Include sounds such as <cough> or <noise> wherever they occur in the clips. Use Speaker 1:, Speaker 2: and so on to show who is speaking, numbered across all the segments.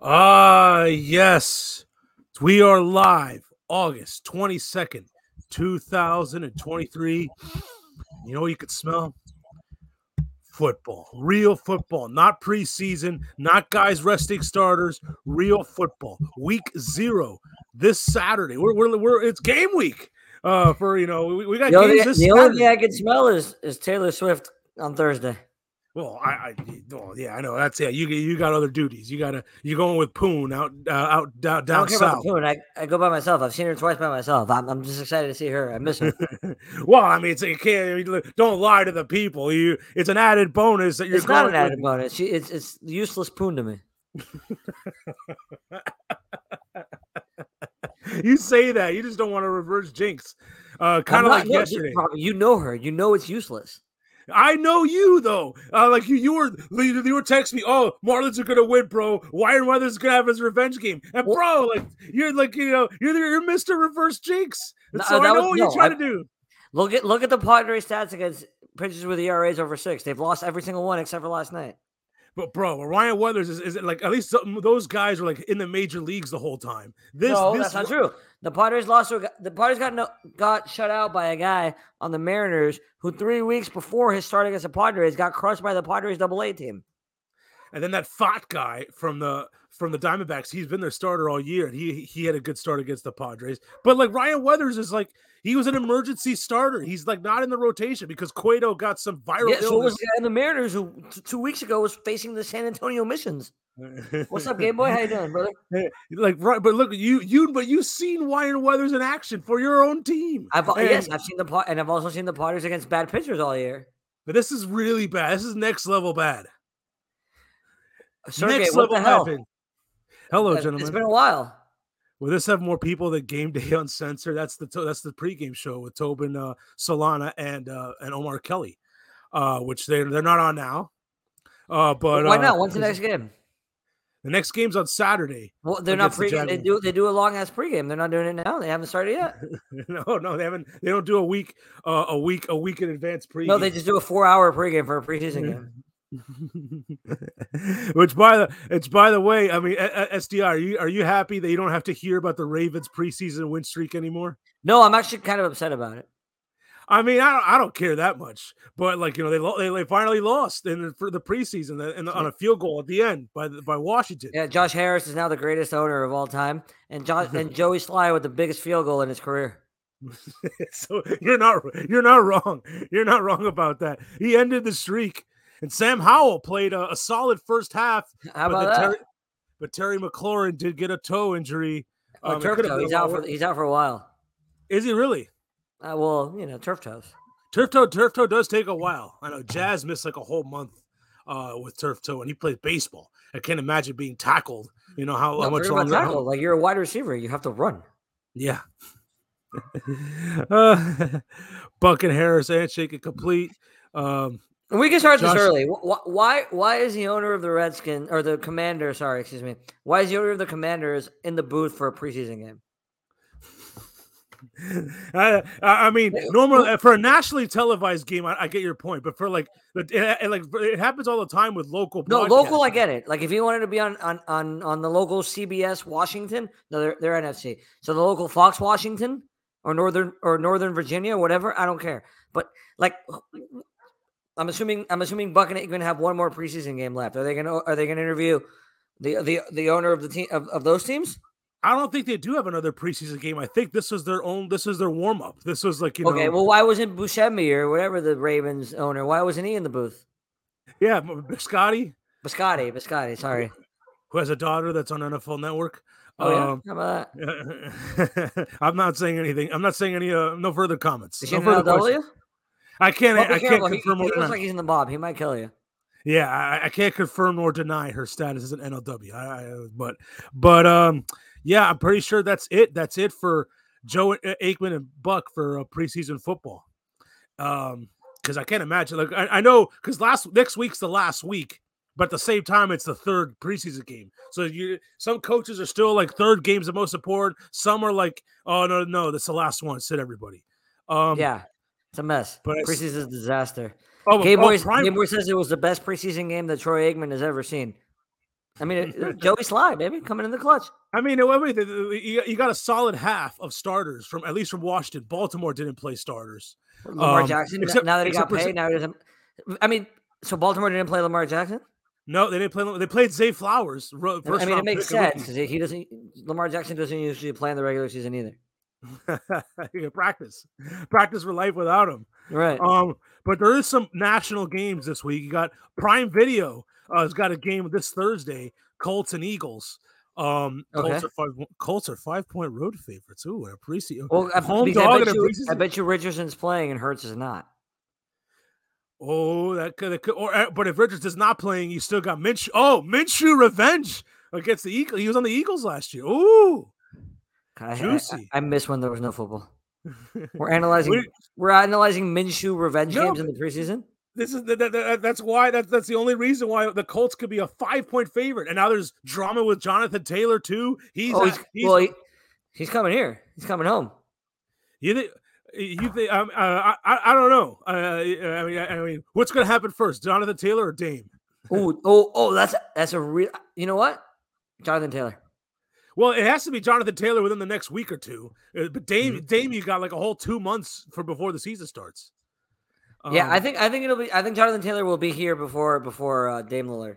Speaker 1: Ah, yes. We are live August 22nd, 2023. You know what you could smell? Football. Real football. Not preseason, not guys resting starters. Real football. Week zero this Saturday. We're, we're, we're it's game week. Uh, for you know, we, we got <laughs>
Speaker 2: The only,
Speaker 1: games this
Speaker 2: the only
Speaker 1: Saturday.
Speaker 2: thing I can smell is is Taylor Swift on Thursday.
Speaker 1: Well, I, I well, yeah, I know. That's yeah. You you got other duties. You gotta you're going with Poon out uh, out down,
Speaker 2: I don't
Speaker 1: down
Speaker 2: care
Speaker 1: south.
Speaker 2: about the food. I, I go by myself. I've seen her twice by myself. I'm, I'm just excited to see her. I miss her.
Speaker 1: well, I mean, it's, you can't I mean, look, don't lie to the people. You, it's an added bonus that <laughs> you're
Speaker 2: it's not
Speaker 1: going
Speaker 2: an added bonus. She it's it's useless poon to me.
Speaker 1: with. <laughs> You say that you just don't want to reverse jinx. Uh,
Speaker 2: I'm
Speaker 1: kind of
Speaker 2: not-
Speaker 1: like
Speaker 2: no, dude,
Speaker 1: yesterday.
Speaker 2: Robert, You know her. You know it's useless.
Speaker 1: I know you though. Uh, like you, you were you, you were texting me. Oh, Marlins are gonna win, bro. Wire Weather's gonna have his revenge game, and
Speaker 2: Well-
Speaker 1: bro, like you're like you know you're you're Mister Reverse Jinx. And
Speaker 2: No,
Speaker 1: so I
Speaker 2: uh,
Speaker 1: know
Speaker 2: that was-
Speaker 1: what
Speaker 2: no,
Speaker 1: you're trying
Speaker 2: I-
Speaker 1: to do.
Speaker 2: Look at look at the Padres stats against pitchers with ERAs over six. They've lost every single one except for last night.
Speaker 1: But bro, Ryan Weathers is, is it like at least some, those guys were like in the major leagues the whole time. This
Speaker 2: no,
Speaker 1: this
Speaker 2: that's not true. The Padres lost. to a gu- The Padres got no, got shut out by a guy on the Mariners who three weeks before his start against the Padres got crushed by the Padres Double A team.
Speaker 1: and then that Fott guy from the from the Diamondbacks, he's been their starter all year, and he he had a good start against the Padres. But like Ryan Weathers is like he was an emergency starter. He's like not in the rotation because Cueto got some viral
Speaker 2: Yeah, so it was
Speaker 1: illness.
Speaker 2: the guy on the Mariners who t- two weeks ago was facing the San Antonio Missions. What's <laughs> up, Game Boy? How you doing, brother?
Speaker 1: <laughs> like right, but look, you you but you've seen Ryan Weathers in action for your own team.
Speaker 2: I've uh,
Speaker 1: And-
Speaker 2: yes, I've seen the pot, and I've also seen the Potters against bad pitchers all year.
Speaker 1: but this is really bad. This is next level bad.
Speaker 2: Sergey,
Speaker 1: next
Speaker 2: what
Speaker 1: level
Speaker 2: the hell?
Speaker 1: bad. Hello,
Speaker 2: It's-
Speaker 1: gentlemen.
Speaker 2: It's been a while.
Speaker 1: Will this have more people than Game Day <laughs> Uncensored? That's the to- that's the pregame show with Tobin uh, Solana and uh, and Omar Kelly, uh, which they they're not on now. Uh, but
Speaker 2: Why
Speaker 1: uh,
Speaker 2: not? When's the
Speaker 1: this-
Speaker 2: next game?
Speaker 1: The next game's on Saturday. <laughs>
Speaker 2: Well, they're not
Speaker 1: Against the
Speaker 2: pre. They
Speaker 1: Jaguars.
Speaker 2: do. They do a long ass pregame. They're not doing it now. They haven't started yet.
Speaker 1: no, no, they haven't. They don't do a week uh, a week a week in advance pregame.
Speaker 2: No, they just do a four-hour pregame for a preseason
Speaker 1: Yeah.
Speaker 2: game.
Speaker 1: <laughs> Which by the it's by the way, I mean E, a- a- SDR, are you are you happy that you don't have to hear about the Ravens preseason win streak anymore?
Speaker 2: No, I'm actually kind of upset about it.
Speaker 1: I mean, I don't, I don't care that much, but like you know, they lo- they, they finally lost in the, for the preseason and on a field goal at the end by the, by Washington.
Speaker 2: Yeah, Josh Harris is now the greatest owner of all time, and <laughs> Josh and Joey Sly with the biggest field goal in his career.
Speaker 1: <laughs> so you're not you're not wrong. You're not wrong about that. He ended the streak, and Sam Howell played a, a solid first half. but,
Speaker 2: How about
Speaker 1: then
Speaker 2: that?
Speaker 1: Terry, but Terry McLaurin did get a toe injury.
Speaker 2: Oh,
Speaker 1: Um, it
Speaker 2: turf
Speaker 1: could've
Speaker 2: toe.
Speaker 1: been a
Speaker 2: He's
Speaker 1: lot
Speaker 2: out for
Speaker 1: worse.
Speaker 2: he's out for a while.
Speaker 1: Is he really?
Speaker 2: Uh, well, you know, turf toes.
Speaker 1: Turf toe, turf toe does take a while. I know Jazz missed like a whole month uh, with turf toe, and he played baseball. I can't imagine being tackled. You know how, how
Speaker 2: No,
Speaker 1: much
Speaker 2: forget about
Speaker 1: longer? how-
Speaker 2: tackle. Like you're a wide receiver, you have to run.
Speaker 1: Yeah. uh, <laughs> Buck and Harris handshake it complete. Um, <laughs>
Speaker 2: And we can start
Speaker 1: Josh-
Speaker 2: this early. Why, why? Why is the owner of the Redskins or the Commander? Sorry, excuse me. Why is the owner of the Commanders in the booth for a preseason game?
Speaker 1: I, I I mean,
Speaker 2: Wait,
Speaker 1: normally for a nationally televised game, I, I get your point, but for like, but it, it- like it happens all the time with local.
Speaker 2: No, local, I
Speaker 1: broadcasters.
Speaker 2: get it. Like if you wanted to be on on on, on the local CBS Washington, no, they're, they're NFC. So the local Fox Washington or northern or Northern Virginia, whatever, I don't care. But like, I'm assuming I'm assuming Buck and going to have one more preseason game left. Are they going to are they going to interview the the the owner of the team of, of those teams?
Speaker 1: I don't think they do have another preseason game. I think this was their own. This was their warm up. This was like you know.
Speaker 2: okay, well, why wasn't Buscemi or whatever the Ravens owner? Why wasn't he in the booth?
Speaker 1: yeah, M- Biscotti,
Speaker 2: Biscotti, Biscotti, sorry.
Speaker 1: who has a daughter that's on NFL Network.
Speaker 2: Oh yeah,
Speaker 1: um,
Speaker 2: how about that?
Speaker 1: <laughs> I'm not saying anything. I'm not saying any. Uh, no further comments.
Speaker 2: Is
Speaker 1: no
Speaker 2: she an
Speaker 1: further questions.
Speaker 2: LW?
Speaker 1: I can't.
Speaker 2: Well, be
Speaker 1: I can't
Speaker 2: careful, he-
Speaker 1: confirm
Speaker 2: He,
Speaker 1: or
Speaker 2: looks
Speaker 1: deny.
Speaker 2: like he's in the mob. He might kill you.
Speaker 1: yeah, I, I can't confirm nor deny her status as an NLW. I, I, but, but um, yeah, I'm pretty sure that's it. That's it for Joe A- Aikman and Buck for uh, preseason football. Um, because I can't imagine. Like I, I know because last next week's the last week, but at the same time, it's the third preseason game. So you some coaches are still like third game's the most important. Some are like, oh no, no, that's the last one. Sit everybody. Um,
Speaker 2: yeah, it's a mess.
Speaker 1: but I s-
Speaker 2: Preseason's a disaster.
Speaker 1: Oh,
Speaker 2: Game
Speaker 1: oh,
Speaker 2: Boy,
Speaker 1: prime-
Speaker 2: Game Boy says it was the best preseason game that Troy Aikman has ever seen. I mean, it- Joey Sly, baby, coming in the clutch.
Speaker 1: I mean, no, I mean, the- the- you you got a solid half of starters from at least from Washington. Baltimore didn't play starters.
Speaker 2: Lamar
Speaker 1: Um,
Speaker 2: Jackson. n-
Speaker 1: except-
Speaker 2: now that he got
Speaker 1: except for-
Speaker 2: paid, now he doesn't. I mean, so Baltimore didn't play Lamar Jackson.
Speaker 1: No, they didn't play. They played Zay Flowers. ro-
Speaker 2: I
Speaker 1: first
Speaker 2: mean, it
Speaker 1: round
Speaker 2: makes
Speaker 1: pick, a rookie.
Speaker 2: sense because he doesn't. Lamar Jackson doesn't usually play in the regular season either.
Speaker 1: <laughs> Yeah, practice, practice for life without him.
Speaker 2: Right.
Speaker 1: Um, but there is some national games this week. You got Prime Video uh, has got a game this Thursday, Colts and Eagles. Um, Colts,
Speaker 2: Okay.
Speaker 1: are five, Colts are five point road favorites. Ooh, and a preseason
Speaker 2: well, I,
Speaker 1: Um, home
Speaker 2: because I
Speaker 1: dog
Speaker 2: bet
Speaker 1: and a
Speaker 2: you, I
Speaker 1: preseason-
Speaker 2: bet you Richardson's playing and Hurts is not.
Speaker 1: Oh, that could, that could or uh, but if Richards is not playing, you still got Minshew. Oh, Minshew revenge against the Eagles. He was on the Eagles last year. Ooh,
Speaker 2: God, I- I-
Speaker 1: Juicy.
Speaker 2: I, I miss when there was
Speaker 1: <laughs>
Speaker 2: no football. We're analyzing.
Speaker 1: We-
Speaker 2: We're analyzing Minshew revenge
Speaker 1: No,
Speaker 2: games in the preseason.
Speaker 1: this is that, that, that- that's why that, that's the only reason why the Colts could be a five point favorite. And now there's drama with Jonathan Taylor too. He's,
Speaker 2: oh,
Speaker 1: at-
Speaker 2: he's,
Speaker 1: he's
Speaker 2: well, he, he's coming here. He's coming home.
Speaker 1: You think? You think? Um, uh, I, I I don't know. Uh, I mean, I, I mean, what's going to happen first, Jonathan Taylor or Dame?
Speaker 2: Oh, oh, oh! That's a- that's a real. You know what? Jonathan Taylor.
Speaker 1: Well, it has to be Jonathan Taylor within the next week or two. Uh, but Dame,
Speaker 2: Mm-hmm.
Speaker 1: Dame, you got like a whole two months for before the season starts.
Speaker 2: yeah, I
Speaker 1: Um,
Speaker 2: think I think it'll be. I think Jonathan Taylor will be here before before uh, Dame Lillard.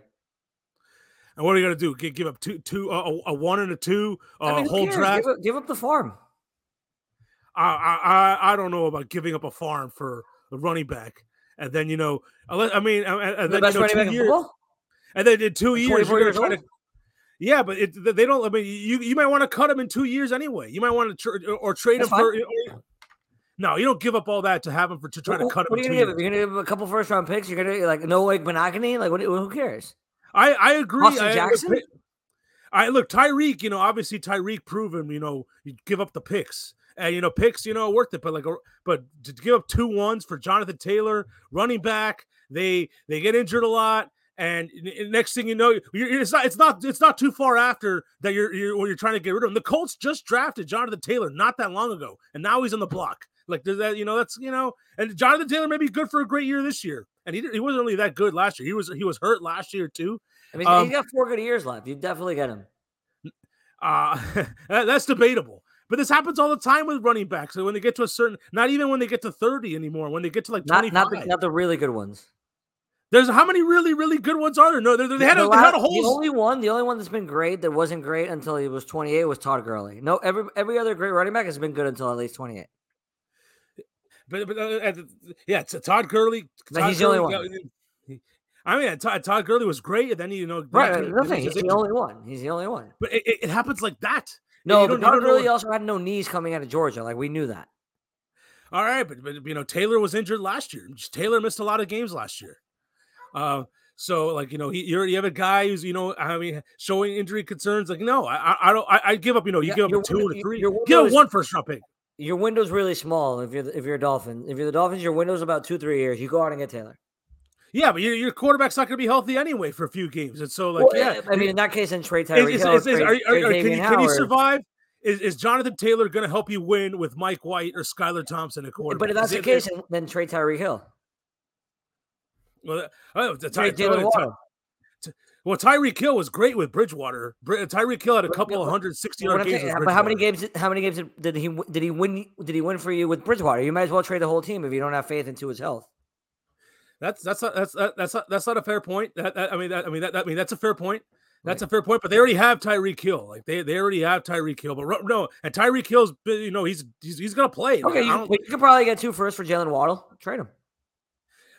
Speaker 1: and what are you going to do? Give, give up two, two, uh, a, a one and a two, a
Speaker 2: I mean, who
Speaker 1: Oh, whole
Speaker 2: cares?
Speaker 1: draft?
Speaker 2: Give up, give up the farm.
Speaker 1: I, I, I, I don't know about giving up a farm for a running back. And then you know, unless, I mean, uh, uh, and then,
Speaker 2: the best
Speaker 1: you know,
Speaker 2: running
Speaker 1: two
Speaker 2: back in
Speaker 1: years,
Speaker 2: football.
Speaker 1: and then in two years,
Speaker 2: 24
Speaker 1: you're going
Speaker 2: years
Speaker 1: to try to
Speaker 2: old?
Speaker 1: Yeah, but it, th- they don't. I mean, you you might want to cut him in two years anyway. You might want to tr- or- or trade
Speaker 2: That's
Speaker 1: him for. or- no, you don't give up all that to have him for to try
Speaker 2: Wh-
Speaker 1: to
Speaker 2: wh-
Speaker 1: cut him.
Speaker 2: What are
Speaker 1: In
Speaker 2: you
Speaker 1: two
Speaker 2: gonna give?
Speaker 1: years.
Speaker 2: him? You're gonna give him a couple first round picks. You're gonna like no like monogamy. Like what? do- Who cares?
Speaker 1: I I agree.
Speaker 2: Austin
Speaker 1: I, look,
Speaker 2: Jackson?
Speaker 1: Pitt- I look Tyreek. You know, obviously Tyreek proven. You know, you give up the picks and you know picks. You know, worth it. But like, a- but to give up two ones for Jonathan Taylor, running back. They they get injured a lot. And n- n- next thing you know, you're, you're- it's not it's not it's not too far after that you're you're when you're trying to get rid of him. The Colts just drafted Jonathan Taylor not that long ago, and now he's on the block. Like there's that you know that's you know, and Jonathan Taylor may be good for a great year this year, and he, didn't- he wasn't really that good last year. He was he was hurt last year too.
Speaker 2: I mean,
Speaker 1: Um,
Speaker 2: he's got four good years left. You definitely get him.
Speaker 1: Uh, <laughs> that- that's debatable. But this happens all the time with running backs. So when they get to a certain, not even when they get to 30 anymore, when they get to like
Speaker 2: Not
Speaker 1: 25.
Speaker 2: not the, not the really good ones.
Speaker 1: There's how many really, really good ones are there? No, they, they, had,
Speaker 2: the,
Speaker 1: a, they had
Speaker 2: la-
Speaker 1: a
Speaker 2: the
Speaker 1: whole.
Speaker 2: only one, the only one that's been great that wasn't great until he was 28 was Todd Gurley. No, every every other great running back has been good until at least 28.
Speaker 1: But, but uh, uh, yeah, it's, uh, Todd Gurley.
Speaker 2: No,
Speaker 1: Todd
Speaker 2: he's the only
Speaker 1: Gurley, uh,
Speaker 2: one.
Speaker 1: he- I mean, Todd, Todd Gurley was great, and then you know,
Speaker 2: Right,
Speaker 1: then he- then he
Speaker 2: nothing.
Speaker 1: gets
Speaker 2: He's the
Speaker 1: injured.
Speaker 2: only one. He's the only one.
Speaker 1: But it, it, it happens like that.
Speaker 2: No,
Speaker 1: you
Speaker 2: but
Speaker 1: don't- you
Speaker 2: Todd
Speaker 1: don't know
Speaker 2: Gurley
Speaker 1: what-
Speaker 2: also had no knees coming out of Georgia. Like we knew that.
Speaker 1: All right, but, but you know Taylor was injured last year. Taylor missed a lot of games last year. Uh, so like you know he you're, you have a guy who's you know I mean showing injury concerns. Like no, I I- I don't I, I give up. You know you
Speaker 2: Yeah,
Speaker 1: give up
Speaker 2: your
Speaker 1: a two
Speaker 2: window-
Speaker 1: or
Speaker 2: y-
Speaker 1: three.
Speaker 2: your window
Speaker 1: Give up
Speaker 2: is-
Speaker 1: one first round pick.
Speaker 2: Your window's really small if you're the- if you're a Dolphin. If you're the Dolphins, your window's about two three years. You go out and get Taylor.
Speaker 1: Yeah, but your, your quarterback's not going to be healthy anyway for a few games. And so like
Speaker 2: Well,
Speaker 1: yeah,
Speaker 2: I mean, in that case, then
Speaker 1: is-
Speaker 2: trade Tyreek
Speaker 1: is-
Speaker 2: Hill. or
Speaker 1: is- is-
Speaker 2: trade-
Speaker 1: are you- are
Speaker 2: trade
Speaker 1: you- can you
Speaker 2: Xavier
Speaker 1: can you
Speaker 2: Howard.
Speaker 1: survive? Is, is Jonathan Taylor going to help you win with Mike White or Skylar Thompson at quarterback?
Speaker 2: But if that's the
Speaker 1: Is it-
Speaker 2: case, then- then trade Tyreek Hill.
Speaker 1: well, uh, the Ty-
Speaker 2: Trade
Speaker 1: uh,
Speaker 2: Jalen
Speaker 1: Ty-
Speaker 2: Waddle.
Speaker 1: well, Tyreek Hill was great with Bridgewater. Bri- uh, Tyreek Hill had a
Speaker 2: But-
Speaker 1: couple
Speaker 2: but-
Speaker 1: of hundred sixty
Speaker 2: What
Speaker 1: yard
Speaker 2: I'm
Speaker 1: games.
Speaker 2: saying,
Speaker 1: with
Speaker 2: but how many
Speaker 1: Bridgewater.
Speaker 2: games? How many games did- did he w- did he win? Did he win for you with Bridgewater? You might as well trade the whole team if you don't have faith into his health.
Speaker 1: That's that's not, that's that, that's not, that's not a fair point. That, that- I mean, that, I mean, that, that- I mean, that's a fair point. That's a fair point. But they already have Tyreek Hill. Like they, they already have Tyreek Hill. But ro- no, and Tyreek Hill's, been- you know, he's he's, he's gonna play. Like,
Speaker 2: Okay,
Speaker 1: I
Speaker 2: you,
Speaker 1: don't-
Speaker 2: but you could probably get two first for Jalen Waddle. Trade him.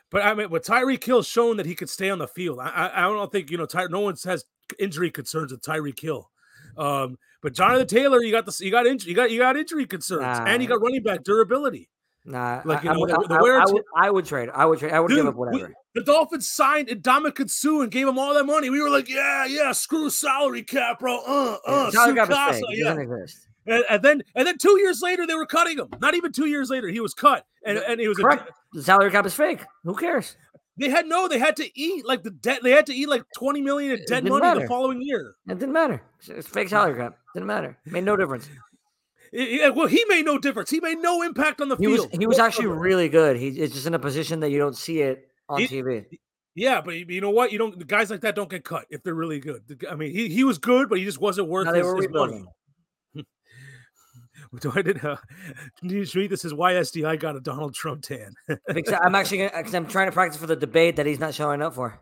Speaker 1: but I mean, but Tyreek Hill's shown that he could stay on the field. I I, I don't think you know. Ty, no one has injury concerns with Tyreek Hill. Um, but Jonathan Taylor, you got this. You got injury. You got you got injury concerns, and you
Speaker 2: Nah.
Speaker 1: got running back durability.
Speaker 2: Nah,
Speaker 1: Like,
Speaker 2: I-
Speaker 1: you
Speaker 2: I,
Speaker 1: know,
Speaker 2: would,
Speaker 1: the-
Speaker 2: I-
Speaker 1: the
Speaker 2: I-
Speaker 1: wear and
Speaker 2: I would, I would trade. I would trade. I would give
Speaker 1: Dude,
Speaker 2: up
Speaker 1: we-
Speaker 2: whatever.
Speaker 1: The Dolphins signed Indomitian Sue and gave him all that money. We were like, yeah, yeah, screw salary cap, bro. Uh, uh,
Speaker 2: It's not
Speaker 1: Sue
Speaker 2: like I have a
Speaker 1: Casa,
Speaker 2: say. It
Speaker 1: yeah.
Speaker 2: doesn't exist.
Speaker 1: And, and then, and then two years later, they were cutting him. Not even two years later, he was cut, and
Speaker 2: Yeah,
Speaker 1: and he was. A,
Speaker 2: Correct. The salary cap is fake. Who cares?
Speaker 1: they had no. They had to eat like the debt. They had to eat like twenty million in dead
Speaker 2: didn't
Speaker 1: money the
Speaker 2: matter.
Speaker 1: following year.
Speaker 2: It didn't matter. It's- It's fake salary cap. Didn't matter. Made no difference.
Speaker 1: I- I- well, he made no difference. He made no impact on the
Speaker 2: He was
Speaker 1: field.
Speaker 2: he was actually
Speaker 1: whatsoever.
Speaker 2: really good. He is just in a position that you don't see it on
Speaker 1: He-
Speaker 2: TV.
Speaker 1: Yeah, but you you know what? You don't. the Guys like that don't get cut if they're really good. The g- I mean, he, he was good, but he just wasn't worth
Speaker 2: Now they
Speaker 1: his,
Speaker 2: were
Speaker 1: his money.
Speaker 2: rebuilding.
Speaker 1: <laughs> Do I did uh, Sharita says why SDI got a Donald Trump tan? <laughs>
Speaker 2: Because I'm actually gonna, because I'm trying to practice for the debate that he's not showing up for.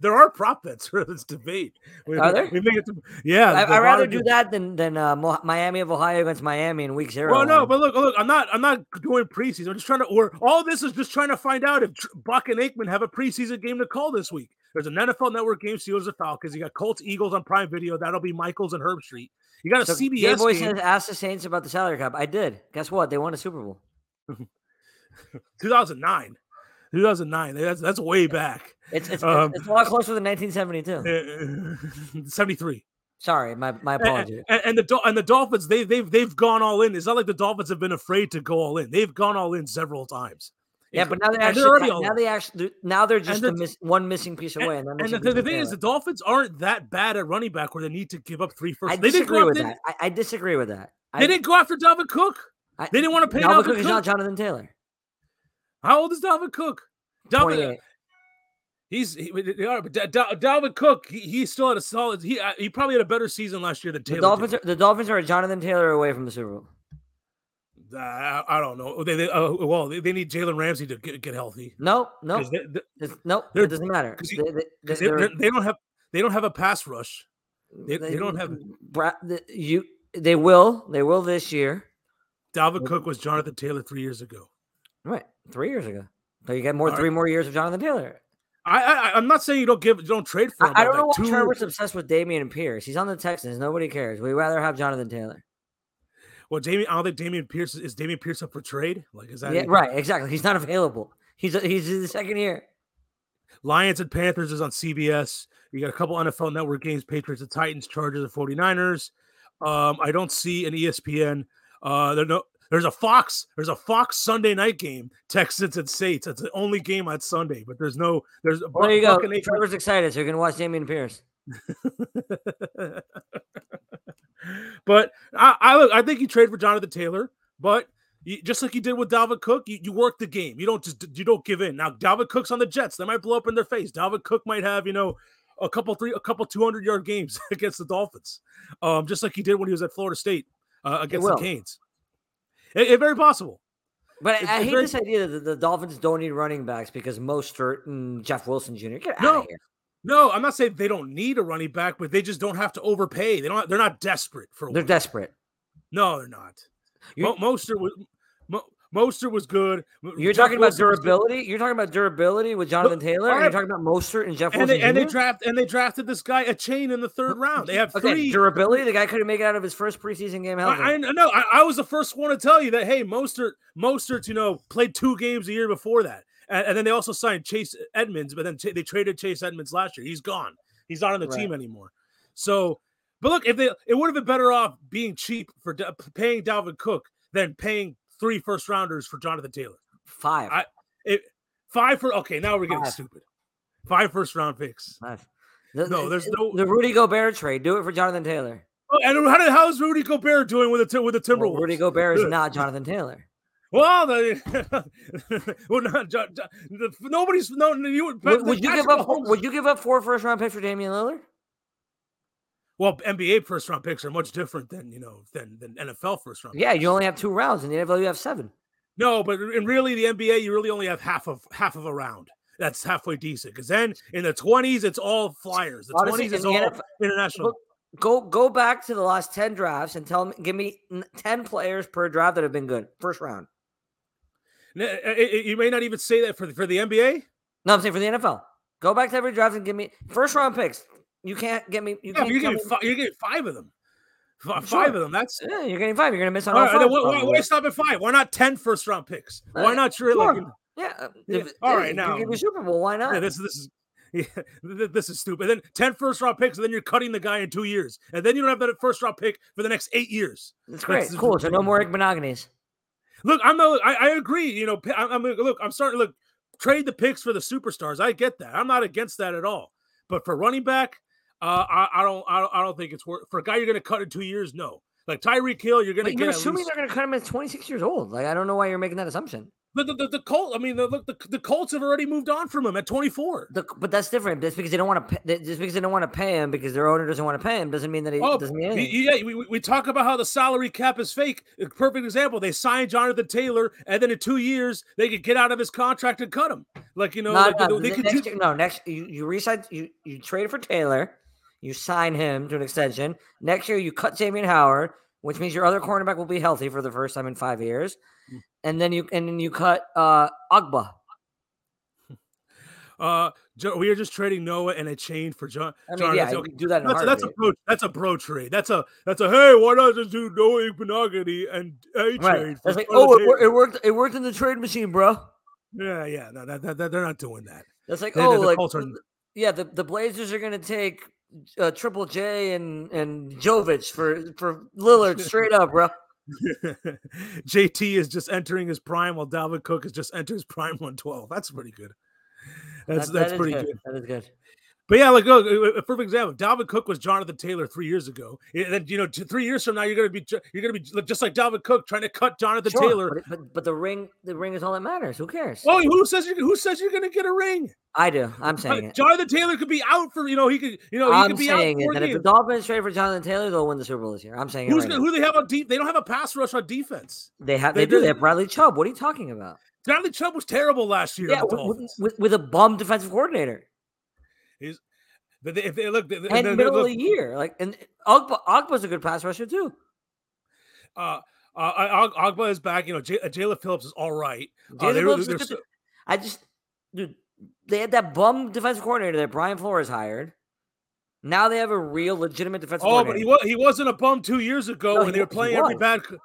Speaker 1: there are prop bets for this debate. We,
Speaker 2: Are
Speaker 1: we-
Speaker 2: there?
Speaker 1: we make it to- yeah,
Speaker 2: I,
Speaker 1: Oh, the
Speaker 2: I'd rather
Speaker 1: Ronda-
Speaker 2: do that than than uh, Mo- Miami of Ohio against Miami in week zero.
Speaker 1: Well, no,
Speaker 2: one.
Speaker 1: but look, look, I'm not, I'm not doing preseason. I'm just trying to. We're all this is just trying to find out if Tr- Buck and Aikman have a preseason game to call this week. There's an NFL Network game, Steelers and Falcons. You got Colts, Eagles on Prime Video. That'll be Michaels and Herb Street. You got a
Speaker 2: So Gay
Speaker 1: CBS
Speaker 2: Boy
Speaker 1: game.
Speaker 2: says, ask the Saints about the salary cap. I did. Guess what? They won a Super Bowl.
Speaker 1: 2009, 2009. That's that's way
Speaker 2: <laughs>
Speaker 1: back.
Speaker 2: It's it's,
Speaker 1: Um,
Speaker 2: it's, it's a lot closer than 1972.
Speaker 1: <laughs> Uh, 73.
Speaker 2: Sorry, my my
Speaker 1: A- a-
Speaker 2: apologies.
Speaker 1: And, the Dol- and the Dolphins, they they've they've gone all in. It's not like the Dolphins have been afraid to go all in. They've gone all in several times.
Speaker 2: Yeah,
Speaker 1: It's-
Speaker 2: but now they
Speaker 1: and they're
Speaker 2: actually
Speaker 1: already
Speaker 2: now,
Speaker 1: all
Speaker 2: now they actually now they're just
Speaker 1: the
Speaker 2: the
Speaker 1: th-
Speaker 2: miss, one missing piece away. And, that
Speaker 1: And the,
Speaker 2: missing
Speaker 1: th- the
Speaker 2: piece
Speaker 1: thing
Speaker 2: away.
Speaker 1: is, the Dolphins aren't that bad at running back where they need to give up three first.
Speaker 2: I
Speaker 1: they didn't
Speaker 2: disagree
Speaker 1: go
Speaker 2: with
Speaker 1: after,
Speaker 2: that. I, I disagree with that.
Speaker 1: They
Speaker 2: I,
Speaker 1: didn't go after Dalvin Cook.
Speaker 2: I-
Speaker 1: They didn't want to pay
Speaker 2: Dalvin
Speaker 1: Dalvin,
Speaker 2: Cook is
Speaker 1: Cook.
Speaker 2: not Jonathan Taylor.
Speaker 1: How old is Dalvin Cook? Dalvin,
Speaker 2: 28.
Speaker 1: he's he, but they are, but Da- Da- Dalvin Cook. He, he still had a solid. He uh, he probably had a better season last year than
Speaker 2: The
Speaker 1: Taylor.
Speaker 2: Dolphins,
Speaker 1: did.
Speaker 2: are, the Dolphins are a Jonathan Taylor away from the Super Bowl.
Speaker 1: Uh, I, I don't know. They, they uh, well they, they need Jalen Ramsey to get, get healthy.
Speaker 2: No, no,
Speaker 1: 'Cause they- they-
Speaker 2: it's- no.
Speaker 1: they're-
Speaker 2: It doesn't matter.
Speaker 1: 'cause
Speaker 2: They,
Speaker 1: you-
Speaker 2: they, they,
Speaker 1: 'cause they,
Speaker 2: they're-
Speaker 1: they're- they don't have they don't have a pass rush. They, they don't have
Speaker 2: Bra- the- you. They will. They will this year.
Speaker 1: Dalvin
Speaker 2: they-
Speaker 1: Cook was Jonathan Taylor three years ago.
Speaker 2: Right, three years ago. So you get more
Speaker 1: All right.
Speaker 2: three more years of Jonathan Taylor.
Speaker 1: I, I I- I'm not saying you don't give don't trade for him.
Speaker 2: I, I
Speaker 1: but,
Speaker 2: don't know why
Speaker 1: like, two-
Speaker 2: Trevor's obsessed with Damian Pierce. He's on the Texans. Nobody cares. We'd rather have Jonathan Taylor.
Speaker 1: Well, Damien, I don't think Damian Pierce is Damian Pierce up for trade. Like, is that
Speaker 2: Yeah,
Speaker 1: it?
Speaker 2: right. Exactly. He's not available. He's he's in the second year.
Speaker 1: Lions and Panthers is on CBS. You got a couple NFL network games, Patriots and Titans, Chargers and 49ers. Um, I don't see an ESPN. Uh there no there's a Fox, there's a Fox Sunday night game, Texans and Saints. That's the only game on Sunday, but there's no there's a
Speaker 2: Well, there you go.
Speaker 1: Buccaneers-
Speaker 2: Trevor's excited, so you can watch Damian Pierce.
Speaker 1: but I, I look, I think you trade for Jonathan Taylor, but you, just like you did with Dalvin Cook, you, you work the game. You don't just you don't give in. Now Dalvin Cook's on the Jets; they might blow up in their face. Dalvin Cook might have you know a couple three a couple two hundred yard games <laughs> against the Dolphins, um, just like he did when he was at Florida State uh, against the
Speaker 2: will.
Speaker 1: Canes. It, it very possible.
Speaker 2: But
Speaker 1: It's-
Speaker 2: I, I
Speaker 1: it's
Speaker 2: hate
Speaker 1: very-
Speaker 2: this idea that the Dolphins don't need running backs because Mostert and Jeff Wilson Jr. Get out
Speaker 1: No.
Speaker 2: of here.
Speaker 1: No, I'm not saying they don't need a running back, but they just don't have to overpay. They don't. They're not desperate for.
Speaker 2: They're
Speaker 1: one.
Speaker 2: desperate.
Speaker 1: No, they're not.
Speaker 2: You're-
Speaker 1: Mo- Mostert was Mo- Mostert was good. Mo-
Speaker 2: You're
Speaker 1: Jeff
Speaker 2: talking about
Speaker 1: Wilson was good.
Speaker 2: durability. You're talking about durability with Jonathan Taylor, and
Speaker 1: alright.
Speaker 2: you're talking about Mostert and Jeff
Speaker 1: and
Speaker 2: Wilson
Speaker 1: they, and they
Speaker 2: Jr.?
Speaker 1: draft and they drafted this guy a chain in the third round. They have
Speaker 2: Okay,
Speaker 1: three.
Speaker 2: durability. The guy couldn't make it out of his first preseason game healthy.
Speaker 1: I, I know. I, I was the first one to tell you that. Hey, Mostert, Mostert, you know, played two games a year before that, and, and then they also signed Chase Edmonds, but then cha- they traded Chase Edmonds last year. He's gone. He's not on the
Speaker 2: Right.
Speaker 1: team anymore. So, but look, if they, it would have been better off being cheap for Da- paying Dalvin Cook than paying three first rounders for Jonathan Taylor.
Speaker 2: Five.
Speaker 1: I- It, five for okay. Now we're getting
Speaker 2: Five.
Speaker 1: stupid. Five first round picks.
Speaker 2: Five. The-
Speaker 1: No,
Speaker 2: the-
Speaker 1: there's
Speaker 2: the-
Speaker 1: no-
Speaker 2: the Rudy Gobert trade. Do it for Jonathan Taylor.
Speaker 1: Oh, and how did how's Rudy Gobert doing with the Tim- with the
Speaker 2: Well,
Speaker 1: Timberwolves?
Speaker 2: Rudy Gobert is
Speaker 1: Good.
Speaker 2: not Jonathan Taylor.
Speaker 1: Well, the, <laughs> well, not, Jo- Jo- the, nobody's no. no, You would,
Speaker 2: Would,
Speaker 1: but
Speaker 2: would you give
Speaker 1: Patrick
Speaker 2: up?
Speaker 1: Mahomes-
Speaker 2: Would you give up four first round picks for Damian Lillard?
Speaker 1: well, NBA first round picks are much different than you know than than NFL first round.
Speaker 2: Yeah,
Speaker 1: picks.
Speaker 2: you only have two rounds in the NFL. You have seven.
Speaker 1: No, but in really the NBA, you really only have half of half of a round. That's halfway decent. Because then in the twenties, it's all flyers. The
Speaker 2: Honestly,
Speaker 1: twenties
Speaker 2: in
Speaker 1: is
Speaker 2: the
Speaker 1: all
Speaker 2: NFL
Speaker 1: international.
Speaker 2: Go go back to the last ten drafts and tell me. Give me n- ten players per draft that have been good first round.
Speaker 1: N- eh, eh, eh, You may not even say that for the, for the NBA.
Speaker 2: No, I'm saying for the NFL. Go back to every draft and give me first round picks. You can't get me.
Speaker 1: Yeah,
Speaker 2: You
Speaker 1: but
Speaker 2: can't.
Speaker 1: you're
Speaker 2: tell
Speaker 1: getting
Speaker 2: me-
Speaker 1: five, you're getting five of them. Fi-
Speaker 2: Sure.
Speaker 1: Five of them. That's
Speaker 2: Yeah, you're getting five. You're gonna miss on
Speaker 1: All
Speaker 2: all
Speaker 1: right,
Speaker 2: five.
Speaker 1: then why, why, why
Speaker 2: probably.
Speaker 1: stop at five? Why not 10 first round picks?
Speaker 2: Uh,
Speaker 1: Why not you're like,
Speaker 2: sure. Yeah. uh,
Speaker 1: Yeah,
Speaker 2: if-
Speaker 1: all
Speaker 2: hey,
Speaker 1: right,
Speaker 2: if you
Speaker 1: now-
Speaker 2: give me Super Bowl. Why not?
Speaker 1: yeah, this this is <laughs> yeah, th- th- this is stupid. And then 10 first round picks, and then you're cutting the guy in two years, and then you don't have that first round pick for the next eight years.
Speaker 2: That's
Speaker 1: That's
Speaker 2: great.
Speaker 1: the-
Speaker 2: Cool. So no more egg monogamies.
Speaker 1: Look, I'm not, I, I agree. You know, p- I, am look, I'm starting to look trade the picks for the superstars. I get that. I'm not against that at all. But for running back, uh, I, I don't, I don't, I don't think it's worth for a guy you're going to cut in two years. No, like Tyreek Hill, you're going to get
Speaker 2: But you're
Speaker 1: at
Speaker 2: assuming
Speaker 1: least-
Speaker 2: they're gonna cut him at 26 years old. Like I don't know why you're making that assumption.
Speaker 1: But the, the, the Colts, I mean, the, look, the, the Colts have already moved on from him at 24.
Speaker 2: The, but that's different. That's because they don't want to. Pay, just because they don't want to pay him, because their owner doesn't want to pay him, doesn't mean that he
Speaker 1: Oh,
Speaker 2: doesn't mean
Speaker 1: y-
Speaker 2: anything.
Speaker 1: yeah, we, we- we talk about how the salary cap is fake. A perfect example. They signed Jonathan Taylor, and then in two years, they could get out of his contract and cut him. Like, you know,
Speaker 2: No,
Speaker 1: like,
Speaker 2: no,
Speaker 1: they, they
Speaker 2: the
Speaker 1: could
Speaker 2: next
Speaker 1: do-
Speaker 2: year- no, next you you resign you you trade for Taylor, you sign him to an extension. Next year you cut Damian Howard, which means your other cornerback will be healthy for the first time in five years,
Speaker 1: Mm.
Speaker 2: and then you and then you cut uh Agba.
Speaker 1: uh, Jo- we are just trading Noah and a chain for John.
Speaker 2: I mean,
Speaker 1: Jonathan
Speaker 2: yeah,
Speaker 1: Taylor.
Speaker 2: you could do that in a
Speaker 1: That's a, that's a
Speaker 2: heartbeat.
Speaker 1: pro that's a pro trade. That's a that's a hey, why not just do Noah Igbenogany and a trade?
Speaker 2: Right.
Speaker 1: for
Speaker 2: That's like,
Speaker 1: Jonathan
Speaker 2: oh, it,
Speaker 1: Taylor?"
Speaker 2: wor- it worked. It worked in the trade machine, bro.
Speaker 1: yeah, yeah, no, that, that, that- they're not doing that.
Speaker 2: That's like,
Speaker 1: They- the-
Speaker 2: oh,
Speaker 1: the
Speaker 2: like,
Speaker 1: Colts are-
Speaker 2: th- yeah, the, the Blazers are gonna take uh, Triple J and and Jovic for for
Speaker 1: <laughs>
Speaker 2: Lillard straight up, bro.
Speaker 1: JT is just entering his prime, while Dalvin Cook has just entered his prime 112. That's pretty good. That's
Speaker 2: That- that
Speaker 1: that's
Speaker 2: is
Speaker 1: pretty good.
Speaker 2: That is good.
Speaker 1: But yeah, like look, a- a perfect example. Dalvin Cook was Jonathan Taylor three years ago, and then you know t- three years from now you're gonna be ju- you're gonna be ju- just like Dalvin Cook trying to cut Jonathan
Speaker 2: Sure,
Speaker 1: Taylor.
Speaker 2: but, it- but but the ring, the ring is all that matters. Who cares?
Speaker 1: Oh, who says you who says you're gonna get a ring?
Speaker 2: I do. I'm
Speaker 1: Like,
Speaker 2: saying it.
Speaker 1: Jonathan Taylor could be out for you know he could you know he
Speaker 2: I'm
Speaker 1: could be out
Speaker 2: saying it.
Speaker 1: for
Speaker 2: That if the
Speaker 1: games.
Speaker 2: Dolphins trade for Jonathan Taylor, they'll win the Super Bowl this year. I'm saying it.
Speaker 1: Who's
Speaker 2: right
Speaker 1: gonna,
Speaker 2: now.
Speaker 1: who they have on deep? They don't have a pass rush on defense.
Speaker 2: They have.
Speaker 1: they
Speaker 2: They, do.
Speaker 1: do.
Speaker 2: They have Bradley Chubb. What are you talking about?
Speaker 1: Bradley Chubb was terrible last year.
Speaker 2: Yeah,
Speaker 1: on the
Speaker 2: with, with,
Speaker 1: Dolphins.
Speaker 2: with, with a bum defensive coordinator
Speaker 1: But they- if they look, they- they-
Speaker 2: and
Speaker 1: they- they-
Speaker 2: middle
Speaker 1: look,
Speaker 2: of the year, like and Ogba, Ogba's a good pass rusher too.
Speaker 1: uh, uh, Og- Ogba is back. You know, J- uh, Jalen Phillips is all right. Uh,
Speaker 2: Jalen
Speaker 1: they were-
Speaker 2: Phillips is
Speaker 1: they're
Speaker 2: good
Speaker 1: so-
Speaker 2: to- I just, dude, they had that bum defensive coordinator that Brian Flores hired. Now they have a real legitimate defensive
Speaker 1: oh, but
Speaker 2: coordinator.
Speaker 1: he was he wasn't a bum two years ago
Speaker 2: No,
Speaker 1: when
Speaker 2: he
Speaker 1: they were
Speaker 2: wa- he
Speaker 1: playing every
Speaker 2: was.
Speaker 1: bad. c-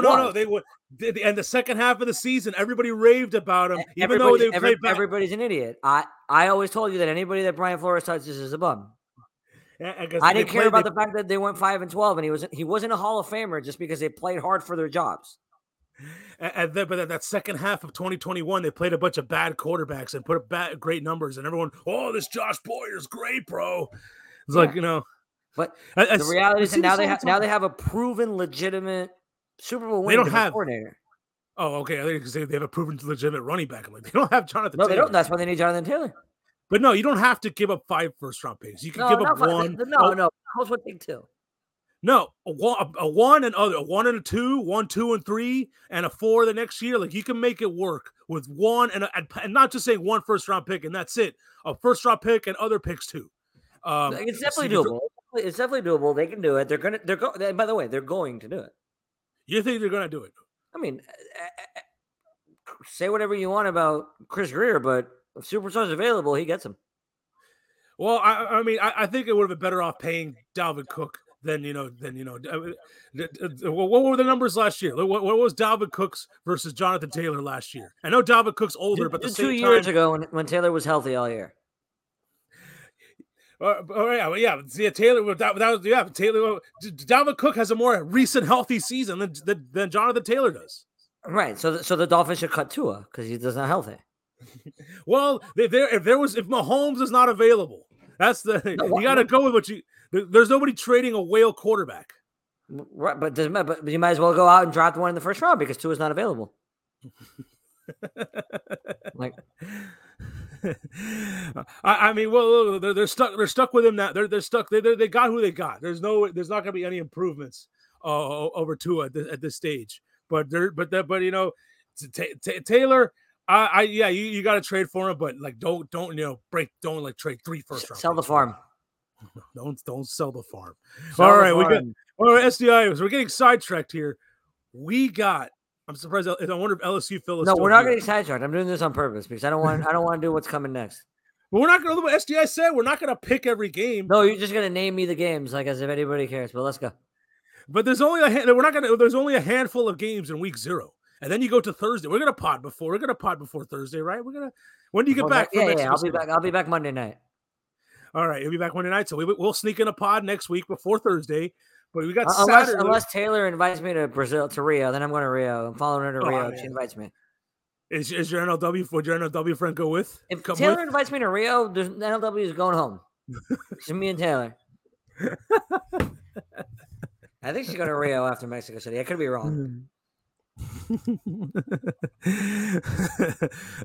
Speaker 1: No,
Speaker 2: he
Speaker 1: no, no.
Speaker 2: was.
Speaker 1: They were, they, they- and the second half of the season, everybody raved about him, even though
Speaker 2: Everybody's-
Speaker 1: they
Speaker 2: E, every-
Speaker 1: played bad.
Speaker 2: everybody's an idiot. I I always told you that anybody that Brian Flores touches is a bum.
Speaker 1: I, guess
Speaker 2: I
Speaker 1: they
Speaker 2: didn't care
Speaker 1: played-
Speaker 2: about
Speaker 1: they-
Speaker 2: the fact that they went five and twelve, and he was he wasn't a Hall of Famer just because they played hard for their jobs.
Speaker 1: a- And then, but that- that second half of 2021, they played a bunch of bad quarterbacks and put up bad, great numbers, and everyone, oh, this Josh Boyer's great, bro. It's
Speaker 2: Yeah.
Speaker 1: like you know,
Speaker 2: But
Speaker 1: I- I
Speaker 2: the
Speaker 1: s-
Speaker 2: reality
Speaker 1: we
Speaker 2: is that
Speaker 1: see this
Speaker 2: now they
Speaker 1: all the
Speaker 2: have now
Speaker 1: time.
Speaker 2: they have a proven legitimate Super Bowl
Speaker 1: They
Speaker 2: winning
Speaker 1: don't
Speaker 2: defensive
Speaker 1: have-
Speaker 2: coordinator.
Speaker 1: Oh, okay. I think they they have a proven legitimate running back. I'm like, they don't have Jonathan.
Speaker 2: No, they
Speaker 1: Taylor.
Speaker 2: don't. That's why they need Jonathan Taylor.
Speaker 1: But no, you don't have to give up five first round picks. You can
Speaker 2: No,
Speaker 1: give
Speaker 2: not
Speaker 1: up
Speaker 2: fi- th-
Speaker 1: one.
Speaker 2: th- no,
Speaker 1: a-
Speaker 2: no. Colts would take two.
Speaker 1: no, a one, a one and other, a one and a two, one, two and three, and a four the next year. Like you can make it work with one and a, and p- and not just saying one first round pick and that's it. A first round pick and other picks too. Um,
Speaker 2: Like, it's
Speaker 1: so
Speaker 2: definitely
Speaker 1: you can-
Speaker 2: doable. It's definitely doable. They can do it. They're gonna. They're go. they- By the way, they're going to do it.
Speaker 1: You think they're gonna do it?
Speaker 2: I mean, uh, uh, uh, say whatever you want about Chris Greer, but if Superstar's available, he gets him.
Speaker 1: Well, I, I I mean, I, I think it would have been better off paying Dalvin Cook than you know than you know. d- uh, d- d- d- wha- What were the numbers last year? Like, What, what was Dalvin Cook's versus Jonathan Taylor last year? I know Dalvin Cook's older,
Speaker 2: Two-
Speaker 1: but at the
Speaker 2: two
Speaker 1: same
Speaker 2: years
Speaker 1: time,
Speaker 2: ago when, when Taylor was healthy all year.
Speaker 1: uh, oh yeah, well, yeah, but see, yeah, Taylor. well, That, that was yeah, but Taylor. well, D- D- Dalvin Cook has a more recent healthy season than than, than Jonathan Taylor does.
Speaker 2: Right. So the, so the Dolphins should cut Tua because he's just not healthy.
Speaker 1: Well, if there if there was if Mahomes is not available, that's the
Speaker 2: wha-
Speaker 1: you got to go with what you. there- There's nobody trading a whale quarterback.
Speaker 2: M- Right, but doesn't matter. But you might as well go out and draft one in the first round because Tua's not available. like
Speaker 1: <laughs> I, I mean, well, they're, they're stuck. They're stuck with him now. They're they're stuck. They, they they got who they got. There's no. There's not going to be any improvements uh, o- over Tua at this, at this stage. But they're but that but you know, t- Ta- Ta- Taylor. I, I yeah, you, you got to trade for him, but like don't don't you know break don't like trade three
Speaker 2: s-
Speaker 1: first round.
Speaker 2: sell the
Speaker 1: picks.
Speaker 2: farm.
Speaker 1: Don't don't sell the farm.
Speaker 2: Sell the
Speaker 1: All right, we got
Speaker 2: farm.
Speaker 1: all right, SDI. So we're getting sidetracked here. We got. I'm surprised. I I wonder if LSU Phil is
Speaker 2: No,
Speaker 1: still
Speaker 2: we're not
Speaker 1: here.
Speaker 2: getting sidetracked. I'm doing this on purpose because I don't want I don't want to do what's coming next.
Speaker 1: But we're not going to. What SDI said, we're not going to pick every game.
Speaker 2: No, you're just gonna name me the games like as if anybody cares. But let's go.
Speaker 1: But there's only a hand, we're not gonna there's only a handful of games in week zero, and then you go to Thursday. We're gonna pod before we're gonna pod before Thursday, right? We're gonna when do you get
Speaker 2: Well,
Speaker 1: back?
Speaker 2: that- yeah,
Speaker 1: from
Speaker 2: yeah, I'll be
Speaker 1: Mexico City?
Speaker 2: back. I'll be back Monday night.
Speaker 1: All right, you'll be back Monday night, so we, we'll sneak in a pod next week before Thursday. But we got
Speaker 2: Uh, unless
Speaker 1: Saturday.
Speaker 2: unless Taylor invites me to Brazil to Rio, then I'm going to Rio. I'm following her to
Speaker 1: Oh,
Speaker 2: Rio.
Speaker 1: man.
Speaker 2: She invites me.
Speaker 1: is, is your NLW would your NLW friend go with?
Speaker 2: If
Speaker 1: Come
Speaker 2: Taylor
Speaker 1: with? <laughs>
Speaker 2: invites me to Rio, there's NLW is going home. it's me
Speaker 1: <laughs>
Speaker 2: and Taylor.
Speaker 1: Hmm.
Speaker 2: I think she's going to Rio after Mexico City. I could be wrong.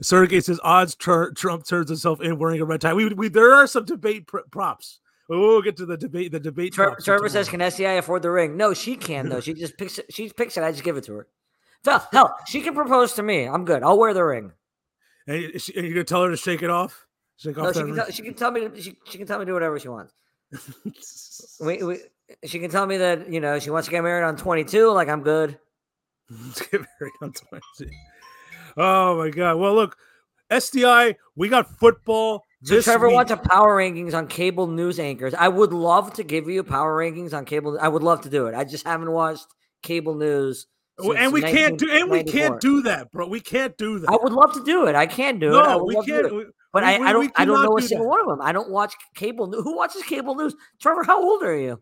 Speaker 1: Sergey says odds tur- Trump turns himself in wearing a red tie. We, we there are some debate pr- props. We'll get to the debate. The debate.
Speaker 2: Trevor,
Speaker 1: props
Speaker 2: Trevor says,
Speaker 1: tomorrow.
Speaker 2: "Can SCI afford the ring?" No, she can though. She just picks it. She picks it. I just give it to her. Hell, hell, she can propose to me. I'm good. I'll wear the ring.
Speaker 1: And you- and you're gonna tell her to shake it off. Shake
Speaker 2: No,
Speaker 1: off
Speaker 2: she
Speaker 1: that
Speaker 2: can,
Speaker 1: ring?
Speaker 2: tell, she can tell me. to- She, she can tell me to do whatever she wants. <laughs> We, we, she can tell me that you know she wants to get married on 22. Like I'm good.
Speaker 1: Let's <laughs> get very unspicy. Oh my god. Well, look, SDI, we got football.
Speaker 2: So
Speaker 1: this
Speaker 2: Trevor
Speaker 1: week.
Speaker 2: wants a power rankings on cable news anchors. I would love to give you power rankings on cable. I would love to do it. I just haven't watched cable news.
Speaker 1: Well, and
Speaker 2: since
Speaker 1: we can't do and we can't
Speaker 2: 1994.
Speaker 1: do that, bro. We can't do that.
Speaker 2: I would love to do it. I can do
Speaker 1: no,
Speaker 2: it. I would
Speaker 1: we
Speaker 2: love to do
Speaker 1: can't.
Speaker 2: it.
Speaker 1: we-
Speaker 2: But
Speaker 1: We-
Speaker 2: I,
Speaker 1: we-
Speaker 2: I
Speaker 1: we
Speaker 2: don't I don't know
Speaker 1: cannot
Speaker 2: a
Speaker 1: do
Speaker 2: single
Speaker 1: that.
Speaker 2: one of them. I don't watch cable news. Who watches cable news? Trevor, how old are you?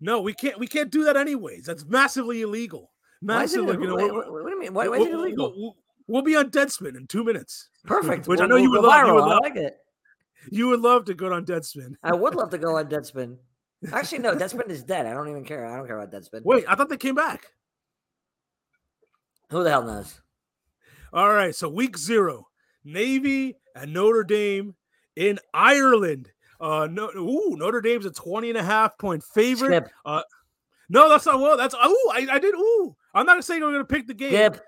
Speaker 1: no, we can't. We can't do that anyways. That's massively illegal.
Speaker 2: Why is it,
Speaker 1: Massively. you know,
Speaker 2: wait,
Speaker 1: we're-
Speaker 2: wait, what do you mean? Why, why
Speaker 1: we'll-
Speaker 2: is it illegal?
Speaker 1: We'll, we'll- we'll be on Deadspin in two minutes.
Speaker 2: Perfect.
Speaker 1: which I
Speaker 2: We'll-
Speaker 1: know you
Speaker 2: we'll
Speaker 1: would
Speaker 2: go
Speaker 1: love- you
Speaker 2: viral.
Speaker 1: would
Speaker 2: I
Speaker 1: love.
Speaker 2: like it.
Speaker 1: You would love to go on Deadspin.
Speaker 2: I would love to go on Deadspin. Actually, no, Deadspin is dead. I don't even care. I don't care about Deadspin.
Speaker 1: Wait, I thought they came back.
Speaker 2: Who the hell knows?
Speaker 1: All right, so week zero, Navy and Notre Dame in Ireland. Uh, no, ooh, Notre Dame's a 20 and a half point favorite.
Speaker 2: Skip,
Speaker 1: No, that's not well. That's ooh, I, I did ooh. I'm not saying I'm going to pick the game,
Speaker 2: skip.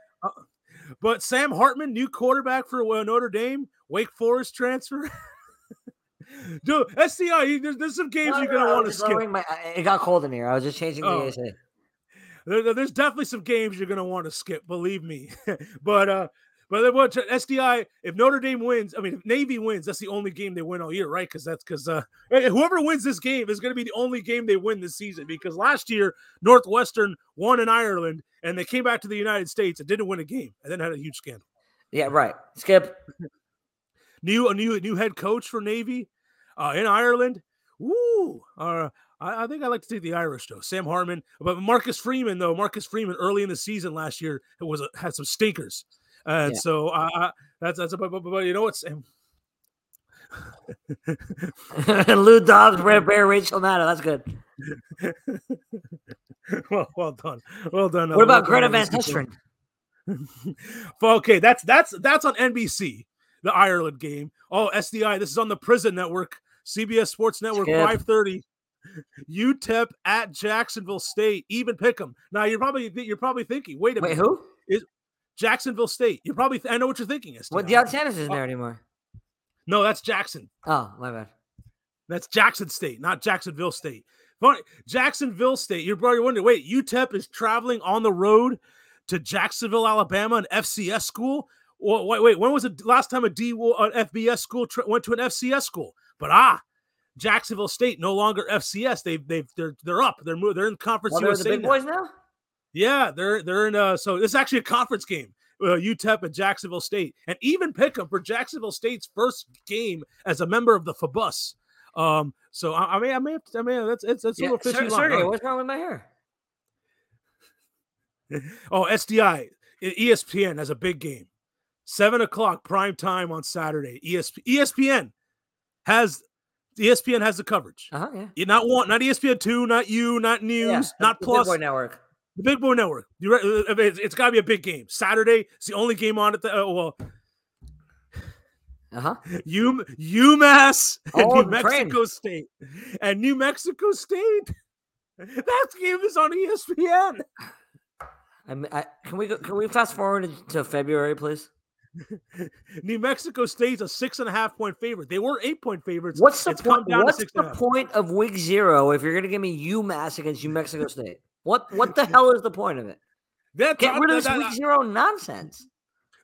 Speaker 1: but Sam Hartman, new quarterback for uh, Notre Dame, Wake Forest transfer. <laughs> Dude, SCI, you- there's, there's some games
Speaker 2: No,
Speaker 1: you're
Speaker 2: no,
Speaker 1: going to
Speaker 2: I was
Speaker 1: want to
Speaker 2: just
Speaker 1: skip.
Speaker 2: lowering My, I- it got cold in here. I was just changing
Speaker 1: Oh.
Speaker 2: the AC.
Speaker 1: There- there- there's definitely some games you're going to want to skip, believe me. <laughs> but uh but then what SDI if Notre Dame wins, I mean if Navy wins, that's the only game they win all year, right? Cuz that's cuz uh eh, whoever wins this game is going to be the only game they win this season because last year Northwestern won in Ireland and they came back to the United States and didn't win a game and then had a huge scandal.
Speaker 2: Yeah, right. Skip. <laughs>
Speaker 1: New a new new head coach for Navy uh in Ireland. Woo! Uh, I, I think I like to take the Irish though. Sam Harmon, but Marcus Freeman though. Marcus Freeman early in the season last year was a, had some stinkers, and
Speaker 2: Yeah.
Speaker 1: so I, I that's that's but, but, but you know what? Sam,
Speaker 2: Lou Dobbs, Brett Bear, Rachel Maddow. That's good.
Speaker 1: <laughs> well, well done, well done. uh,
Speaker 2: what about
Speaker 1: well
Speaker 2: Greta
Speaker 1: done,
Speaker 2: Van
Speaker 1: Wisconsin.
Speaker 2: Susteren?
Speaker 1: Well, okay, that's that's that's on NBC, the Ireland game. Oh, SDI, this is on the Prison Network, CBS Sports Network,
Speaker 2: Skip.
Speaker 1: five thirty. UTEP at Jacksonville State, even pick 'em. Now you're probably you're probably thinking, wait a
Speaker 2: Wait,
Speaker 1: minute,
Speaker 2: who?
Speaker 1: Jacksonville State. You're probably I know what you're thinking. SDI.
Speaker 2: What? Deion Sanders isn't there anymore.
Speaker 1: no, that's Jackson.
Speaker 2: Oh, my bad.
Speaker 1: That's Jackson State, not Jacksonville State. But Jacksonville State, you're probably wondering, wait, UTEP is traveling on the road to Jacksonville, Alabama, an FCS school. Well, wait, wait, when was the d- last time a D an FBS school tra- went to an FCS school? But ah, Jacksonville State no longer FCS. They've they've they're they're up. They're mo- they're in conference
Speaker 2: Well, they're the
Speaker 1: USA
Speaker 2: big
Speaker 1: now.
Speaker 2: boys now.
Speaker 1: Yeah, they're they're in uh so this is actually a conference game. Uh, UTEP and Jacksonville State, and even pick up for Jacksonville State's first game as a member of the FBUS. Um, so I, I mean, I may, have to, I mean, that's it's that's a
Speaker 2: Yeah,
Speaker 1: little fishy. line.
Speaker 2: Ser- Sergey, what's wrong with my hair?
Speaker 1: Oh, SDI, E- ESPN has a big game, seven o'clock prime time on Saturday. E ESP, ESPN has E ESPN has the coverage.
Speaker 2: Uh huh. Yeah.
Speaker 1: Yeah, Not one, not E ESPN two, not you, not news,
Speaker 2: Yeah, the-
Speaker 1: not
Speaker 2: the Big
Speaker 1: plus.
Speaker 2: Boy Network.
Speaker 1: The Big Boy Network. You re- uh, I mean, it's, it's got to be a big game. Saturday. It's the only game on at the uh, well, <laughs>
Speaker 2: Uh huh.
Speaker 1: U- UMass <laughs> and
Speaker 2: Oh,
Speaker 1: New
Speaker 2: the train.
Speaker 1: Mexico State, and New Mexico State. <laughs> That game is on E ESPN.
Speaker 2: I, mean, I can we go, can we fast forward to- to February, please?
Speaker 1: New Mexico State's a six and a half point favorite. They were eight point favorites.
Speaker 2: What's the
Speaker 1: It's come
Speaker 2: point?
Speaker 1: down to
Speaker 2: What's
Speaker 1: six
Speaker 2: the
Speaker 1: and a half.
Speaker 2: point of week zero if you're going to give me UMass against New Mexico State? What
Speaker 1: <laughs>
Speaker 2: what the hell is the point of it?
Speaker 1: That's
Speaker 2: Get
Speaker 1: not-
Speaker 2: rid of
Speaker 1: that- that-
Speaker 2: this week zero nonsense.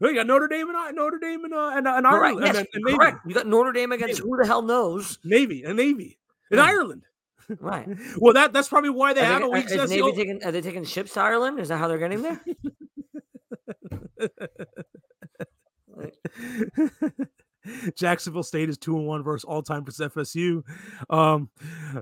Speaker 1: that- You got Notre Dame and I- Notre Dame and uh, and, and
Speaker 2: Correct.
Speaker 1: Ireland
Speaker 2: Yes,
Speaker 1: and, and Navy,
Speaker 2: correct. You got Notre Dame against who the
Speaker 1: <laughs>
Speaker 2: hell knows?
Speaker 1: Navy and Navy and
Speaker 2: Yeah.
Speaker 1: Ireland.
Speaker 2: Right.
Speaker 1: Well, that that's probably why they
Speaker 2: Are
Speaker 1: have
Speaker 2: they,
Speaker 1: a
Speaker 2: are,
Speaker 1: week.
Speaker 2: uh, is
Speaker 1: that's the
Speaker 2: Navy
Speaker 1: o-
Speaker 2: taking, are they taking ships to Ireland? Is that how they're
Speaker 1: <laughs>
Speaker 2: getting there?
Speaker 1: <laughs> Jacksonville State is two and one versus all time versus FSU. Um,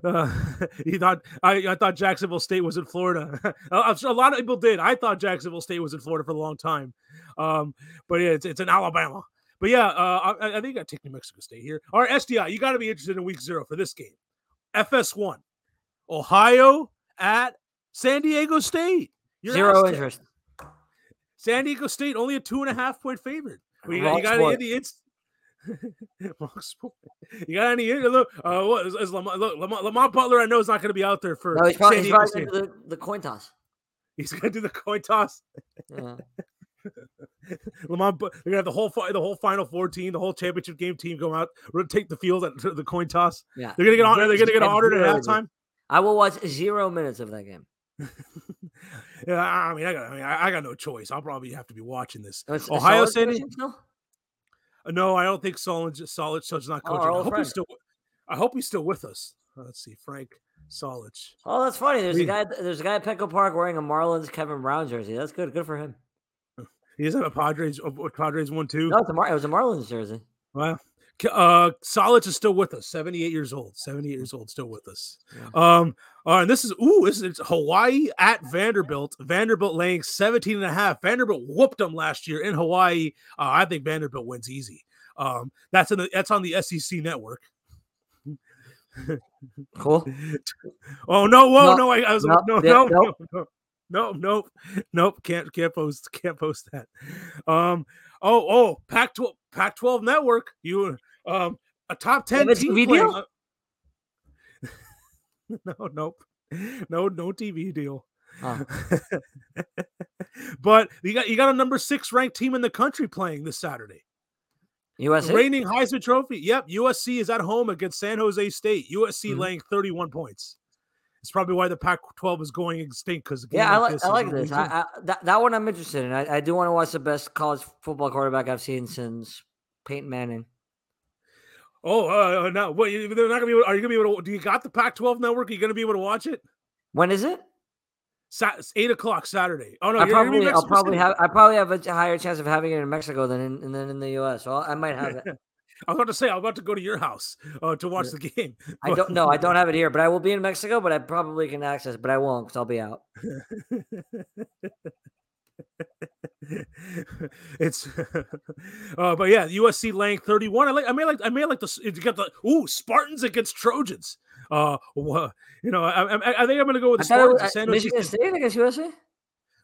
Speaker 1: uh, <laughs> he thought I, I thought Jacksonville State was in Florida. <laughs> I- I'm sure a lot of people did. I thought Jacksonville State was in Florida for a long time, um, but yeah, it's, it's in Alabama. But yeah, uh, I, I think I take New Mexico State here. All right, SDI, you got to be interested in Week Zero for this game. FS1, Ohio at San Diego State. Your
Speaker 2: Zero
Speaker 1: Aztecs.
Speaker 2: interest.
Speaker 1: San Diego State only a two and a half point favorite. Well, you, got,
Speaker 2: Wrong
Speaker 1: you got
Speaker 2: sport.
Speaker 1: any <laughs> Indians? Wrong sport. You got any? Indians? Look, uh, what is, is Lamar, look, Lamar, Lamar Butler? I know is not going to be out there for
Speaker 2: No, he's probably,
Speaker 1: San
Speaker 2: he's
Speaker 1: Diego
Speaker 2: probably
Speaker 1: State.
Speaker 2: gonna do the, the coin toss.
Speaker 1: He's going to do the coin toss.
Speaker 2: Yeah.
Speaker 1: Lamar, Bu- they're going to have the whole fi- the whole Final Four team, the whole championship game team go out, rotate the field at the coin toss.
Speaker 2: yeah.
Speaker 1: They're going to get honored. They're going to get honored at
Speaker 2: Zero.
Speaker 1: halftime.
Speaker 2: I will watch zero minutes of that game.
Speaker 1: Yeah, I I mean, I got, I, mean, I I got no choice. I'll probably have to be watching this.
Speaker 2: Oh, it's-
Speaker 1: Ohio
Speaker 2: Solid
Speaker 1: State-
Speaker 2: position still?
Speaker 1: Uh, No, I don't think Solid Solid Solid's not
Speaker 2: Oh, our
Speaker 1: coaching. I
Speaker 2: old
Speaker 1: hope
Speaker 2: friend.
Speaker 1: he's still. I hope he's still with us. Uh, Let's see, Frank Solich.
Speaker 2: Oh, that's funny. There's a
Speaker 1: We-
Speaker 2: guy. There's a guy at Petco Park wearing a Marlins Kevin Brown jersey. That's good. Good for him.
Speaker 1: He doesn't have a Padres. a- a Padres one too.
Speaker 2: No, it's a Mar- it was a Marlins jersey.
Speaker 1: Wow. K- Uh, Solich is still with us. Seventy-eight years old. Seventy-eight years old, still with us.
Speaker 2: Yeah.
Speaker 1: Um. all right, and this is ooh, this is it's Hawaii at Vanderbilt. Vanderbilt laying 17 and a half. Vanderbilt whooped them last year in Hawaii. Uh, I think Vanderbilt wins easy. Um, that's in the that's on the SEC network.
Speaker 2: Cool.
Speaker 1: Oh no! Whoa!
Speaker 2: No,
Speaker 1: No, I, I was
Speaker 2: no,
Speaker 1: no,
Speaker 2: yeah,
Speaker 1: no, no,
Speaker 2: nope.
Speaker 1: no, no, nope, nope. Can't can't post can't post that. Um. Oh oh. Pac twelve Pac twelve network. You um a top ten
Speaker 2: it's
Speaker 1: team
Speaker 2: video?
Speaker 1: playing, uh, <laughs> no nope. No no TV deal.
Speaker 2: Oh.
Speaker 1: <laughs> but you got you got a number six ranked team in the country playing this Saturday.
Speaker 2: USC.
Speaker 1: Reigning Heisman Trophy. Yep, USC is at home against San Jose State. USC
Speaker 2: Mhm.
Speaker 1: laying 31 points. It's probably why the Pac-12 is going extinct because
Speaker 2: Yeah, I like I like this. I, I, that that one I'm interested in. I, I do want to watch the best college football quarterback I've seen since Peyton Manning.
Speaker 1: oh uh, no, what you, they're not gonna be. Able, are you gonna be able to? Do you got the Pac-12 network? Are you gonna be able to watch it?
Speaker 2: When is it?
Speaker 1: Sa- it's eight o'clock Saturday. Oh no,
Speaker 2: I
Speaker 1: you're gonna be
Speaker 2: probably
Speaker 1: in
Speaker 2: I'll
Speaker 1: Mexico
Speaker 2: probably
Speaker 1: City.
Speaker 2: have I probably have a ch- higher chance of having it in Mexico than in than in the U.S. So I
Speaker 1: <laughs>
Speaker 2: might have it.
Speaker 1: I was about to say I'm about to go to your house uh, to watch
Speaker 2: Yeah.
Speaker 1: the <laughs> game.
Speaker 2: I don't know. I don't have it here, but I will be in Mexico. But I probably can access, but I won't because I'll be out.
Speaker 1: <laughs> it's uh but yeah usc laying 31 i like i may like i may like the s- you got the ooh spartans against trojans uh wha- you know i i, I think i'm gonna go with
Speaker 2: I
Speaker 1: the
Speaker 2: thought it
Speaker 1: spartans
Speaker 2: was,
Speaker 1: The
Speaker 2: uh,
Speaker 1: san, jose
Speaker 2: Michigan
Speaker 1: state,
Speaker 2: State against USA.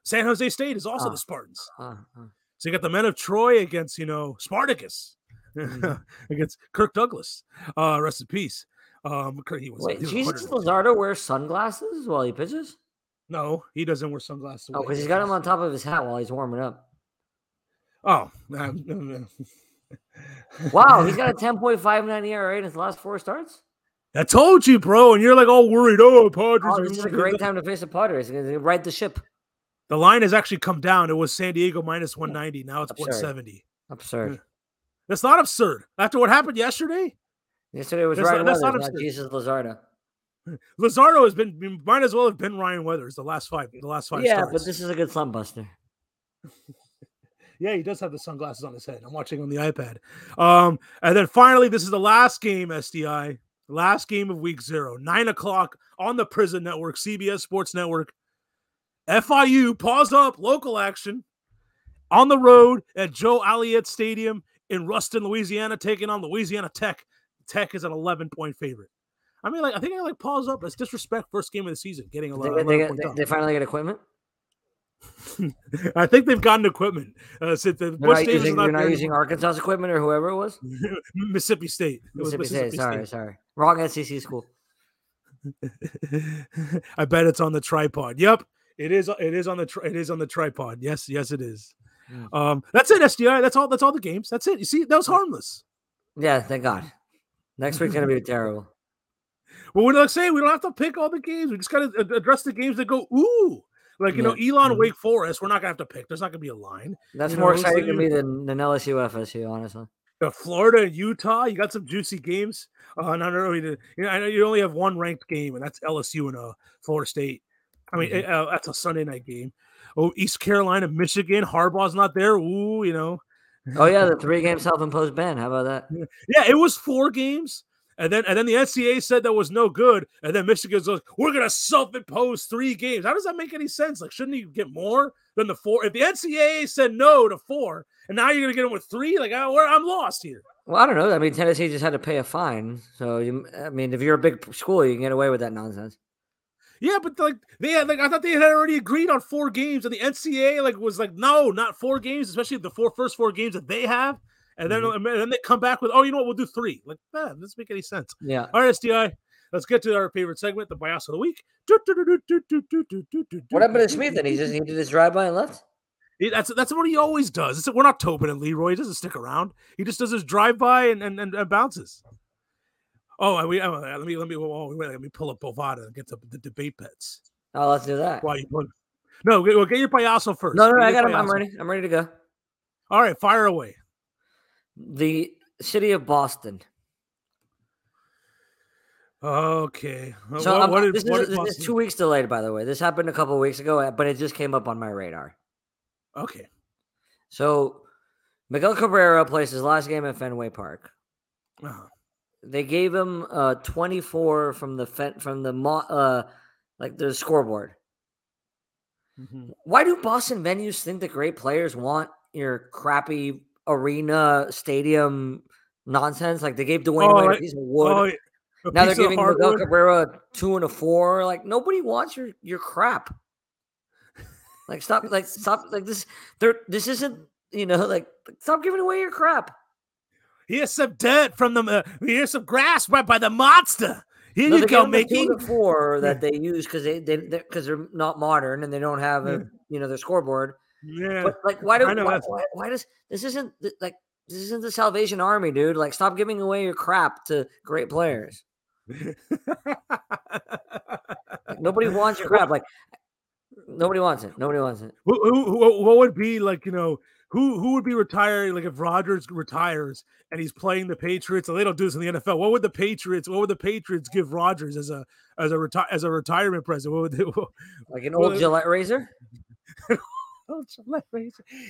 Speaker 1: san jose state is also
Speaker 2: Ah.
Speaker 1: the spartans
Speaker 2: Oh, oh.
Speaker 1: so you got the men of troy against you know spartacus
Speaker 2: Mhm.
Speaker 1: <laughs> against kirk douglas uh rest in peace um Kirk- he was,
Speaker 2: Wait,
Speaker 1: he was
Speaker 2: Jesus
Speaker 1: 100.
Speaker 2: Lazardo wears sunglasses while he pitches?
Speaker 1: no he doesn't wear sunglasses
Speaker 2: Oh, because he's got them on top of his hat while he's warming up.
Speaker 1: oh <laughs> um, <laughs>
Speaker 2: Wow, he's got a 10.59 ERA E in his last four starts.
Speaker 1: I told you, bro, and you're like all worried. Oh, Padres.
Speaker 2: Oh,
Speaker 1: are
Speaker 2: this is a
Speaker 1: gonna get
Speaker 2: great
Speaker 1: the-"
Speaker 2: time to face the Padres. He's gonna right the ship.
Speaker 1: The line has actually come down. It was San Diego minus 190. Now it's
Speaker 2: Absurd.
Speaker 1: 170.
Speaker 2: Absurd.
Speaker 1: That's not absurd. After what happened yesterday,
Speaker 2: Yesterday was
Speaker 1: That's
Speaker 2: right
Speaker 1: not- that's not
Speaker 2: Weathers, not
Speaker 1: absurd.
Speaker 2: Jesus Lazardo.
Speaker 1: Lazardo has been might as well have been Ryan Weathers the last five the last five
Speaker 2: Yeah,
Speaker 1: starts.
Speaker 2: but this is a good slump buster.
Speaker 1: Yeah, he does have the sunglasses on his head. I'm watching on the iPad. Um, and then finally, this is the last game, SDI. Last game of week zero, nine o'clock on the Prison Network, CBS Sports Network. FIU, pause up, local action on the road at Joe Alliette Stadium in Ruston, Louisiana, taking on Louisiana Tech. Tech is an 11 point favorite. I mean, like, I think I like pause up. That's disrespect. First game of the season, getting a
Speaker 2: They,
Speaker 1: lot.
Speaker 2: get- they, get- they, they finally get equipment.
Speaker 1: <laughs> I think they've gotten equipment uh, since the
Speaker 2: They're
Speaker 1: Bush
Speaker 2: not
Speaker 1: Davis is
Speaker 2: using,
Speaker 1: not
Speaker 2: they're not
Speaker 1: there
Speaker 2: using Arkansas equipment or whoever it was.
Speaker 1: Mississippi State. It was
Speaker 2: Mississippi, State. Sorry,
Speaker 1: State.
Speaker 2: sorry. Wrong SEC school.
Speaker 1: <laughs> I bet it's on the tripod. Yep, it is. It is on the. Tri- it is on the tripod. Yes, yes, it is.
Speaker 2: Mm.
Speaker 1: Um, that's it, SDI. That's all. That's all the games. That's it. You see, that was harmless.
Speaker 2: Yeah, thank God. Next
Speaker 1: <laughs>
Speaker 2: week's gonna be terrible.
Speaker 1: Well, we're not saying we don't have to pick all the games. We just gotta ad- address the games that go ooh, like you know, Elon
Speaker 2: Mhm.
Speaker 1: Wake Forest. We're not gonna have to pick. There's not gonna be a line.
Speaker 2: That's
Speaker 1: You
Speaker 2: more
Speaker 1: know, so
Speaker 2: exciting to
Speaker 1: you-
Speaker 2: me than, than LSU FSU, honestly.
Speaker 1: Uh, Florida and Utah. You got some juicy games. Uh, and I don't know. You know, I know you only have one ranked game, and that's LSU and uh, Florida State. I mean,
Speaker 2: Mhm.
Speaker 1: uh, that's a Sunday night game. Oh, East Carolina, Michigan. Harbaugh's not there. Ooh, you know.
Speaker 2: Oh yeah, the three game self imposed ban. How about that?
Speaker 1: Yeah, it was four games, and then and then the NCAA said that was no good, and then Michigan's like, we're gonna self-impose three games. How does that make any sense? Like, shouldn't you get more than the four? If the NCAA said no to four, and now you're gonna get them with three, like I, where- I'm lost here.
Speaker 2: Well, I don't know. I mean, Tennessee just had to pay a fine. So you, I mean, if you're a big p- school, you can get away with that nonsense.
Speaker 1: Yeah, but like they had like I thought they had already agreed on four games, and the NCAA like was like, no, not four games, especially the four first four games that they have, and then
Speaker 2: Mm-hmm.
Speaker 1: and then they come back with, oh, you know what, we'll do three. Like that doesn't make any sense.
Speaker 2: Yeah.
Speaker 1: All right, SDI, let's get to our favorite segment, the bias of the week. Do, do, do, do, do, do, do, do, do,
Speaker 2: What happened
Speaker 1: do,
Speaker 2: to Smith?
Speaker 1: do,
Speaker 2: Then he
Speaker 1: do,
Speaker 2: just he did his drive by and left.
Speaker 1: He- That's that's what he always does. It's- we're not Tobin and Leroy. He doesn't stick around. He just does his drive by and, and, and, and bounces. Oh, and we uh, let me let me oh, wait, let me pull up Bovada and get the, the debate pets.
Speaker 2: Oh, let's do that.
Speaker 1: Why you put- No, we- we'll get your payaso first.
Speaker 2: No, no,
Speaker 1: Get
Speaker 2: I
Speaker 1: your
Speaker 2: got him. I'm
Speaker 1: payaso.
Speaker 2: ready. I'm ready to go.
Speaker 1: All right, fire away.
Speaker 2: The city of Boston.
Speaker 1: Okay. Uh,
Speaker 2: So
Speaker 1: what-
Speaker 2: I'm-
Speaker 1: what did-
Speaker 2: this,
Speaker 1: what
Speaker 2: is,
Speaker 1: did
Speaker 2: this
Speaker 1: Boston-
Speaker 2: is two weeks delayed, by the way. This happened a couple weeks ago, uh, but it just came up on my radar.
Speaker 1: Okay.
Speaker 2: So Miguel Cabrera plays his last game at Fenway Park.
Speaker 1: Uh-huh.
Speaker 2: They gave him uh, 24 from the fen- from the mo- uh, like the scoreboard.
Speaker 1: Mhm.
Speaker 2: Why do Boston venues think that great players want your crappy arena stadium nonsense? Like they gave Dwayne Wade
Speaker 1: like-
Speaker 2: a piece of wood.
Speaker 1: Oh, yeah, a
Speaker 2: now they're
Speaker 1: piece of
Speaker 2: giving Miguel
Speaker 1: hardwood.
Speaker 2: Cabrera a two and a four. Like nobody wants your your crap. Like stop, like stop, like this. There, this isn't you know like stop giving away your crap.
Speaker 1: Here's some dirt from the. Uh, here's some grass right by the monster. Here
Speaker 2: No,
Speaker 1: you
Speaker 2: they
Speaker 1: go,
Speaker 2: gave them a
Speaker 1: making.
Speaker 2: two to four that they use because they they because they're not modern and they don't have a you know their scoreboard.
Speaker 1: Yeah. <laughs>
Speaker 2: But like, why do
Speaker 1: I know
Speaker 2: why,
Speaker 1: that's-
Speaker 2: why, why does this isn't the- like this isn't the Salvation Army, dude? Like, stop giving away your crap to great players.
Speaker 1: <laughs>
Speaker 2: Like, nobody wants your crap. Like, nobody wants it. Nobody wants it.
Speaker 1: who, who, who, what would be like, you know, who who would be retiring? Like if Rodgers retires and he's playing the Patriots, and they don't do this in the NFL, what would the Patriots? What would the Patriots give Rodgers as a as a reti- as a retirement present? What would they? <laughs>
Speaker 2: Like an
Speaker 1: Well,
Speaker 2: old Gillette razor.
Speaker 1: <laughs>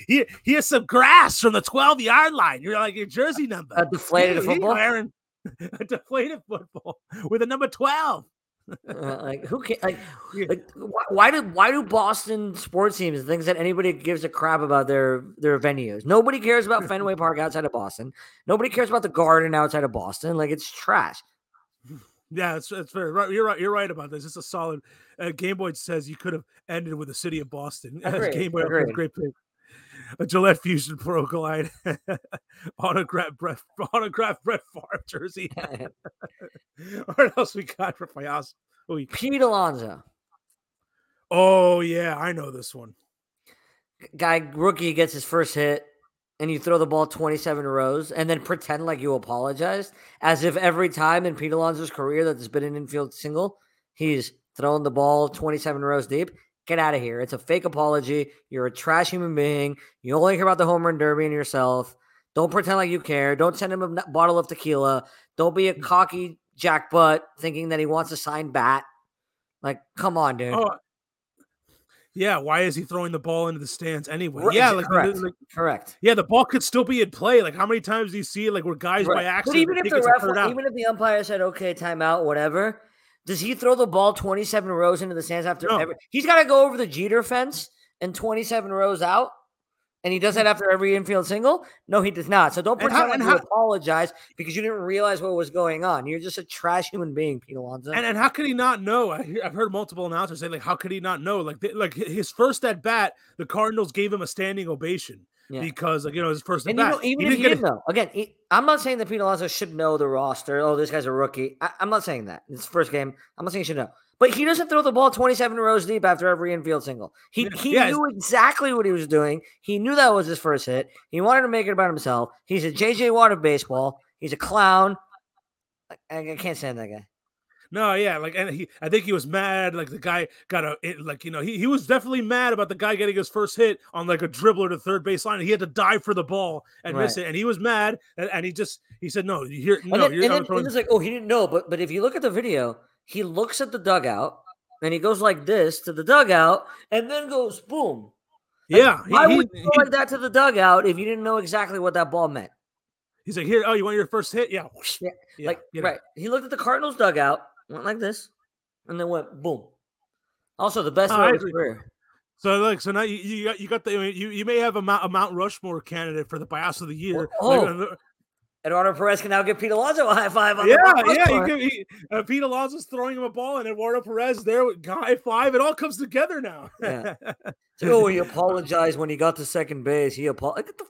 Speaker 1: Here, here's some grass from the 12 yard line. You're like your jersey number.
Speaker 2: A deflated
Speaker 1: Here- here you go,
Speaker 2: football?
Speaker 1: Aaron. <laughs> a deflated football with a number 12.
Speaker 2: Uh, like who can like,
Speaker 1: Yeah.
Speaker 2: like why, why do why do Boston sports teams and things that anybody gives a crap about their their venues? Nobody cares about Fenway Park outside of Boston. Nobody cares about the Garden outside of Boston. Like it's
Speaker 1: <laughs>
Speaker 2: trash.
Speaker 1: Yeah, that's, that's fair. Right, you're right. You're right about this. It's a solid. Uh, Game Boy says you could have ended with the city of Boston. <laughs> That's
Speaker 2: Agreed,
Speaker 1: Game Boy, that's a
Speaker 2: agreed.
Speaker 1: great pick. A Gillette Fusion Pro Glide <laughs> autograph Brett autograph Brett Favre
Speaker 2: <laughs>
Speaker 1: jersey. <laughs> what else we got for Fias?
Speaker 2: Pete Alonso,
Speaker 1: Oh yeah, I know this one.
Speaker 2: guy rookie gets his first hit, and you throw the ball twenty seven rows, and then pretend like you apologized, as if every time in Pete Alonso's career that there's been an infield single, he's thrown the ball twenty seven rows deep. Get out of here! It's a fake apology. You're a trash human being. You only care about the home run derby and yourself. Don't pretend like you care. Don't send him a n- bottle of tequila. Don't be a cocky jackbutt thinking that he wants a signed bat. Like, come on, dude.
Speaker 1: Oh yeah, why is he throwing the ball into the stands anyway?
Speaker 2: Right,
Speaker 1: yeah,
Speaker 2: exa-
Speaker 1: like,
Speaker 2: correct.
Speaker 1: like-
Speaker 2: Correct.
Speaker 1: yeah, the ball could still be in play. Like how many times do you see like where guys by
Speaker 2: Right.
Speaker 1: accident?
Speaker 2: But even
Speaker 1: they
Speaker 2: if
Speaker 1: think
Speaker 2: the
Speaker 1: it's a
Speaker 2: ref,
Speaker 1: third out?
Speaker 2: even if the umpire said okay, timeout, whatever, does he throw the ball twenty seven rows into the stands after
Speaker 1: No.
Speaker 2: every? He's got to go over the Jeter fence and twenty seven rows out, and he does that after every infield single. No, he does not. So don't
Speaker 1: And
Speaker 2: pretend
Speaker 1: how-
Speaker 2: like
Speaker 1: and
Speaker 2: you
Speaker 1: how-
Speaker 2: apologize because you didn't realize what was going on. You're just a trash human being, Pete Alonso.
Speaker 1: And, and how could he not know? I hear, I've heard multiple announcers say like, how could he not know? Like, they, like hi- his first at bat, the Cardinals gave him a standing ovation
Speaker 2: Yeah.
Speaker 1: because like you know his first at
Speaker 2: And you
Speaker 1: bat.
Speaker 2: know, even
Speaker 1: he
Speaker 2: if
Speaker 1: didn't
Speaker 2: you
Speaker 1: get
Speaker 2: didn't know, again, he, I'm not saying that Pete Alonso should know the roster. Oh, this guy's a rookie. I, I'm not saying that. It's the first game. I'm not saying he should know. But he doesn't throw the ball 27 rows deep after every infield single. He
Speaker 1: Yeah,
Speaker 2: he
Speaker 1: yeah, it's-
Speaker 2: knew exactly what he was doing. He knew that was his first hit. He wanted to make it about himself. He's a JJ Watt of baseball. He's a clown. I, I can't stand that guy.
Speaker 1: no, yeah, like and he, I think he was mad. Like the guy got a it, like you know he, he was definitely mad about the guy getting his first hit on like a dribbler to third baseline. And he had to dive for the ball and miss
Speaker 2: Right.
Speaker 1: it, and he was mad. And, and he just he said no, you hear
Speaker 2: And
Speaker 1: no,
Speaker 2: then,
Speaker 1: you're
Speaker 2: and
Speaker 1: not
Speaker 2: then-
Speaker 1: throwing
Speaker 2: and it's like, oh, he didn't know. But but if you look at the video, he looks at the dugout and he goes like this to the dugout and then goes boom.
Speaker 1: yeah. he-
Speaker 2: Why
Speaker 1: he-
Speaker 2: would you go
Speaker 1: he-
Speaker 2: like that to the dugout if you didn't know exactly what that ball meant?
Speaker 1: he's like here, oh, you want your first hit? Yeah,
Speaker 2: Yeah,
Speaker 1: yeah,
Speaker 2: like,
Speaker 1: get it.
Speaker 2: right. He looked at the Cardinals dugout, went like this, and then went boom. Also, the best
Speaker 1: Oh,
Speaker 2: throw
Speaker 1: I
Speaker 2: of his
Speaker 1: agree.
Speaker 2: career.
Speaker 1: So look, so now you, you got you got the uh, you you may have a Mount, a Mount Rushmore candidate for the bias of the year.
Speaker 2: Oh.
Speaker 1: uh,
Speaker 2: Eduardo Perez can now give Pete Alonso a high five. On
Speaker 1: yeah,
Speaker 2: the box
Speaker 1: yeah.
Speaker 2: <laughs> score.
Speaker 1: You can, he, uh, Pete Alonso's throwing him a ball, and Eduardo Perez there with high five. It all comes together now.
Speaker 2: Yeah.
Speaker 1: <laughs>
Speaker 2: So oh, he apologized when he got to second base. He apologized. Get the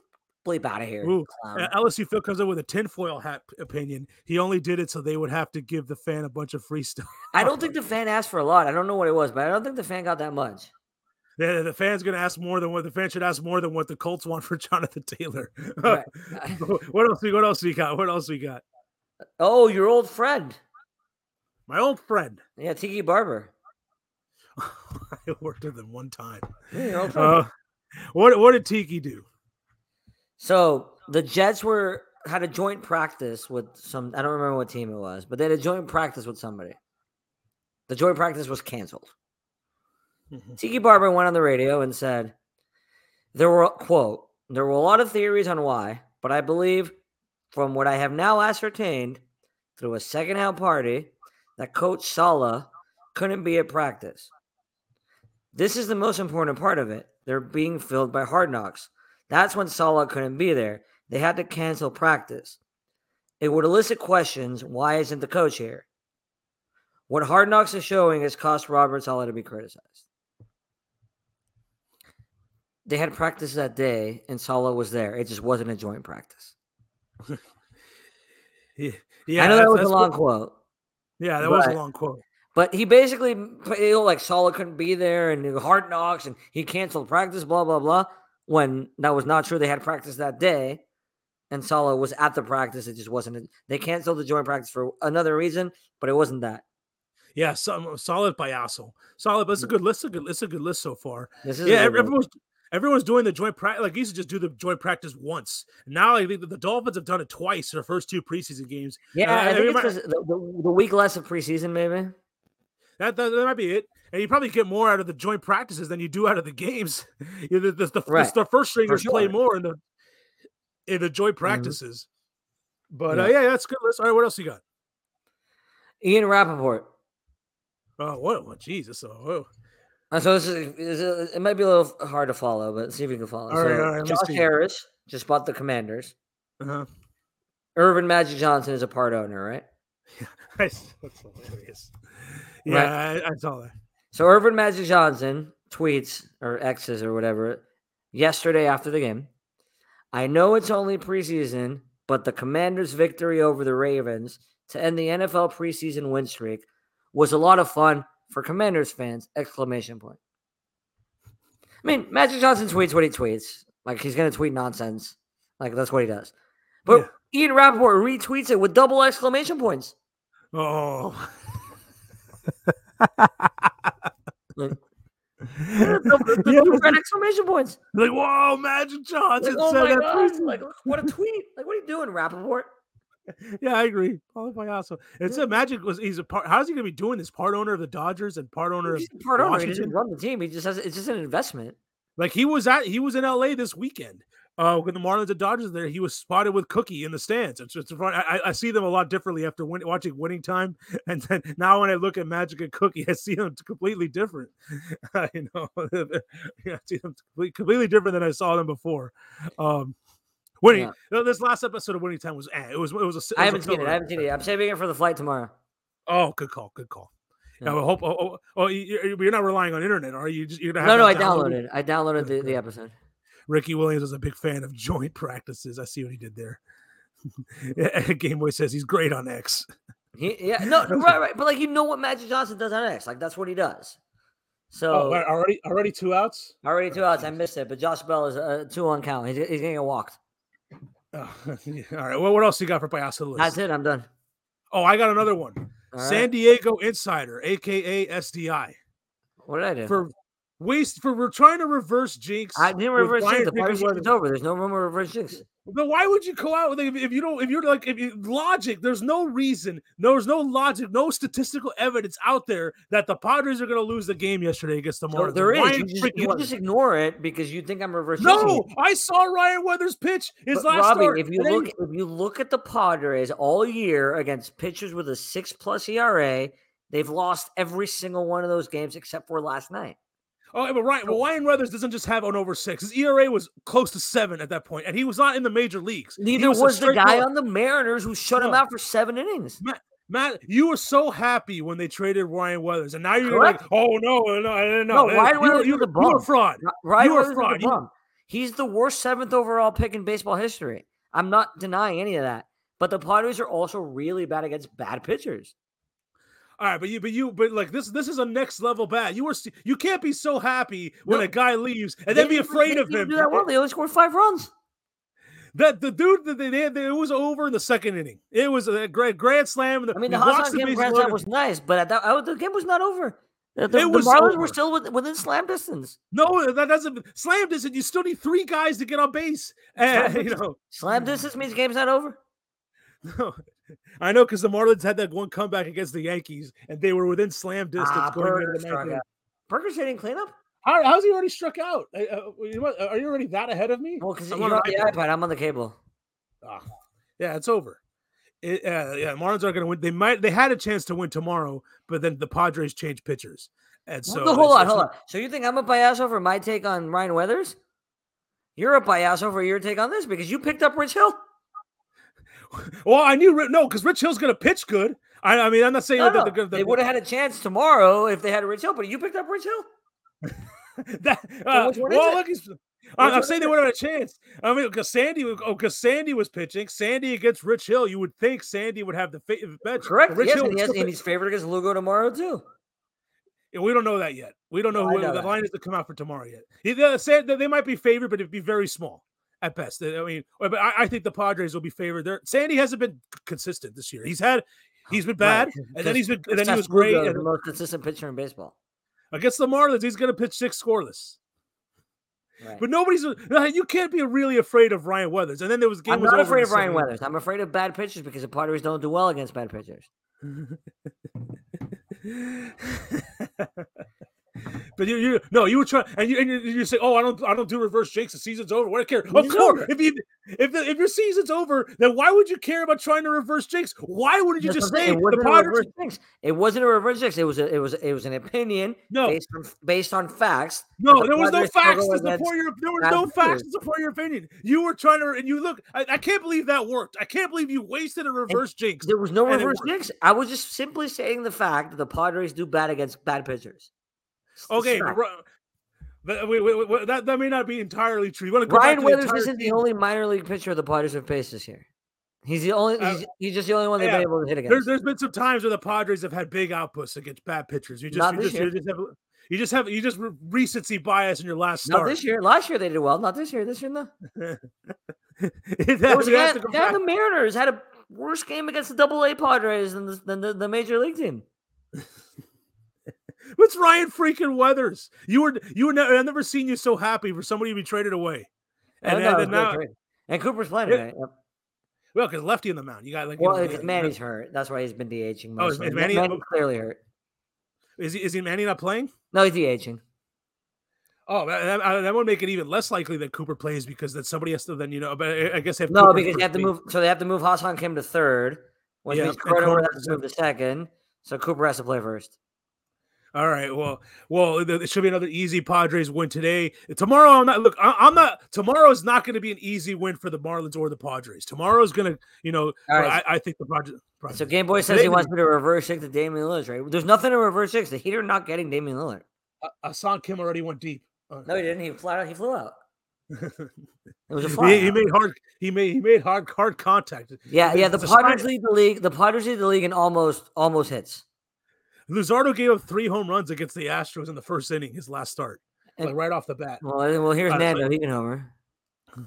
Speaker 2: bleep out of here. you
Speaker 1: Ooh,
Speaker 2: clown.
Speaker 1: Uh, LSU Phil comes up with a tinfoil hat p- opinion. He only did it so they would have to give the fan a bunch of free stuff. <laughs>
Speaker 2: I don't think the fan asked for a lot. I don't know what it was, but I don't think the fan got that much.
Speaker 1: The, the fan's going to ask more than what the fan should ask more than what the Colts want for <laughs> Jonathan Taylor.
Speaker 2: Right.
Speaker 1: <laughs> what else? we- What else we got? What else we got?
Speaker 2: oh, your old friend.
Speaker 1: My old friend. <laughs>
Speaker 2: Yeah, Tiki Barber.
Speaker 1: I worked with him one time.
Speaker 2: Yeah, your old friend.
Speaker 1: Uh, what What did Tiki
Speaker 2: <laughs>
Speaker 1: do?
Speaker 2: So the Jets were had a joint practice with some I don't remember what team it was, but they had a joint practice with somebody. The joint practice was canceled.
Speaker 1: Mhm.
Speaker 2: Tiki Barber went on the radio and said, There were quote, there were a lot of theories on why, but I believe from what I have now ascertained through a secondhand party that Coach Sala couldn't be at practice. This is the most important part of it. They're being filled by hard knocks. That's when Salah couldn't be there. They had to cancel practice. It would elicit questions why isn't the coach here? What Hard Knocks is showing has cost Robert Salah to be criticized. They had practice that day and Salah was there. It just wasn't a joint practice.
Speaker 1: Yeah, yeah
Speaker 2: I know
Speaker 1: that's-
Speaker 2: that was a
Speaker 1: that's
Speaker 2: long
Speaker 1: what-
Speaker 2: quote,
Speaker 1: yeah, that was a
Speaker 2: but-
Speaker 1: long quote.
Speaker 2: but he basically, you know, like Salah couldn't be there and the Hard Knocks and he canceled practice, blah, blah, blah. When that was not true, they had practice that day. and Salah was at the practice. It just wasn't. a- They canceled the joint practice for another reason, but it wasn't that.
Speaker 1: Yeah, some solid Payaso. Solid, but it's a
Speaker 2: Yeah.
Speaker 1: good list. A good, it's a good list so far.
Speaker 2: This Mm. is a
Speaker 1: Yeah, ev-
Speaker 2: good one.
Speaker 1: everyone's everyone's doing the joint practice. Like you should just do the joint practice once. Now I think that the Dolphins have done it twice their first two preseason games.
Speaker 2: yeah.
Speaker 1: I-
Speaker 2: I,
Speaker 1: I
Speaker 2: think
Speaker 1: mean,
Speaker 2: it's
Speaker 1: my-
Speaker 2: 'cause the, the, the week less of preseason, maybe.
Speaker 1: That, that that might be it. And you probably get more out of the joint practices than you do out of the games. <laughs> You know, the, the, the,
Speaker 2: Right,
Speaker 1: the first stringers play
Speaker 2: sure. Mm-hmm.
Speaker 1: more in the in the joint practices. But uh,
Speaker 2: Yeah.
Speaker 1: yeah, that's a good list. All right, what else you got?
Speaker 2: Ian Rappaport.
Speaker 1: Oh, what? What? Jesus! Oh, whoa.
Speaker 2: Uh, so this is, is a- it might be a little f- hard to follow, but see if you can follow.
Speaker 1: All right,
Speaker 2: So
Speaker 1: all right, let me
Speaker 2: Josh
Speaker 1: see.
Speaker 2: Harris just bought the Commanders.
Speaker 1: Uh-huh. <laughs>
Speaker 2: Irvin Magic Johnson is a part owner, right?
Speaker 1: That's hilarious. Yeah, I, I saw that.
Speaker 2: So Irvin Magic Johnson tweets or X's or whatever yesterday after the game. I know it's only preseason, but the Commanders' victory over the Ravens to end the NFL preseason win streak was a lot of fun for Commanders fans! Exclamation point. I mean, Magic Johnson tweets what he tweets. Like he's gonna tweet nonsense. Like that's what he does. But Ian Rappaport retweets it with double exclamation points.
Speaker 1: Oh.
Speaker 2: Like,
Speaker 1: Yeah,
Speaker 2: the- the two
Speaker 1: it's
Speaker 2: red exclamation points.
Speaker 1: <laughs> like, whoa, Magic Johnson
Speaker 2: Like, oh
Speaker 1: said
Speaker 2: my
Speaker 1: that.
Speaker 2: god!
Speaker 1: preseason."
Speaker 2: Like, oh what a tweet! Like, what are you doing, Rappaport?
Speaker 1: yeah, I agree. Paulo Payaso. It said Magic was he's a part. How's he gonna be doing this? Part owner of the Dodgers and part owner of
Speaker 2: He's just a part owner. He
Speaker 1: Washington?
Speaker 2: doesn't run the team. He just has it's just an investment.
Speaker 1: like he was at he was in LA this weekend. Uh, when the Marlins and Dodgers there, he was spotted with Cookie in the stands. It's just fun. I, I- I see them a lot differently after win, watching Winning Time, <laughs> and then now when I look at Magic and Cookie, I see them completely different. <laughs> you know, <laughs> yeah, I see them complete- completely different than I saw them before. Um, winning
Speaker 2: Yeah.
Speaker 1: th- this last episode of Winning Time was eh, it was it was a s- it was
Speaker 2: I
Speaker 1: a
Speaker 2: haven't seen it.
Speaker 1: filler
Speaker 2: I haven't seen it. I'm saving it for the flight tomorrow.
Speaker 1: Oh, good call. Good call. Yeah,
Speaker 2: Yeah.
Speaker 1: I hope. Oh, oh, oh, you- you- you're not relying on internet, are you? Just, you're gonna have
Speaker 2: No, no, I
Speaker 1: that downloaded.
Speaker 2: downloaded. I downloaded the,
Speaker 1: Okay.
Speaker 2: the episode.
Speaker 1: Ricky Williams is a big fan of joint practices. I see what he did there. <laughs> Game Boy says he's great on X.
Speaker 2: He, yeah, no, right, right. But like, you know what Magic Johnson does on X? Like, that's what he does. So
Speaker 1: al- Oh, already, already two outs.
Speaker 2: already two outs. I missed it, but Josh Bell is uh, two on count. He's, he's gonna get walked.
Speaker 1: Oh, <laughs> yeah, All right. Well, what else you got for Payaso list?
Speaker 2: That's it. I'm done.
Speaker 1: Oh, I got another one.
Speaker 2: All right.
Speaker 1: San Diego Insider, aka SDI,
Speaker 2: what did I do?
Speaker 1: for waste for we're trying to reverse jinx.
Speaker 2: I didn't
Speaker 1: with
Speaker 2: reverse
Speaker 1: Brian
Speaker 2: jinx. The
Speaker 1: Pickett's
Speaker 2: party
Speaker 1: weather.
Speaker 2: is over. There's no room for reverse jinx.
Speaker 1: But why would you go out with if, if you don't if you're like if you, logic? There's no reason. No, there's no logic. No statistical evidence out there that the Padres are going to lose the game yesterday against the
Speaker 2: So
Speaker 1: Marlins.
Speaker 2: there is.
Speaker 1: Ryan
Speaker 2: You just,
Speaker 1: freaking
Speaker 2: you
Speaker 1: Weathers.
Speaker 2: just ignore it because you think I'm reverse jinxing it.
Speaker 1: no, I saw Ryan Weathers pitch his
Speaker 2: But
Speaker 1: last
Speaker 2: Robbie,
Speaker 1: start.
Speaker 2: if you
Speaker 1: and then-
Speaker 2: look if you look at the Padres all year against pitchers with a E six plus ERA, they've lost every single one of those games except for last night.
Speaker 1: Oh, but Ryan, well, Ryan Weathers doesn't just have an over six. His ERA was close to seven at that point, and he was not in the major leagues.
Speaker 2: Neither
Speaker 1: He
Speaker 2: was,
Speaker 1: a
Speaker 2: the
Speaker 1: straight
Speaker 2: guy
Speaker 1: killer.
Speaker 2: on the Mariners who shut him
Speaker 1: No.
Speaker 2: out for seven innings.
Speaker 1: Matt, you were so happy when they traded Ryan Weathers, and now you're
Speaker 2: Correct.
Speaker 1: like, "Oh no, no, no, no!"
Speaker 2: No, Ryan
Speaker 1: you, you,
Speaker 2: Weathers was a
Speaker 1: you were
Speaker 2: bum.
Speaker 1: a fraud.
Speaker 2: Ri- Ryan
Speaker 1: You are
Speaker 2: Weathers is
Speaker 1: fraud.
Speaker 2: a
Speaker 1: You-
Speaker 2: bum. He's the worst seventh overall pick in baseball history. I'm not denying any of that. But the Padres are also really bad against bad pitchers.
Speaker 1: All right, but you, but you, but like this, this is a next level bat. You were, s- you can't be so happy when
Speaker 2: No.
Speaker 1: a guy leaves and
Speaker 2: They
Speaker 1: then be
Speaker 2: didn't-
Speaker 1: afraid
Speaker 2: they
Speaker 1: of
Speaker 2: didn't
Speaker 1: him.
Speaker 2: Do that well. They only scored five runs.
Speaker 1: That the dude that they did, it was over in the second inning. It was a grand grand slam.
Speaker 2: I mean,
Speaker 1: he
Speaker 2: the
Speaker 1: walks
Speaker 2: Hassan game
Speaker 1: bases
Speaker 2: grand
Speaker 1: loaded.
Speaker 2: slam was nice, but at that, I, would- the game was not over. The, the-
Speaker 1: It
Speaker 2: the
Speaker 1: was
Speaker 2: Marlins
Speaker 1: over.
Speaker 2: were still with, within slam distance.
Speaker 1: no, that doesn't slam distance. You still need three guys to get on base.
Speaker 2: Slam
Speaker 1: And, <laughs> you know,
Speaker 2: Slam distance means game's not over.
Speaker 1: I know because the Marlins had that one comeback against the Yankees, and they were within slam distance.
Speaker 2: Ah,
Speaker 1: going into
Speaker 2: Burger
Speaker 1: the
Speaker 2: struck
Speaker 1: ninth inning.
Speaker 2: out. Burger's hitting cleanup?
Speaker 1: How, how's he already struck out? Uh, uh, you know what, are you already that ahead of me?
Speaker 2: Well, because
Speaker 1: I'm
Speaker 2: you're
Speaker 1: on
Speaker 2: on
Speaker 1: an
Speaker 2: the
Speaker 1: iPad.
Speaker 2: iPad. I'm on the cable.
Speaker 1: Ah, yeah, it's over. It, uh, yeah, Marlins aren't going to win. They might. They had a chance to win tomorrow, but then the Padres changed pitchers, and so
Speaker 2: So
Speaker 1: it's-
Speaker 2: hold on,
Speaker 1: it's
Speaker 2: hold
Speaker 1: not-
Speaker 2: on. So you think I'm a bias over my take on Ryan Weathers? You're a bias over your take on this because you picked up Rich Hill.
Speaker 1: Well, I knew Ri- no, because Rich Hill's going to pitch good. I, I mean, I'm not saying
Speaker 2: No,
Speaker 1: that
Speaker 2: no,
Speaker 1: they're going to.
Speaker 2: they would have had a chance tomorrow if they had Rich Hill, but you picked up Rich Hill.
Speaker 1: <laughs> That, uh,
Speaker 2: which one is
Speaker 1: well,
Speaker 2: it?
Speaker 1: look, he's-
Speaker 2: one
Speaker 1: I, I'm
Speaker 2: is
Speaker 1: saying they
Speaker 2: it?
Speaker 1: would have had a chance. I mean, because Sandy, was- oh, because Sandy was pitching. Sandy against Rich Hill, you would think Sandy would have the fa- the bench. but
Speaker 2: Correct.
Speaker 1: Rich
Speaker 2: yes,
Speaker 1: Hill
Speaker 2: and,
Speaker 1: would
Speaker 2: he has,
Speaker 1: still
Speaker 2: and
Speaker 1: pitch.
Speaker 2: he's favored against Lugo tomorrow too.
Speaker 1: Yeah, we don't know that yet. We don't know
Speaker 2: No, I
Speaker 1: who
Speaker 2: know
Speaker 1: the
Speaker 2: that.
Speaker 1: line is to come out for tomorrow yet. He- They said that they might be favored, but it'd be very small at best. I mean, but I, I think the Padres will be favored. There, Sandy hasn't been c- consistent this year. He's had, he's been bad,
Speaker 2: Oh, Right,
Speaker 1: and then
Speaker 2: because
Speaker 1: he's been, and then he
Speaker 2: Seth
Speaker 1: was great.
Speaker 2: Lugo is
Speaker 1: and
Speaker 2: the most consistent pitcher in baseball.
Speaker 1: against the Marlins, he's going to pitch six scoreless.
Speaker 2: Right.
Speaker 1: But nobody's you can't be really afraid of Ryan Weathers. And then there was game.
Speaker 2: I'm
Speaker 1: was
Speaker 2: not
Speaker 1: over in
Speaker 2: afraid
Speaker 1: the
Speaker 2: of Ryan
Speaker 1: seventh.
Speaker 2: Weathers. I'm afraid of bad pitchers because the Padres don't do well against bad pitchers.
Speaker 1: <laughs> but you, you no, you were trying, and you and you, you say, "Oh, I don't, I don't do reverse jinx. The season's over. What do I care?" Of
Speaker 2: Season's
Speaker 1: course,
Speaker 2: over.
Speaker 1: if you, if the, if your season's over, then why would you care about trying to reverse jinx? Why wouldn't you
Speaker 2: That's
Speaker 1: just
Speaker 2: what I'm
Speaker 1: say
Speaker 2: saying. it
Speaker 1: the
Speaker 2: wasn't a
Speaker 1: Padres?
Speaker 2: reverse jinx. It wasn't a reverse jinx. It was a, it was it was an opinion
Speaker 1: No.
Speaker 2: based on based on facts. that
Speaker 1: No,
Speaker 2: the
Speaker 1: there was no
Speaker 2: Padres
Speaker 1: facts
Speaker 2: struggle
Speaker 1: to support
Speaker 2: against
Speaker 1: your. There was
Speaker 2: bad
Speaker 1: no facts
Speaker 2: pitchers.
Speaker 1: to support your opinion. You were trying to, and you look. I, I can't believe that worked. I can't believe you wasted a reverse jinx.
Speaker 2: There was no
Speaker 1: and it
Speaker 2: reverse
Speaker 1: worked.
Speaker 2: jinx. I was just simply saying the fact that the Padres do bad against bad pitchers. It's the
Speaker 1: Okay, but
Speaker 2: fact.
Speaker 1: Ro- but wait, wait, wait, wait, that that may not be entirely true. You want to go back
Speaker 2: Ryan
Speaker 1: to the
Speaker 2: Withers
Speaker 1: entire
Speaker 2: isn't the
Speaker 1: team?
Speaker 2: only minor league pitcher the Padres have faced this year. He's the only.
Speaker 1: Uh,
Speaker 2: He's, he's just the only one they've
Speaker 1: yeah,
Speaker 2: been able to hit
Speaker 1: There's
Speaker 2: against.
Speaker 1: there's been some times where the Padres have had big outputs against bad pitchers. You just
Speaker 2: Not
Speaker 1: you
Speaker 2: this
Speaker 1: just,
Speaker 2: year.
Speaker 1: you just have you just have you just re- recency bias in your last
Speaker 2: Not
Speaker 1: start.
Speaker 2: this year. Last year they did well. Not this year. This year no.
Speaker 1: If
Speaker 2: There
Speaker 1: <laughs> that-
Speaker 2: was a
Speaker 1: you have to
Speaker 2: guy,
Speaker 1: go
Speaker 2: guy on
Speaker 1: back-
Speaker 2: the Mariners had a worse game against the Double A Padres than the, than the, the Major League team.
Speaker 1: What's Ryan freaking Weathers? You were you were never, I've never seen you so happy for somebody to be traded away.
Speaker 2: I
Speaker 1: And,
Speaker 2: know,
Speaker 1: and
Speaker 2: it was
Speaker 1: then
Speaker 2: great
Speaker 1: now,
Speaker 2: trade. and Cooper's playing
Speaker 1: Yeah,
Speaker 2: tonight. Yep.
Speaker 1: well, because lefty in the mound, you got like you
Speaker 2: Well,
Speaker 1: know,
Speaker 2: it's
Speaker 1: you-
Speaker 2: Manny's hurt. That's why he's been DHing.
Speaker 1: Oh, is-
Speaker 2: Mostly.
Speaker 1: is
Speaker 2: Ma-
Speaker 1: Manny-
Speaker 2: Manny
Speaker 1: oh.
Speaker 2: clearly hurt.
Speaker 1: Is he, is he Manny not playing?
Speaker 2: No, he's DHing.
Speaker 1: Oh, that, that- uh, that would make it even less likely that Cooper plays because that somebody has to then you know. But I- I guess if
Speaker 2: No,
Speaker 1: Cooper's
Speaker 2: because they
Speaker 1: first
Speaker 2: have to
Speaker 1: base-
Speaker 2: move. So they have to move Hassan Kim to third. Which
Speaker 1: Yeah,
Speaker 2: means
Speaker 1: and
Speaker 2: Corona
Speaker 1: Corona
Speaker 2: has
Speaker 1: to
Speaker 2: to move to second. So Cooper has to play first.
Speaker 1: All right. Well, well, th- it should be another easy Padres win today. Tomorrow, I'm not. Look, I- I'm not. Tomorrow is not going to be an easy win for the Marlins or the Padres. Tomorrow is going to, you know,
Speaker 2: All right.
Speaker 1: I, I think the Padres.
Speaker 2: So Game Boy says
Speaker 1: Today
Speaker 2: he
Speaker 1: the-
Speaker 2: wants me to reverse six to Damian Lillard. Right? There's nothing to reverse six. The Heater not getting Damian Lillard.
Speaker 1: Asan Kim already went deep. Uh,
Speaker 2: No, he didn't. He flat out. He flew out. It was a
Speaker 1: <laughs>
Speaker 2: fly.
Speaker 1: he, he made hard. He made he made hard hard contact.
Speaker 2: yeah, yeah. The
Speaker 1: it's a sign-
Speaker 2: Padres lead the league. The Padres lead the league in almost almost hits.
Speaker 1: Luzardo gave up three home runs against the Astros in the first inning, his last start,
Speaker 2: And-
Speaker 1: like right off the bat.
Speaker 2: Well, I- well, here's
Speaker 1: Uh, so-
Speaker 2: Nando. He can homer.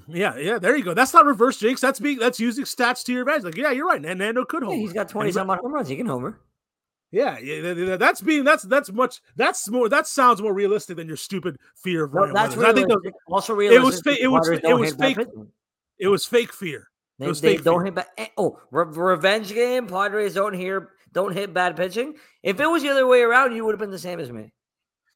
Speaker 1: Yeah, yeah. There you go. That's not reverse jinx. That's being that's using stats to your advantage. Like, yeah, you're right. Nan- Nando could
Speaker 2: Yeah,
Speaker 1: hold.
Speaker 2: he's got twenty some odd home runs. He can homer.
Speaker 1: Yeah, yeah, th- th- that's being that's that's much that's more that sounds more realistic than your stupid fear of
Speaker 2: No,
Speaker 1: Ryan
Speaker 2: that's
Speaker 1: Weathers. I think
Speaker 2: realistic.
Speaker 1: those- it
Speaker 2: also
Speaker 1: was
Speaker 2: realistic.
Speaker 1: fa-
Speaker 2: that
Speaker 1: it was
Speaker 2: Padres
Speaker 1: fa- it
Speaker 2: don't
Speaker 1: was
Speaker 2: hit by
Speaker 1: fake-
Speaker 2: pitching.
Speaker 1: it was fake fear.
Speaker 2: They,
Speaker 1: was
Speaker 2: they
Speaker 1: fake
Speaker 2: don't
Speaker 1: fear.
Speaker 2: hit. By, eh, oh, re- revenge game. Padres don't hear don't hit bad pitching. If it was the other way around, you would have been the same as me.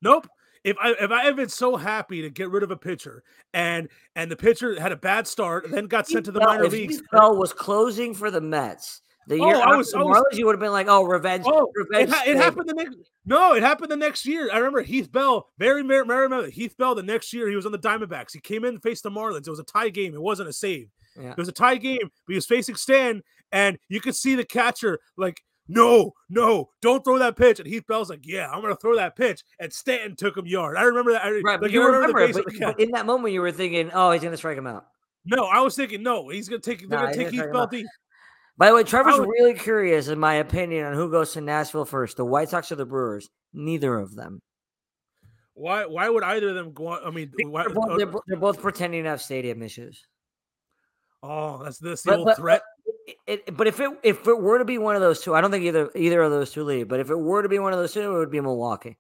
Speaker 1: Nope. If I if I have been so happy to get rid of a pitcher and and the pitcher had a bad start, then got sent to the
Speaker 2: Well,
Speaker 1: minor
Speaker 2: E if
Speaker 1: leagues.
Speaker 2: Bell was closing for the Mets The
Speaker 1: Oh,
Speaker 2: year
Speaker 1: I
Speaker 2: after
Speaker 1: was-
Speaker 2: the
Speaker 1: I was-
Speaker 2: Marlins, you would have been like, oh, revenge.
Speaker 1: Oh, it,
Speaker 2: revenge
Speaker 1: ha- it
Speaker 2: day.
Speaker 1: happened the next. No, it happened the next year. I remember Heath Bell. Very mer- mer- remember Heath Bell. The next year, he was on the Diamondbacks. He came in and faced the Marlins. It was a tie game. It wasn't a save.
Speaker 2: Yeah.
Speaker 1: It was a tie game. But he was facing Stan, and you could see the catcher like, "No, no, don't throw that pitch." And Heath Bell's like, "Yeah, I'm gonna throw that pitch." And Stanton took him yard. I remember that. I,
Speaker 2: Right, but
Speaker 1: like,
Speaker 2: you
Speaker 1: I
Speaker 2: remember,
Speaker 1: the
Speaker 2: it,
Speaker 1: face of
Speaker 2: but,
Speaker 1: the
Speaker 2: but
Speaker 1: catcher.
Speaker 2: in that moment you were thinking, "Oh, he's gonna strike him out."
Speaker 1: No, I was thinking, no, he's gonna take. They're
Speaker 2: Nah,
Speaker 1: gonna
Speaker 2: he
Speaker 1: take
Speaker 2: didn't
Speaker 1: Heath
Speaker 2: take him
Speaker 1: Bell.
Speaker 2: out.
Speaker 1: deep.
Speaker 2: By the way, Trevor's
Speaker 1: would-
Speaker 2: really curious, in my opinion, on who goes to Nashville first: the White Sox or the Brewers. Neither of them.
Speaker 1: Why? Why would either of them go? on- I mean, why,
Speaker 2: They're both, they're bo- they're both pretending to have stadium issues.
Speaker 1: oh, that's this the
Speaker 2: But-
Speaker 1: old
Speaker 2: but-
Speaker 1: threat.
Speaker 2: It- It, but if it if it were to be one of those two, I don't think either either of those two leave. But if it were to be one of those two, it would be Milwaukee.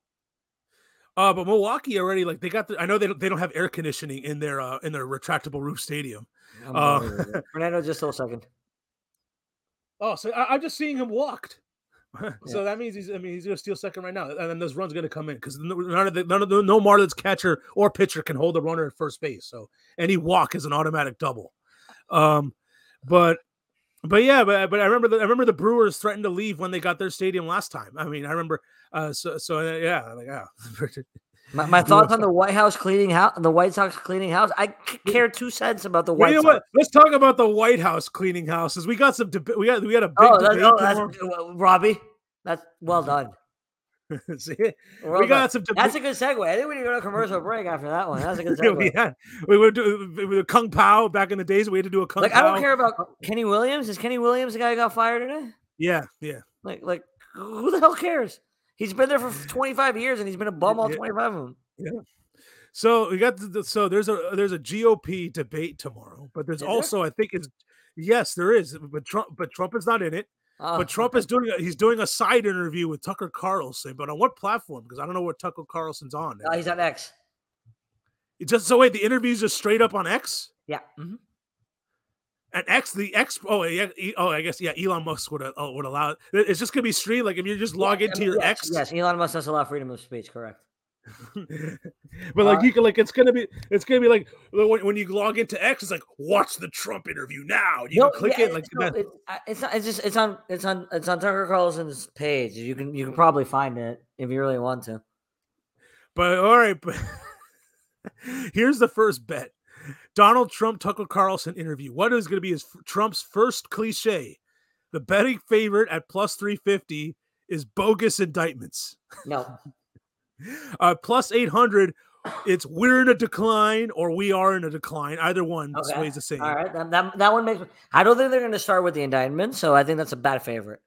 Speaker 1: Uh, but Milwaukee already like they got. The, I know they don't, they don't have air conditioning in their uh, in their retractable roof stadium.
Speaker 2: Unbelievable.
Speaker 1: <laughs>
Speaker 2: Fernando just stole second.
Speaker 1: Oh, so I, I'm just seeing him <laughs> walked. so that means he's. I mean, he's gonna steal second right now, and then this run's gonna come in because none of the none of the no Marlins catcher or pitcher can hold the runner at first base. So any walk is an automatic double. Um, but but yeah, but but I remember the, I remember the Brewers threatened to leave when they got their stadium last time. I mean, I remember. Uh, so so uh, yeah, like yeah.
Speaker 2: My, my
Speaker 1: You
Speaker 2: thoughts
Speaker 1: were-
Speaker 2: on the White House cleaning house, the White Sox cleaning house. I c- care two cents about the
Speaker 1: Well,
Speaker 2: White
Speaker 1: you know
Speaker 2: Sox.
Speaker 1: what? Let's talk about the White House cleaning houses. We got some. Deb- we got we had a big
Speaker 2: Oh, that's,
Speaker 1: debate.
Speaker 2: oh, that's
Speaker 1: tomorrow.
Speaker 2: well, Robbie. That's well done.
Speaker 1: <laughs> See?
Speaker 2: Well
Speaker 1: we
Speaker 2: done.
Speaker 1: got some. deba-
Speaker 2: That's a good segue. I think we need to go to commercial break after that one. That's a good
Speaker 1: <laughs> Yeah, we
Speaker 2: segue.
Speaker 1: had we would do we were kung pao back in the days. We had to do a kung
Speaker 2: Like
Speaker 1: pao.
Speaker 2: I don't care about Kenny Williams. Is Kenny Williams the guy who got fired today?
Speaker 1: Yeah, yeah.
Speaker 2: Like like who the hell cares? He's been there for f- 25 years and he's been a bum all
Speaker 1: Yeah.
Speaker 2: 25 of them.
Speaker 1: So we got the, the- so there's a there's a GOP debate tomorrow, but there's
Speaker 2: Is there?
Speaker 1: also I think is yes there is, but Trump but Trump is not in it.
Speaker 2: Oh,
Speaker 1: but Trump is doing a, he's doing a side interview with Tucker Carlson, but on what platform? Because I don't know what Tucker Carlson's on.
Speaker 2: oh, he's on X.
Speaker 1: It just so wait the interview's just straight up on X.
Speaker 2: Yeah. mhm.
Speaker 1: And X, the X, oh yeah, E- oh I guess yeah, Elon Musk would oh, would allow it. It's just gonna be streamed. Like if you just log
Speaker 2: Yeah, I
Speaker 1: into
Speaker 2: mean,
Speaker 1: your
Speaker 2: yes,
Speaker 1: X,
Speaker 2: Yes, Elon Musk has a lot of freedom of speech, correct.
Speaker 1: but
Speaker 2: Uh,
Speaker 1: like you can like it's gonna be it's gonna be like when, when you log into X, it's like watch the Trump interview now. You
Speaker 2: No,
Speaker 1: can click
Speaker 2: yeah,
Speaker 1: it like
Speaker 2: no,
Speaker 1: that-
Speaker 2: it- I- it's not, it's just it's on it's on it's on Tucker Carlson's page. You can you can probably find it if you really want to.
Speaker 1: But all right, but <laughs> here's the first bet: Donald Trump Tucker Carlson interview. What is going to be his Trump's first cliche? The betting favorite at plus three fifty is bogus indictments.
Speaker 2: No,
Speaker 1: Uh, plus eight hundred, it's we're in a decline or we are in a decline. Either one
Speaker 2: Okay,
Speaker 1: sways the same.
Speaker 2: all right, that, that, that one makes. I don't think they're going to start with the indictment, so I think that's a bad favorite.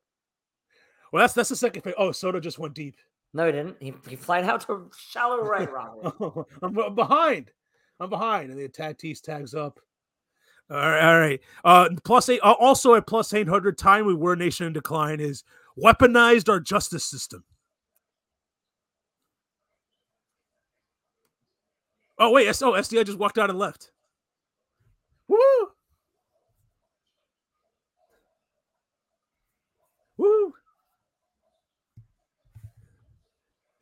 Speaker 1: Well, that's that's the second. Fa- oh, Soto just went deep.
Speaker 2: No, he didn't. He he flied out to shallow right, Robert.
Speaker 1: I'm, I'm behind. I'm behind. And the Tatis tags up. All right. All right. Uh, plus eight. uh, Also at plus eight hundred time we were nation in decline is weaponized our justice system. Oh wait. S- oh, SDI just walked out and left. Woo. Woo.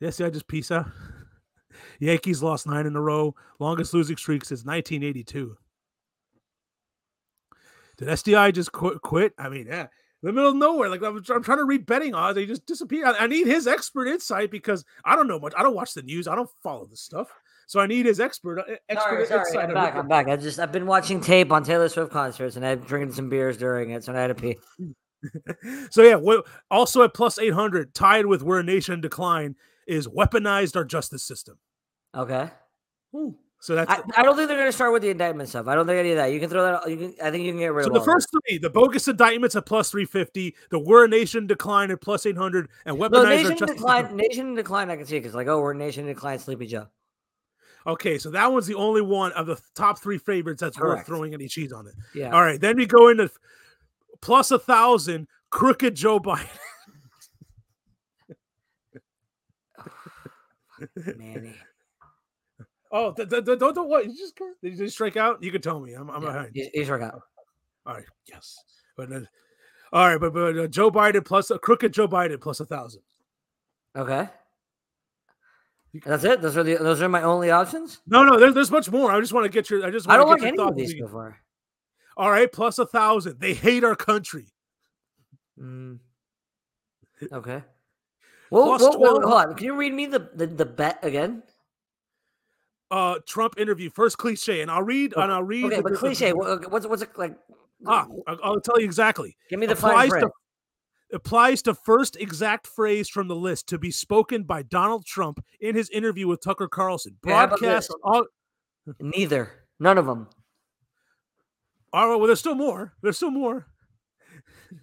Speaker 1: Yes, I just peace out. <laughs> Yankees lost nine in a row, longest losing streak since 1982. Did SDI just quit? quit? I mean, yeah, in the middle of nowhere. Like I'm, I'm trying to read betting odds, they just disappear. I, I need his expert insight because I don't know much. I don't watch the news. I don't follow this stuff, so I need his expert uh,
Speaker 2: Sorry,
Speaker 1: <laughs> expert
Speaker 2: sorry.
Speaker 1: insight.
Speaker 2: I'm
Speaker 1: on
Speaker 2: back.
Speaker 1: what
Speaker 2: I'm back. I just I've been watching tape on Taylor Swift concerts, and I've drinking some beers during it, so I had to pee.
Speaker 1: the- so yeah, well, also at plus 800, tied with where a nation in decline is weaponized our justice system.
Speaker 2: Okay.
Speaker 1: So that's
Speaker 2: I, I don't think they're going to start with the indictment stuff. I don't think any of that. You can throw that. You can. I think you can get rid
Speaker 1: So
Speaker 2: of
Speaker 1: the
Speaker 2: all that.
Speaker 1: first three, the bogus indictments at plus 350, the We're a Nation decline at plus 800, and weaponized
Speaker 2: No,
Speaker 1: our
Speaker 2: nation in
Speaker 1: justice
Speaker 2: decline.
Speaker 1: system.
Speaker 2: Nation in decline. I can see because like, oh, we're nation in decline. Sleepy Joe.
Speaker 1: <laughs> Okay, so that one's the only one of the top three favorites that's worth
Speaker 2: Correct.
Speaker 1: throwing any cheese on it.
Speaker 2: Yeah.
Speaker 1: All right, then we go into f- plus a thousand, crooked Joe Biden. <laughs> <laughs>
Speaker 2: Manny.
Speaker 1: Oh, th- th- th- don't don't what? You just go- did you strike out? You can tell me. I'm I'm
Speaker 2: Yeah,
Speaker 1: behind.
Speaker 2: he's- he's working out.
Speaker 1: All right, yes, but. Uh, all right, but, but uh, Joe Biden plus uh, crooked Joe Biden plus a thousand.
Speaker 2: Okay. That's it. Those are the those are my only options.
Speaker 1: No, no, there's there's much more. I just want to get your. I just
Speaker 2: I
Speaker 1: want
Speaker 2: don't
Speaker 1: to
Speaker 2: like
Speaker 1: get your
Speaker 2: any
Speaker 1: thoughts.
Speaker 2: of these
Speaker 1: You-
Speaker 2: so far.
Speaker 1: All right, plus a thousand. They hate our country.
Speaker 2: Mm. Okay. Well,
Speaker 1: Plus
Speaker 2: well, well,
Speaker 1: 12.
Speaker 2: hold on. Can you read me the, the, the bet again?
Speaker 1: Uh, Trump interview first cliche, and I'll read and I'll read.
Speaker 2: Okay,
Speaker 1: the-
Speaker 2: but
Speaker 1: the-
Speaker 2: cliche. wha- okay, What's what's it like?
Speaker 1: Ah, I'll- I'll tell you exactly.
Speaker 2: Give me the fine
Speaker 1: applies
Speaker 2: print.
Speaker 1: to applies to first exact phrase from the list to be spoken by Donald Trump in his interview with Tucker Carlson.
Speaker 2: Okay, how about
Speaker 1: Broadcast
Speaker 2: this?
Speaker 1: all
Speaker 2: Neither. None of them.
Speaker 1: all right, well there's still more. There's still more.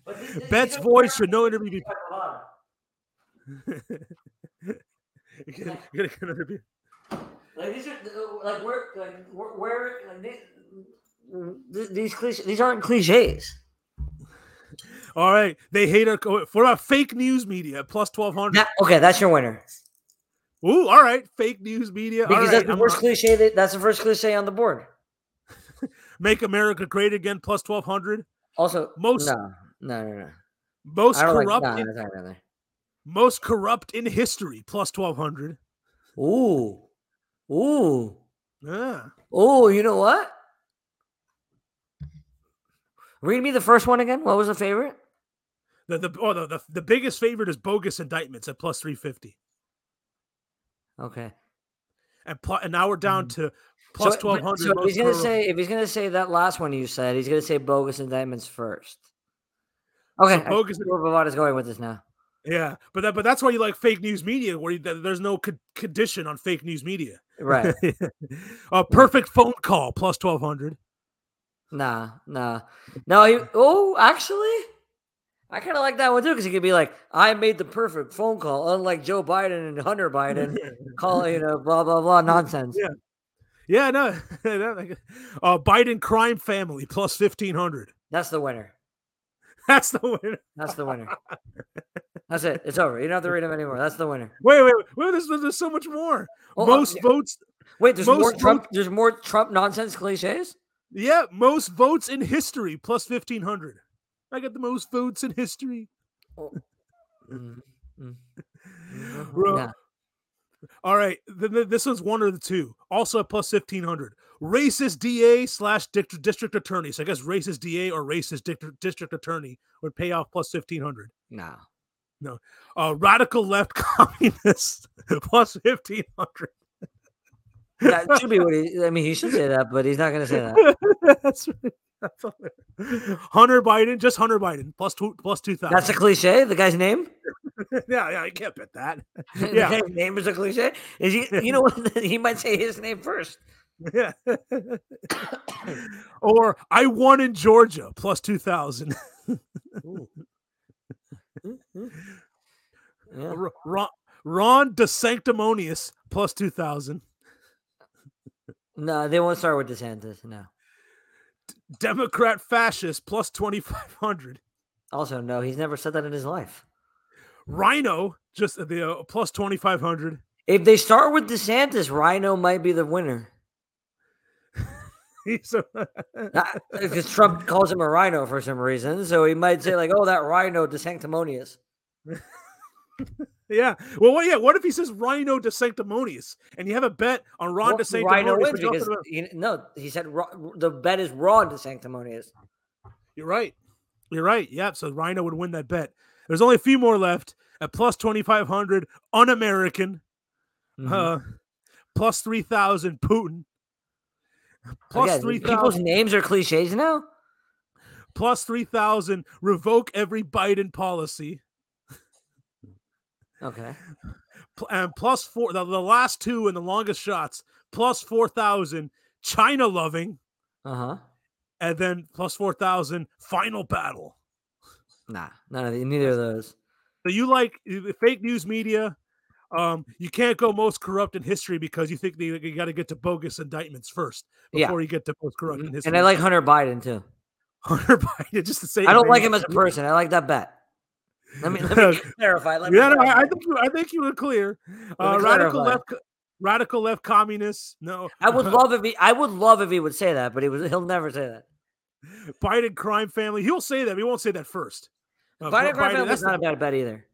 Speaker 1: <laughs> Bet's voice should no interview be you get- you get another beer.
Speaker 2: Like these are uh, like where like where these these cliches these aren't cliches.
Speaker 1: All right. They hate our co- what about fake news media plus twelve hundred?
Speaker 2: That- okay, that's your winner
Speaker 1: Ooh, all right. Fake news media. all
Speaker 2: because that's
Speaker 1: right,
Speaker 2: the
Speaker 1: I'm
Speaker 2: first
Speaker 1: on-
Speaker 2: cliche. That, that's the first cliche on the board.
Speaker 1: Make America great again plus twelve hundred.
Speaker 2: Also,
Speaker 1: Most-
Speaker 2: no, no, no, no.
Speaker 1: Most
Speaker 2: I don't like,
Speaker 1: corrupt
Speaker 2: nah,
Speaker 1: in,
Speaker 2: that's not another.
Speaker 1: most corrupt in history plus twelve hundred.
Speaker 2: Ooh, ooh,
Speaker 1: Yeah.
Speaker 2: ooh. You know what? Read me the first one again. What was the favorite?
Speaker 1: The the, oh, the the the biggest favorite is bogus indictments at plus three fifty,
Speaker 2: Okay.
Speaker 1: and pl- and now we're down
Speaker 2: Mhm.
Speaker 1: to plus
Speaker 2: so,
Speaker 1: twelve hundred.
Speaker 2: So if he's gonna say if he's gonna say that last one you said, he's gonna say bogus indictments first. Okay, I
Speaker 1: bogus-
Speaker 2: see where Bavada's going with
Speaker 1: <laughs>
Speaker 2: this now.
Speaker 1: yeah, but that but that's why you like fake news media, where you, th- there's no con- condition on fake news media. <laughs>
Speaker 2: Right? Mm.
Speaker 1: A perfect phone call plus twelve hundred.
Speaker 2: nah, nah, no. He, oh, actually, I kind of like that one too because he could be like, "I made the perfect phone call," unlike Joe Biden and
Speaker 1: <laughs>
Speaker 2: Hunter Biden, call you know, blah blah blah nonsense.
Speaker 1: Yeah. Yeah, <laughs> no, that- like, uh, Biden crime family plus fifteen hundred. <laughs>
Speaker 2: That's the winner.
Speaker 1: That's the winner.
Speaker 2: That's the winner. That's it. It's over. You don't have to read them anymore. That's the winner.
Speaker 1: Wait, wait, wait. wait there's, there's so much more.
Speaker 2: Oh, uh,
Speaker 1: most votes.
Speaker 2: Wait, there's more
Speaker 1: most
Speaker 2: Trump. There's more Trump nonsense cliches.
Speaker 1: Yeah, most votes in history plus fifteen hundred. I got the most votes in history.
Speaker 2: Oh. Mm, mm, mm,
Speaker 1: Bro,
Speaker 2: nah.
Speaker 1: All right, th- th- this one's one or the two. Also at plus fifteen hundred. Racist DA slash dict- district attorney. So I guess racist DA or racist dict- district attorney would pay off plus fifteen hundred.
Speaker 2: No.
Speaker 1: Uh, radical left <laughs> communist plus fifteen hundred. <laughs>
Speaker 2: That should be what he I mean, he should say that, but he's not gonna say
Speaker 1: <laughs>
Speaker 2: that.
Speaker 1: That's right. That's all there. Hunter Biden, just Hunter Biden plus two plus two
Speaker 2: That's
Speaker 1: thousand.
Speaker 2: a cliche, the guy's name. <laughs>
Speaker 1: <laughs> yeah, yeah, I can't bet that.
Speaker 2: yeah.
Speaker 1: Yeah.
Speaker 2: The guy's name is a cliche. Is he you know what <laughs> he might say his name first.
Speaker 1: Yeah. <laughs> or I won in Georgia plus two
Speaker 2: <laughs>
Speaker 1: thousand.
Speaker 2: Yeah.
Speaker 1: R- Ron, Ron DeSanctimonious plus 2,000.
Speaker 2: No, they won't start with DeSantis. No.
Speaker 1: Democrat fascist plus 2,500.
Speaker 2: Also, no, he's never said that in his life.
Speaker 1: Rhino just at the uh, plus 2,500.
Speaker 2: If they start with DeSantis, Rhino might be the winner.
Speaker 1: <laughs> He's a-
Speaker 2: Because Trump calls him a rhino for some reason. So he might say, like, oh, that rhino DeSanctimonious.
Speaker 1: <laughs> yeah. Well, what, yeah. What if he says Rhino DeSanctimonious and you have a bet on Ron
Speaker 2: Well,
Speaker 1: DeSanctimonious?
Speaker 2: Rhino wins
Speaker 1: but you also
Speaker 2: because
Speaker 1: don't-
Speaker 2: he- no, he said Ro- the bet is raw to sanctimonious.
Speaker 1: You're right. You're right. Yep. So Rhino would win that bet. There's only a few more left at plus 2,500. Un American.
Speaker 2: Mm-hmm.
Speaker 1: Uh, plus 3,000. Putin. Plus
Speaker 2: Again,
Speaker 1: 3,000.
Speaker 2: People's names are cliches now.
Speaker 1: plus 3,000, revoke every Biden policy,
Speaker 2: Okay.
Speaker 1: pl- and plus four, the, the last two and the longest shots, plus 4,000, China loving,
Speaker 2: Uh huh.
Speaker 1: and then plus 4,000, final battle.
Speaker 2: Nah, none of the, neither of those.
Speaker 1: So you like uh, the fake news media. Um, you can't go most corrupt in history because you think they, you got to get to bogus indictments first
Speaker 2: Yeah.
Speaker 1: before you get to most corrupt in
Speaker 2: Mhm.
Speaker 1: history.
Speaker 2: And I like Hunter Biden too.
Speaker 1: <laughs> Hunter Biden just to say.
Speaker 2: I don't like him as a person. I like that bet. Let me,
Speaker 1: <laughs>
Speaker 2: let me clarify. Let me
Speaker 1: Yeah, no, I, I
Speaker 2: clarify.
Speaker 1: think you, I think you were clear.
Speaker 2: me
Speaker 1: Uh, radical
Speaker 2: clarify.
Speaker 1: left, co- radical left communists. No,
Speaker 2: I would love if he. I would love if he would say that, but he was. He'll never say that.
Speaker 1: Biden crime family. He'll say that. but He won't say that first. Uh,
Speaker 2: Biden,
Speaker 1: Bi-
Speaker 2: crime family
Speaker 1: that's
Speaker 2: is not a
Speaker 1: the-
Speaker 2: bad bet either.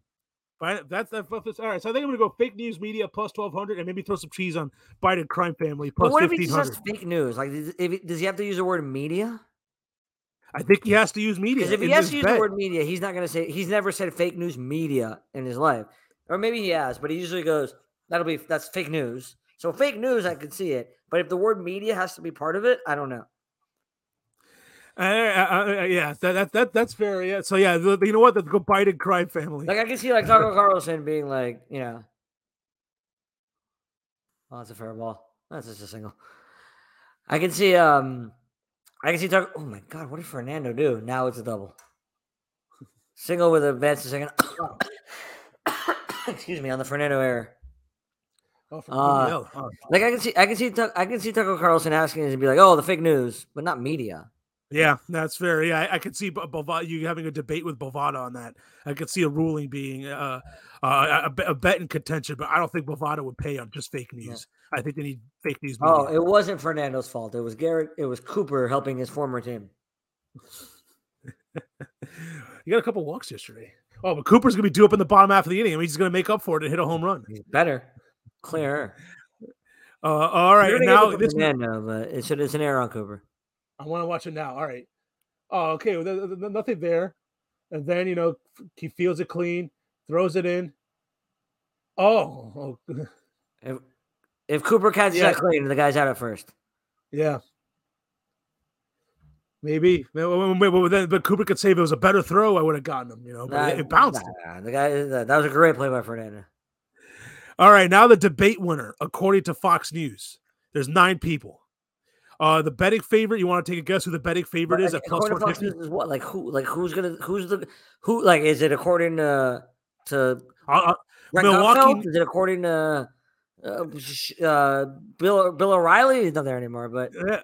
Speaker 1: Biden- that's that's that's- all right. So I think I'm gonna go fake news media plus twelve hundred, and maybe throw some cheese on Biden crime family
Speaker 2: But
Speaker 1: plus
Speaker 2: what if he
Speaker 1: fifteen
Speaker 2: just has
Speaker 1: hundred.
Speaker 2: fake news? Like, does- if, he- does he have to use the word media?
Speaker 1: I think he has to use media.
Speaker 2: Because if he
Speaker 1: in
Speaker 2: has
Speaker 1: this
Speaker 2: to use the
Speaker 1: bet.
Speaker 2: word media, he's not going to say he's never said fake news media in his life, or maybe he has, but he usually goes, "That'll be that's fake news." So fake news, I could see it, but if the word media has to be part of it, I don't know.
Speaker 1: Uh, uh, uh, yeah, that, that that that's fair. Yeah. So yeah, the, you know what? The, the Biden crime family.
Speaker 2: Like I can see like Tucker Carlson being like, you know, oh, that's a fair ball. That's just a single. I can see um, I can see Tucker. Oh my God, what did Fernando do? Now it's a double. Single with advance to second. <coughs> Excuse me on the Fernando error.
Speaker 1: Oh, from
Speaker 2: Ah.
Speaker 1: PBL. Oh,
Speaker 2: Like I can see, I can see, Tuck, I can see Tucker Carlson asking us to be like, "Oh, the fake news," but not media.
Speaker 1: yeah, that's fair. Yeah, I, I could see Bovada, you having a debate with Bovada on that. I could see a ruling being uh, uh, a, be- a bet in contention, but I don't think Bovada would pay on just fake news. I think they need fake news. Media.
Speaker 2: Oh, it wasn't Fernando's fault. It was Garrett. It was Cooper helping his former team.
Speaker 1: you got a couple walks yesterday. Oh, but Cooper's gonna be due up in the bottom half of the inning. He's gonna make up for it and hit a home run.
Speaker 2: He's better, clearer.
Speaker 1: Uh, all right,
Speaker 2: You're gonna
Speaker 1: now
Speaker 2: give it to
Speaker 1: this
Speaker 2: Fernando, but it should, it's an error on Cooper.
Speaker 1: I want to watch it now. All right. Oh, okay. Well, th- th- th- nothing there. And then, you know, f- he feels it clean, throws it in. Oh, oh <laughs>
Speaker 2: If, if Cooper catches
Speaker 1: Yeah.
Speaker 2: that clean, the guy's out at first.
Speaker 1: yeah. Maybe. Well, well, well, well, then- But Cooper could say if it was a better throw, I would have gotten him, you know, Oh, but
Speaker 2: Nah,
Speaker 1: it- it bounced.
Speaker 2: nah, nah, the guy. That, that was a great play by Fernando.
Speaker 1: All right, now the debate winner, according to Fox News. There's nine people. Uh, the betting favorite. You want to take a guess who the betting favorite
Speaker 2: But
Speaker 1: is
Speaker 2: ac-
Speaker 1: at plus
Speaker 2: according to
Speaker 1: one
Speaker 2: Fox
Speaker 1: fifty?
Speaker 2: News is what? Like who? Like who's gonna? Who's the? Who? Like is it according to to
Speaker 1: Uh,
Speaker 2: Brett
Speaker 1: Milwaukee-
Speaker 2: Gutfeld? Is it according to uh, sh- uh, Bill Bill O'Reilly? He's not there anymore, but
Speaker 1: uh, Yeah.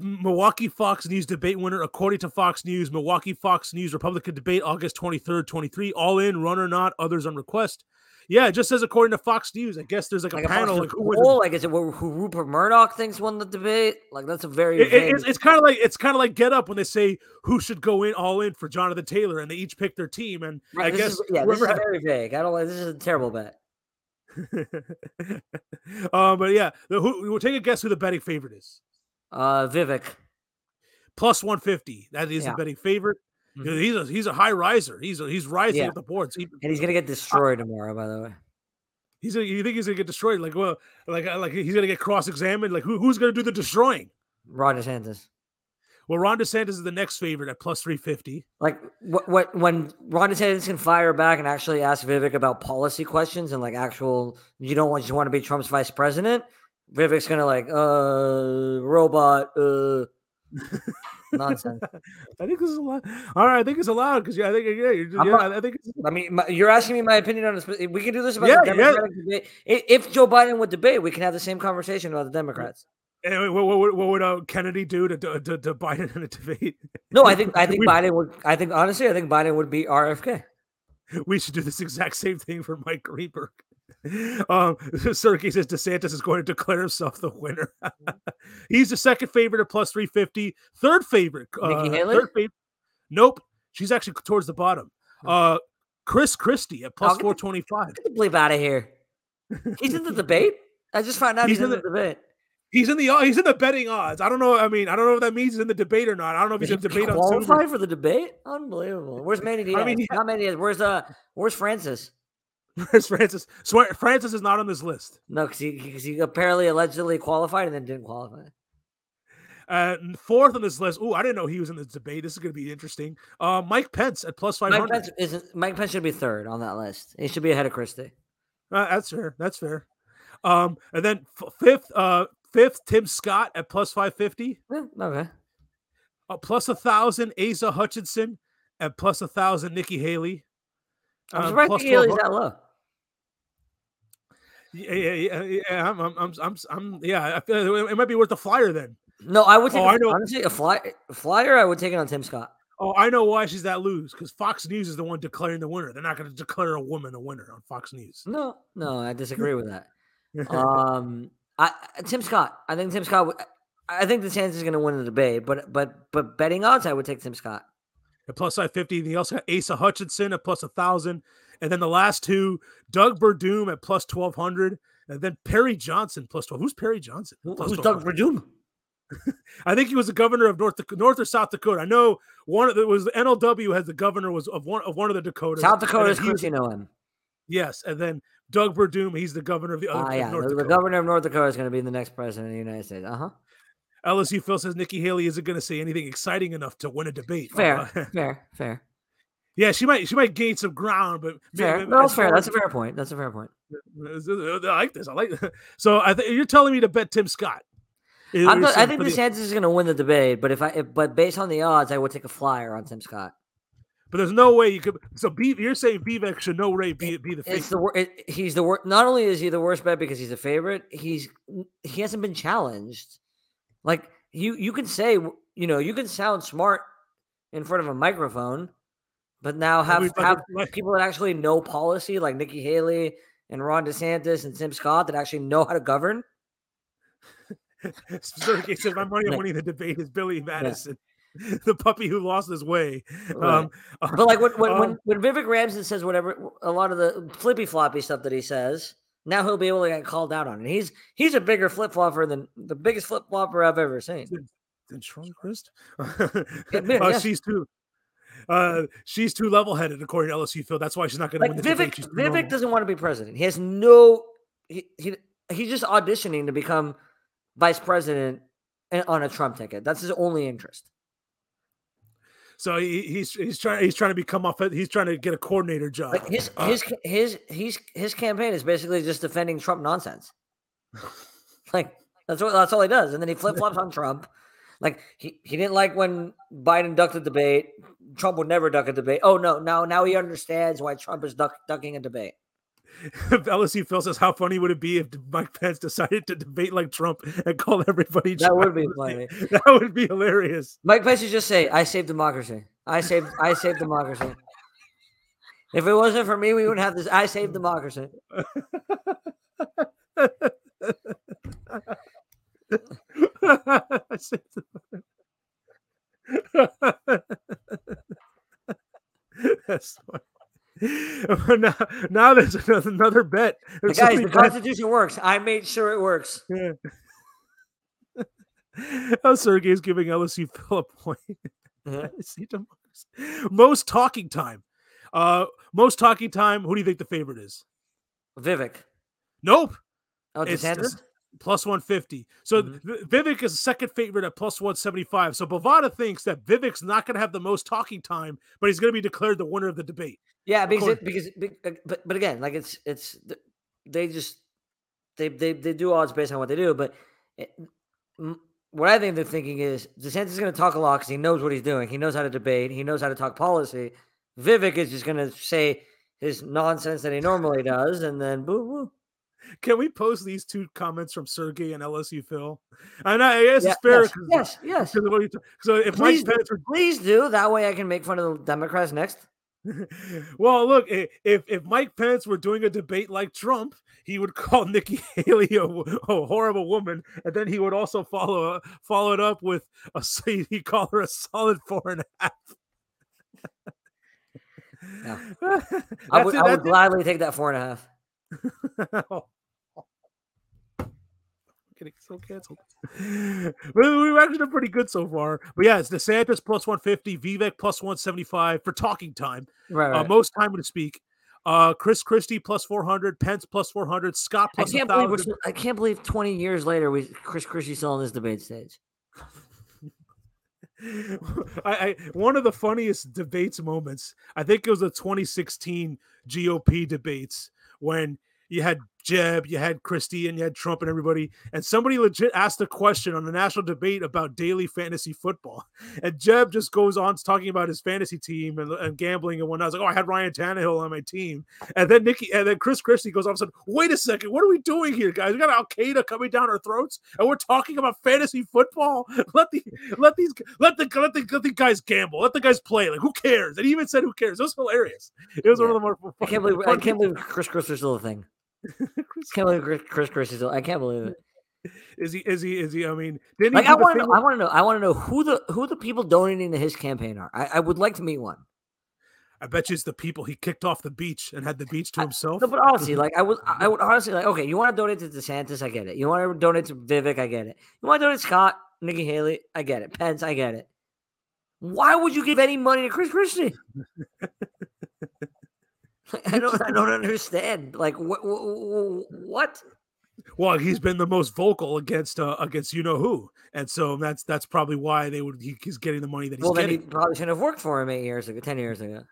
Speaker 1: M- Milwaukee Fox News debate winner, according to Fox News, Milwaukee Fox News Republican debate August 23rd, 23. All in, run or not, others on request. Yeah, it just says according to Fox News. I guess there's like a
Speaker 2: like a Fox
Speaker 1: panel.
Speaker 2: News
Speaker 1: Like who was
Speaker 2: poll, like is it who, who Rupert Murdoch thinks won the debate? Like that's a
Speaker 1: it,
Speaker 2: very
Speaker 1: it-
Speaker 2: vague-
Speaker 1: it's, it's kind of like it's kind of like Get Up when they say who should go in all in for Jonathan Taylor, and they each pick their team. And
Speaker 2: Right,
Speaker 1: I
Speaker 2: this
Speaker 1: guess
Speaker 2: is, yeah, this is
Speaker 1: whoever ha-
Speaker 2: very vague. I don't like this is a terrible bet.
Speaker 1: <laughs> um, but yeah, the, who, we'll take a guess who the betting favorite is.
Speaker 2: Uh, Vivek,
Speaker 1: Plus 150. That is
Speaker 2: Yeah.
Speaker 1: the betting favorite.
Speaker 2: Mhm.
Speaker 1: He's a, he's a high riser. He's a, he's rising
Speaker 2: Yeah.
Speaker 1: up the boards. He-
Speaker 2: and he's gonna get destroyed tomorrow. By the way,
Speaker 1: He's gonna, you think he's gonna get destroyed? Like well, like uh, like he's gonna get cross examined. Like who, who's gonna do the destroying?
Speaker 2: Ron DeSantis.
Speaker 1: Well, Ron DeSantis is the next favorite at plus three fifty.
Speaker 2: Like what? What? When Ron DeSantis can fire back and actually ask Vivek about policy questions and like actual, you don't want you want to be Trump's vice president. Vivek's gonna like, uh,
Speaker 1: <laughs>
Speaker 2: robot, uh, nonsense.
Speaker 1: I think this is a lot. All right, I think it's allowed because yeah, I think yeah, you're,
Speaker 2: I'm
Speaker 1: yeah,
Speaker 2: not-
Speaker 1: I think it's,
Speaker 2: I mean, my, you're asking me my opinion on this. but We can do this about
Speaker 1: Yeah,
Speaker 2: the
Speaker 1: yeah.
Speaker 2: Democratic debate. I- If Joe Biden would debate, we can have the same conversation about the Democrats.
Speaker 1: anyway, what, what, what- what would uh, Kennedy do to, to to to Biden in a debate? <laughs>
Speaker 2: No, I think I think
Speaker 1: We-
Speaker 2: Biden would. I think honestly, I think Biden would be RFK.
Speaker 1: We should do this exact same thing for Mike Greenberg. <laughs> Um, <laughs> Sergey says DeSantis is going to declare himself the winner. <laughs> He's the second favorite at plus 350. Third favorite. uh,
Speaker 2: Nikki Haley?
Speaker 1: Third favorite. Nope. She's actually towards the bottom.
Speaker 2: Hmm.
Speaker 1: Uh, Chris Christie at plus
Speaker 2: get the-
Speaker 1: 425.
Speaker 2: Get the bleep out of here. He's in the debate. I just found out he's, in the, debate.
Speaker 1: He's in the o- he's in the betting odds. I don't know. I mean, I don't know if that means he's in the debate or not. I don't know if Oh, he's in
Speaker 2: Did
Speaker 1: the
Speaker 2: he
Speaker 1: debate on
Speaker 2: qualify
Speaker 1: Silver.
Speaker 2: for the debate? Unbelievable. Where's Manny Diaz?
Speaker 1: mean, he-
Speaker 2: Not Manny Diaz. Where's uh? Where's Francis?
Speaker 1: Chris <laughs> Francis. Swear, Francis is not on this list.
Speaker 2: No, because he, 'cause he apparently allegedly qualified and then didn't qualify.
Speaker 1: Uh, n- fourth on this list. Oh, I didn't know he was in this debate. This is going to be interesting. Uh, Mike Pence at plus
Speaker 2: Mike
Speaker 1: 500.
Speaker 2: Pence isn't. Mike Pence should be third on that list. He should be ahead of Christie.
Speaker 1: Uh, that's fair. That's fair. Um, and then f- fifth, uh, fifth, Tim Scott at plus 550,
Speaker 2: Eh, okay.
Speaker 1: uh, plus a thousand, Asa Hutchinson at plus a thousand, Nikki Haley.
Speaker 2: I'm
Speaker 1: um,
Speaker 2: surprised
Speaker 1: plus
Speaker 2: Nikki Haley's
Speaker 1: 1200
Speaker 2: that low.
Speaker 1: Yeah, yeah, yeah, yeah. I'm, I'm, I'm, I'm, I'm yeah. I feel it, it might be worth a flyer then.
Speaker 2: No, I would take
Speaker 1: Oh,
Speaker 2: a-
Speaker 1: I know.
Speaker 2: honestly a fly, a flyer. I would take it on Tim Scott.
Speaker 1: Oh, I know why she's that loose because Fox News is the one declaring the winner. They're not going to declare a woman a winner on Fox News.
Speaker 2: No, no, I disagree with that.
Speaker 1: <laughs>
Speaker 2: Um, I I- Tim Scott. I think Tim Scott. would- I I think the DeSantis is going to win the debate, but but but betting odds, I would take Tim Scott.
Speaker 1: at plus 550. And you also got Asa Hutchinson at plus 1,000. And then the last two, Doug Berdoom at plus 1,200. And then Perry Johnson plus 12. Who's Perry Johnson?
Speaker 2: Who-
Speaker 1: Plus
Speaker 2: who's Doug
Speaker 1: 1200.
Speaker 2: Verdum?
Speaker 1: I think he was the governor of North Dak- North or South Dakota. I know one of the, it was the NLW has the governor was of one of one of the Dakotas.
Speaker 2: South
Speaker 1: and
Speaker 2: Dakota
Speaker 1: then
Speaker 2: is
Speaker 1: he was-
Speaker 2: Cucino him.
Speaker 1: Yes, and then Doug Verdum, he's the governor of the other
Speaker 2: Ah,
Speaker 1: of
Speaker 2: yeah.
Speaker 1: Oh, North
Speaker 2: The, the
Speaker 1: Dakota.
Speaker 2: governor of North Dakota is going to be the next president of the United States. Uh huh.
Speaker 1: LSU Phil says Nikki Haley isn't going to say anything exciting enough to win a debate.
Speaker 2: Fair,
Speaker 1: Uh, <laughs>
Speaker 2: fair, fair,
Speaker 1: yeah, she might she might gain some ground, but
Speaker 2: fair.
Speaker 1: man,
Speaker 2: No, that's
Speaker 1: as
Speaker 2: fair.
Speaker 1: far
Speaker 2: That's
Speaker 1: as-
Speaker 2: a fair point. That's a fair point.
Speaker 1: I like this. I like <laughs> this. So I think you're telling me to bet Tim Scott. Is-
Speaker 2: I'm
Speaker 1: is
Speaker 2: not, I
Speaker 1: some-
Speaker 2: think
Speaker 1: for the-
Speaker 2: DeSantis is going to win the debate, but if I, if, but based on the odds, I would take a flyer on Tim Scott.
Speaker 1: but there's no way you could. So B, you're saying Vivek should no way be, be the
Speaker 2: It's
Speaker 1: face.
Speaker 2: the wor- it, he's the worst. Not only is he the worst bet because he's a favorite, he's n- he hasn't been challenged. Like you, you can say w- you know you can sound smart in front of a microphone, but now have
Speaker 1: we fucking-
Speaker 2: have
Speaker 1: <laughs> like-
Speaker 2: people that actually know policy, like Nikki Haley and Ron DeSantis and Tim Scott, that actually know how to govern.
Speaker 1: Sergey says my money on
Speaker 2: Right.
Speaker 1: winning the debate is Billy Madison, <laughs> the puppy who lost his way.
Speaker 2: Right.
Speaker 1: Um, uh,
Speaker 2: <laughs> But like when when,
Speaker 1: um,
Speaker 2: when when Vivek Ramson says whatever, a lot of the flippy floppy stuff that he says, now he'll be able to get called out on. And he's he's a bigger flip flopper than the biggest flip flopper I've ever seen.
Speaker 1: than Sean Christ. <laughs>
Speaker 2: man,
Speaker 1: Uh,
Speaker 2: yes.
Speaker 1: She's too. Uh, she's too level-headed, according to LSU Phil. That's why she's not going to win
Speaker 2: Like
Speaker 1: the debate.
Speaker 2: Vivek,
Speaker 1: She's too
Speaker 2: Vivek
Speaker 1: normal.
Speaker 2: doesn't want to be president. He has no. He, he he's just auditioning to become vice president a- on a Trump ticket. That's his only interest.
Speaker 1: So he, he's he's trying he's trying to become off. He's trying to get a coordinator job.
Speaker 2: Like his
Speaker 1: Uh,
Speaker 2: his ca- his he's his campaign is basically just defending Trump
Speaker 1: <laughs>
Speaker 2: nonsense. Like that's what that's all he does, and then he flip flops on Trump. Like he, he didn't like when Biden ducked a debate. Trump would never duck a debate. Oh no, now now he understands why Trump is duck, ducking a debate.
Speaker 1: LSU Phil says, "How funny would it be if Mike Pence decided to debate like Trump and call everybody?"
Speaker 2: That would be
Speaker 1: China?" <laughs> That would be hilarious. <laughs>
Speaker 2: Mike Pence should just say, "I saved democracy. I saved I saved democracy." If it wasn't for me, we wouldn't have this. I saved democracy.
Speaker 1: I said to- That's funny. now, now there's another, another bet.
Speaker 2: Like,
Speaker 1: There's so
Speaker 2: guys,
Speaker 1: many
Speaker 2: the
Speaker 1: bets.
Speaker 2: Constitution works. I made sure it works.
Speaker 1: How Sergey's oh, giving LSU Phil a point. <laughs>
Speaker 2: Uh-huh.
Speaker 1: I see democracy. Most talking time. Uh, most talking time. Who do you think the favorite is?
Speaker 2: Vivek.
Speaker 1: Nope.
Speaker 2: Oh,
Speaker 1: It's
Speaker 2: DeSantis.
Speaker 1: just plus 150. So
Speaker 2: Mhm.
Speaker 1: Vi- Vivek is second favorite at plus 175. So Bovada thinks that Vivek's not going to have the most talking time, but he's going to be declared the winner of the debate.
Speaker 2: Yeah, because
Speaker 1: course.
Speaker 2: it, because it- bec- uh, but but again, like it's it's th- they just they they they do odds based on what they do. But it, m- what I think they're thinking is DeSantis is going to talk a lot because he knows what he's doing. He knows how to debate. He knows how to talk policy. Vivek is just going to say his nonsense that he normally does, and then boo boo.
Speaker 1: Can we post these two comments from Sergey and LSU Phil? And I guess
Speaker 2: Yeah,
Speaker 1: it's fair.
Speaker 2: yes,
Speaker 1: 'cause-
Speaker 2: yes, yes.
Speaker 1: 'cause what you t- So if
Speaker 2: Please,
Speaker 1: Mike Pence were
Speaker 2: please do. That way, I can make fun of the Democrats next.
Speaker 1: well, look, i- if if Mike Pence were doing a debate like Trump, he would <laughs> call Nikki Haley a, wo- a horrible woman, and then he would also follow uh, follow it up with a s- <laughs> he he'd call her a solid four and a half. <laughs>
Speaker 2: Yeah. I
Speaker 1: That's
Speaker 2: would
Speaker 1: it,
Speaker 2: I would
Speaker 1: that's
Speaker 2: gladly take that four and a half.
Speaker 1: it. <laughs> Getting so canceled. <laughs> Well, We've actually done pretty good so far. But yeah, it's DeSantis plus 150, Vivek plus 175 for talking time.
Speaker 2: Right.
Speaker 1: uh,
Speaker 2: right.
Speaker 1: most time to speak. Uh, Chris Christie plus 400, Pence plus 400, Scott
Speaker 2: I
Speaker 1: plus
Speaker 2: can't believe we're
Speaker 1: 1,000.
Speaker 2: still, I can't believe 20 years later we Chris Christie's still on this debate stage.
Speaker 1: <laughs> I, I one of the funniest debates moments. I think it was the 2016 GOP debates when you had Jeb, you had Christie, and you had Trump and everybody. And somebody legit asked a question on a national debate about daily fantasy football. <laughs> And Jeb just goes on talking about his fantasy team and, and gambling and whatnot. I was like, oh, I had Ryan Tannehill on my team. And then Nikki and then Chris Christie goes off and said, wait a second, what are we doing here, guys? We got Al Qaeda coming down our throats and we're talking about fantasy football. <laughs> Let the let these let the let the, let the guys gamble. Let the guys play. Like who cares? And he even said who cares. It was hilarious. It was one of the more
Speaker 2: I can't believe I can't believe Chris Christie's still a
Speaker 1: <laughs>
Speaker 2: thing. Can't believe Chris, Chris Christie's still. I can't believe it.
Speaker 1: Is he? Is he? Is he? I mean, didn't he
Speaker 2: Like
Speaker 1: do
Speaker 2: I
Speaker 1: the
Speaker 2: want to
Speaker 1: thing
Speaker 2: know. I want to know. I want to know who the who the people donating to his campaign are. I, I would like to meet one.
Speaker 1: with- I bet you it's the people he kicked off the beach and had the beach to himself.
Speaker 2: No, but honestly, like I would, I I would honestly like. Okay, you want to donate to DeSantis? I get it. You want to donate to Vivek? I get it. You want to donate to Scott? Nikki Haley, I get it. Pence, I get it. Why would you give any money to Chris Christie? <laughs> Like, I don't, I don't understand. Like, what, what?
Speaker 1: <laughs> Well, he's been the most vocal against uh, against you know who, and so that's that's probably why they would he, he's getting the money that he's
Speaker 2: Well, then he
Speaker 1: getting.
Speaker 2: probably shouldn't have worked for him eight years ago, ten years ago.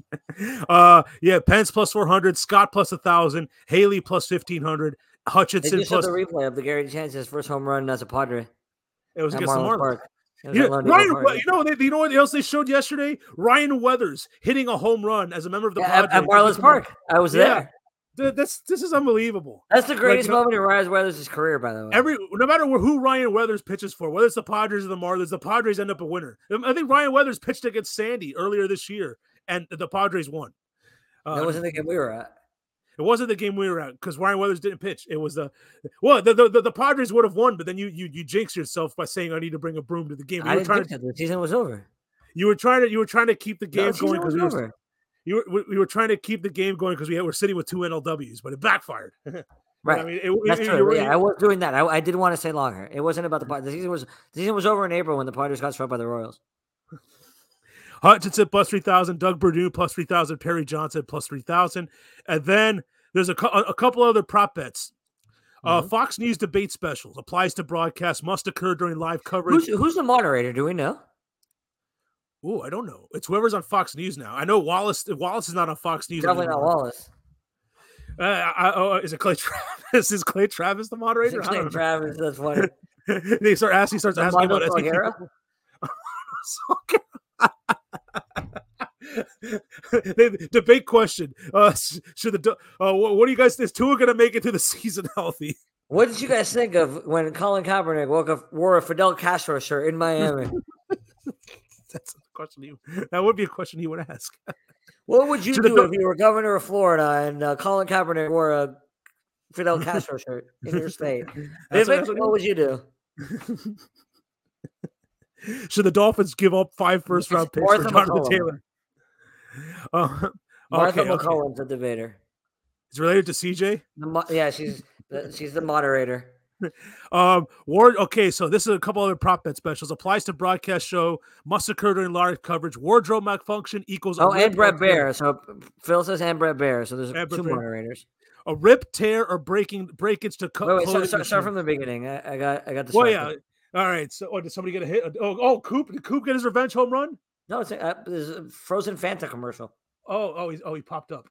Speaker 1: <laughs> Uh, yeah, Pence plus four hundred, Scott plus a thousand, Haley plus fifteen hundred,
Speaker 2: They
Speaker 1: Hutchinson
Speaker 2: just showed
Speaker 1: plus.
Speaker 2: the replay of the Gary Chance's first home run as a Padre.
Speaker 1: It was
Speaker 2: at
Speaker 1: against the
Speaker 2: Marlins
Speaker 1: Marlins.
Speaker 2: Park. It was
Speaker 1: Yeah,
Speaker 2: at Marlins Park.
Speaker 1: Ryan, well, you know, they, you know what else they showed yesterday? Ryan Weathers hitting a home run as a member of the
Speaker 2: Yeah, at, at
Speaker 1: Padres.
Speaker 2: Marlins Park. I was
Speaker 1: Yeah.
Speaker 2: there.
Speaker 1: Th- This this is unbelievable.
Speaker 2: That's the greatest
Speaker 1: you know-
Speaker 2: moment in Ryan Weathers' career, by the way.
Speaker 1: Every no matter where, who Ryan Weathers pitches for, whether it's the Padres or the Marlins, the Padres end up a winner. Um, I think Ryan Weathers pitched against Sandy earlier this year, and the Padres won. Uh,
Speaker 2: that wasn't the game we were at.
Speaker 1: it wasn't the game we were at because Ryan Weathers didn't pitch. It was the well, the the, the, the Padres would have won, but then you you you jinx yourself by saying I need to bring a broom to the game. You were
Speaker 2: I didn't
Speaker 1: trying
Speaker 2: think
Speaker 1: to
Speaker 2: that the season was over.
Speaker 1: you were trying to you were trying to keep the
Speaker 2: No,
Speaker 1: game
Speaker 2: the
Speaker 1: going
Speaker 2: season
Speaker 1: because
Speaker 2: was
Speaker 1: we were
Speaker 2: over.
Speaker 1: you were, we- we were trying to keep the game going because we had, were sitting with two NLWs, but it backfired. But,
Speaker 2: Right.
Speaker 1: I mean, it, it-
Speaker 2: That's
Speaker 1: it-
Speaker 2: true.
Speaker 1: you're-
Speaker 2: Yeah, I was doing that. I, I did want to say longer. It wasn't about the Padres. The season was the season was over in April when the Padres got swept by the Royals.
Speaker 1: Hutchinson plus 3,000, Doug Perdue plus 3,000, Perry Johnson plus 3,000. And then there's a, cou- a a couple other prop bets.
Speaker 2: Mm-hmm.
Speaker 1: Uh, Fox News debate specials applies to broadcast, must occur during live coverage.
Speaker 2: Who's, who's the moderator? Do we know?
Speaker 1: Ooh, I don't know. It's whoever's on Fox News now. I know Wallace Wallace is not on Fox News.
Speaker 2: Definitely not
Speaker 1: anymore.
Speaker 2: Wallace.
Speaker 1: Uh, I, oh, is it Clay <laughs> Travis? Is Clay Travis the
Speaker 2: It's
Speaker 1: moderator? I don't
Speaker 2: Clayton
Speaker 1: know.
Speaker 2: Travis.
Speaker 1: <laughs>
Speaker 2: That's funny.
Speaker 1: they start asking, he starts asking
Speaker 2: Armando
Speaker 1: about E SEC
Speaker 2: Nogueira?
Speaker 1: Soccer. they, debate question. Uh, sh- should the Do- uh, what, what do you guys think? Is Tua going to make it through the <laughs> season healthy?
Speaker 2: What did you guys think of when Colin Kaepernick woke up, wore a Fidel Castro shirt
Speaker 1: <laughs>
Speaker 2: in Miami?
Speaker 1: That's a question. He, that would be a question he would ask.
Speaker 2: what would you
Speaker 1: To the
Speaker 2: do
Speaker 1: dog-
Speaker 2: if you were governor of Florida and uh, Colin Kaepernick wore a
Speaker 1: <laughs>
Speaker 2: Fidel Castro shirt in your state?
Speaker 1: That's what-
Speaker 2: Vivek,
Speaker 1: that's what-
Speaker 2: what would you do?
Speaker 1: should the Dolphins give up five first round picks for
Speaker 2: Martha
Speaker 1: Jonathan
Speaker 2: McCollum.
Speaker 1: Taylor? Uh,
Speaker 2: Martha
Speaker 1: okay, okay.
Speaker 2: McCollum's the debater.
Speaker 1: It's related to CJ.
Speaker 2: The mo- yeah, she's the, she's the moderator.
Speaker 1: Um, Ward. Okay, so this is a couple other prop bet specials. Applies to broadcast show. Must occur during live coverage. Wardrobe malfunction equals. a
Speaker 2: Oh, and
Speaker 1: rip or
Speaker 2: Brett
Speaker 1: tear-
Speaker 2: Bear. So Phil says and Brett Bear. So there's
Speaker 1: And Brett
Speaker 2: two
Speaker 1: Baer.
Speaker 2: moderators.
Speaker 1: A rip, tear, or breaking breakage to cut.
Speaker 2: Wait, wait. Start, start, start from the beginning. I, I got I got the.
Speaker 1: Well, Oh, yeah. All right. So, oh, did somebody get a hit? Oh, oh, Coop. Did Coop get his revenge home run?
Speaker 2: No, it's a, uh, there's a frozen Fanta commercial.
Speaker 1: Oh, oh, he's, oh, he popped up.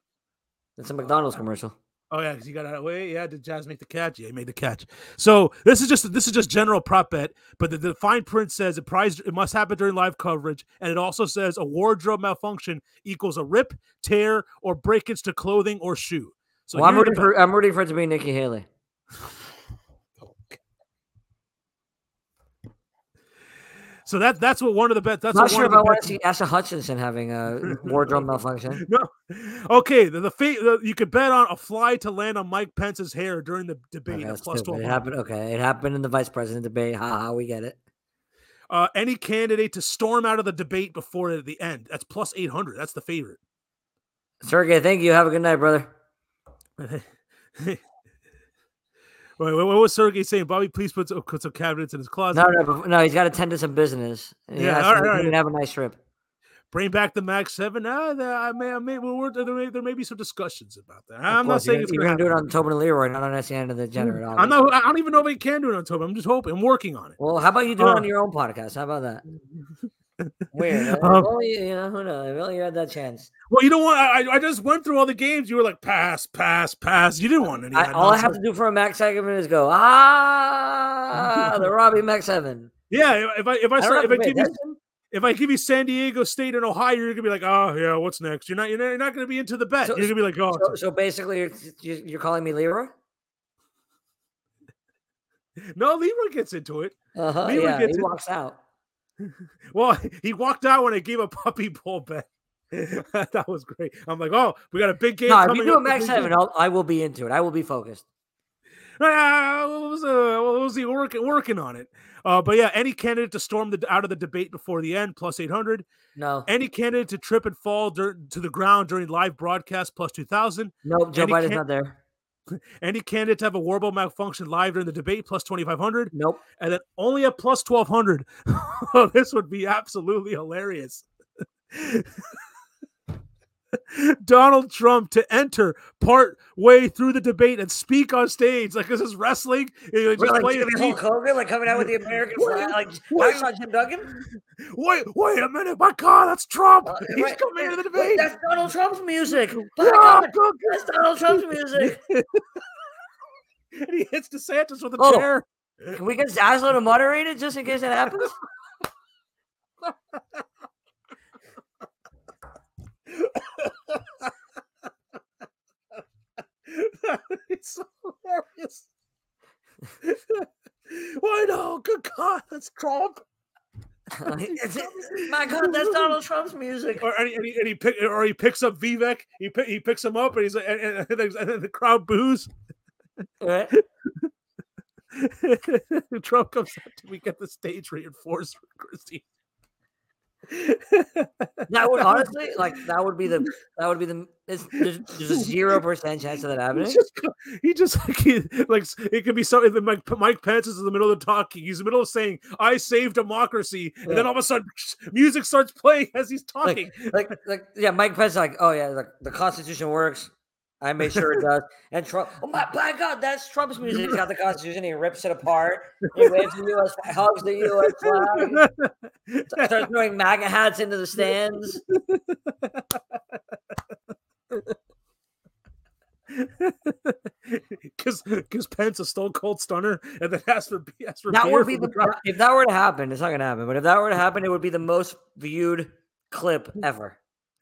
Speaker 2: It's a McDonald's commercial.
Speaker 1: Oh yeah, because he got out of way. Yeah, did Jazz make the catch? Yeah, he made the catch. So this is just this is just general prop bet, but the, the fine print says it prize it must happen during live coverage, and it also says a wardrobe malfunction equals a rip, tear, or breakage to clothing or shoe. So
Speaker 2: well, I'm
Speaker 1: you're
Speaker 2: rooting,
Speaker 1: gonna
Speaker 2: for, I'm rooting for it to be Nikki Haley.
Speaker 1: bet- so that that's what one of the bet. That's
Speaker 2: I'm not
Speaker 1: what
Speaker 2: sure if
Speaker 1: one
Speaker 2: I
Speaker 1: of the
Speaker 2: want
Speaker 1: bets
Speaker 2: to see Asa Hutchinson having
Speaker 1: <laughs>
Speaker 2: a wardrobe malfunction.
Speaker 1: No. Okay. The, the fate the, you could bet on a fly to land on Mike Pence's hair during the debate.
Speaker 2: Okay,
Speaker 1: at
Speaker 2: Oh, that's
Speaker 1: plus
Speaker 2: stupid.
Speaker 1: 12.
Speaker 2: It happened. Okay, it happened in the vice president debate. Ha ha, we get it.
Speaker 1: Uh, any candidate to storm out of the debate before the end. That's plus 800. That's the favorite. <laughs>
Speaker 2: Sergey, thank you. Have a good night, brother.
Speaker 1: Wait, what what was Sergey saying? Bobby, please put some, put some cabinets in his closet.
Speaker 2: No, no, bef- no. He's got to tend to some business.
Speaker 1: Yeah,
Speaker 2: yeah,
Speaker 1: all
Speaker 2: all
Speaker 1: right, all
Speaker 2: right,
Speaker 1: right.
Speaker 2: have a nice trip.
Speaker 1: Bring back the Max 7. Ah, the- I may, I may, well, we're, there, may, there may be some discussions about that.
Speaker 2: Of
Speaker 1: I'm not
Speaker 2: course, you're
Speaker 1: saying
Speaker 2: gonna-
Speaker 1: it's
Speaker 2: you're
Speaker 1: going to
Speaker 2: gonna do it on Tobin and Leroy, not on Asiana the Degenerate.
Speaker 1: I'm not, I don't even know if he can do it on Toby. I'm just hoping. I'm working on it.
Speaker 2: Well, how about you do it
Speaker 1: Uh,
Speaker 2: on your own podcast? How about that?
Speaker 1: <laughs>
Speaker 2: Weird. Uh, if
Speaker 1: Um,
Speaker 2: only, you know, who knows? If only you had that chance.
Speaker 1: Well, you know what? I, I- I just went through all the games. You were like, pass, pass, pass. You didn't want any. of
Speaker 2: I,
Speaker 1: that
Speaker 2: all I have
Speaker 1: nonsense.
Speaker 2: to do for a Max segment is go ah
Speaker 1: <laughs>
Speaker 2: the Robbie Max seven.
Speaker 1: Yeah, if I if I,
Speaker 2: I don't
Speaker 1: start, if I
Speaker 2: have to
Speaker 1: give
Speaker 2: pay
Speaker 1: you
Speaker 2: attention.
Speaker 1: if I give you San Diego State and Ohio, you're gonna be like, oh yeah, what's next? You're not you're not, you're not gonna be into the bet.
Speaker 2: So-
Speaker 1: you're gonna be like, oh,
Speaker 2: So, so basically, you're, you- you're calling me Leroy.
Speaker 1: no, Leroy gets into it.
Speaker 2: Uh-huh,
Speaker 1: Leroy
Speaker 2: yeah,
Speaker 1: gets
Speaker 2: he
Speaker 1: it.
Speaker 2: walks out.
Speaker 1: Well, <laughs> he walked out when I gave a puppy bowl bet. <laughs> that was great. I'm like, oh, we got a big game.
Speaker 2: No, if
Speaker 1: coming
Speaker 2: you do a
Speaker 1: up this
Speaker 2: Max
Speaker 1: weekend."
Speaker 2: seven, I'll, I will be into it. I will be focused.
Speaker 1: <laughs> Ah, what was, uh, what was he working working on it? Uh, but yeah, any candidate to storm the out of the debate before the end plus 800.
Speaker 2: No,
Speaker 1: Any candidate to trip and fall dur- to the ground during live broadcast plus 2,000.
Speaker 2: no, Joe
Speaker 1: any
Speaker 2: Biden's
Speaker 1: can-
Speaker 2: not there.
Speaker 1: Any candidate to have a warble malfunction live during the debate plus 2500,
Speaker 2: Nope.
Speaker 1: and then only at plus 1200. <laughs> Oh, this would be absolutely hilarious. <laughs> Donald Trump to enter part way through the debate and speak on stage like this is wrestling. You just
Speaker 2: Really,
Speaker 1: play
Speaker 2: like,
Speaker 1: the
Speaker 2: Hulk Hogan, like coming out with the American flag, like I
Speaker 1: What?
Speaker 2: saw Jim Duggan. <laughs>
Speaker 1: beat. Wait, wait a minute! My God, that's Trump.
Speaker 2: Uh,
Speaker 1: He's
Speaker 2: right,
Speaker 1: coming into the
Speaker 2: wait,
Speaker 1: debate.
Speaker 2: That's Donald Trump's music. By
Speaker 1: <laughs> Ah,
Speaker 2: God,
Speaker 1: good
Speaker 2: That's Donald
Speaker 1: <laughs>
Speaker 2: Trump's music.
Speaker 1: and he hits DeSantis with a
Speaker 2: Oh.
Speaker 1: chair.
Speaker 2: Can we get Zazzle to moderate it just in case that happens?
Speaker 1: <laughs> it's so hilarious. <laughs> Why no? Good God, that's Trump.
Speaker 2: <laughs> My God, that's Donald Trump's music.
Speaker 1: Or and he, and he, and he pick, or he picks up Vivek. He pick, he picks him up, and he's like, and, and, and then- and then the crowd boos. <laughs>
Speaker 2: Right?
Speaker 1: Trump comes up. to- We get the stage reinforced for Christie.
Speaker 2: That would honestly, like, that would be the that would be the. It's, there's, there's a zero percent chance of that
Speaker 1: <laughs>
Speaker 2: happening.
Speaker 1: He's just, co- he just <laughs> like he, like s- it could be something that Mike, Mike Pence is in the middle of talking. He's in the middle of saying, "I save democracy," and
Speaker 2: Yeah.
Speaker 1: then all of a sudden, <laughs> music starts playing as he's
Speaker 2: <laughs>
Speaker 1: talking.
Speaker 2: Like, like, yeah, Mike Pence, like, oh yeah, like the Constitution works. I made sure it does. And Trump, oh my, by God, that's Trump's music. He's got the Constitution. He rips it apart. He waves the U.S. flag, hugs the U.S. flag. starts throwing MAGA hats into the stands.
Speaker 1: <laughs> Because because Pence a stone cold stunner, and then asked for asked for
Speaker 2: That
Speaker 1: beer
Speaker 2: would be
Speaker 1: from the
Speaker 2: the
Speaker 1: crowd.
Speaker 2: if that were to happen, it's not gonna happen. But if that were to happen, it would be the most viewed clip ever.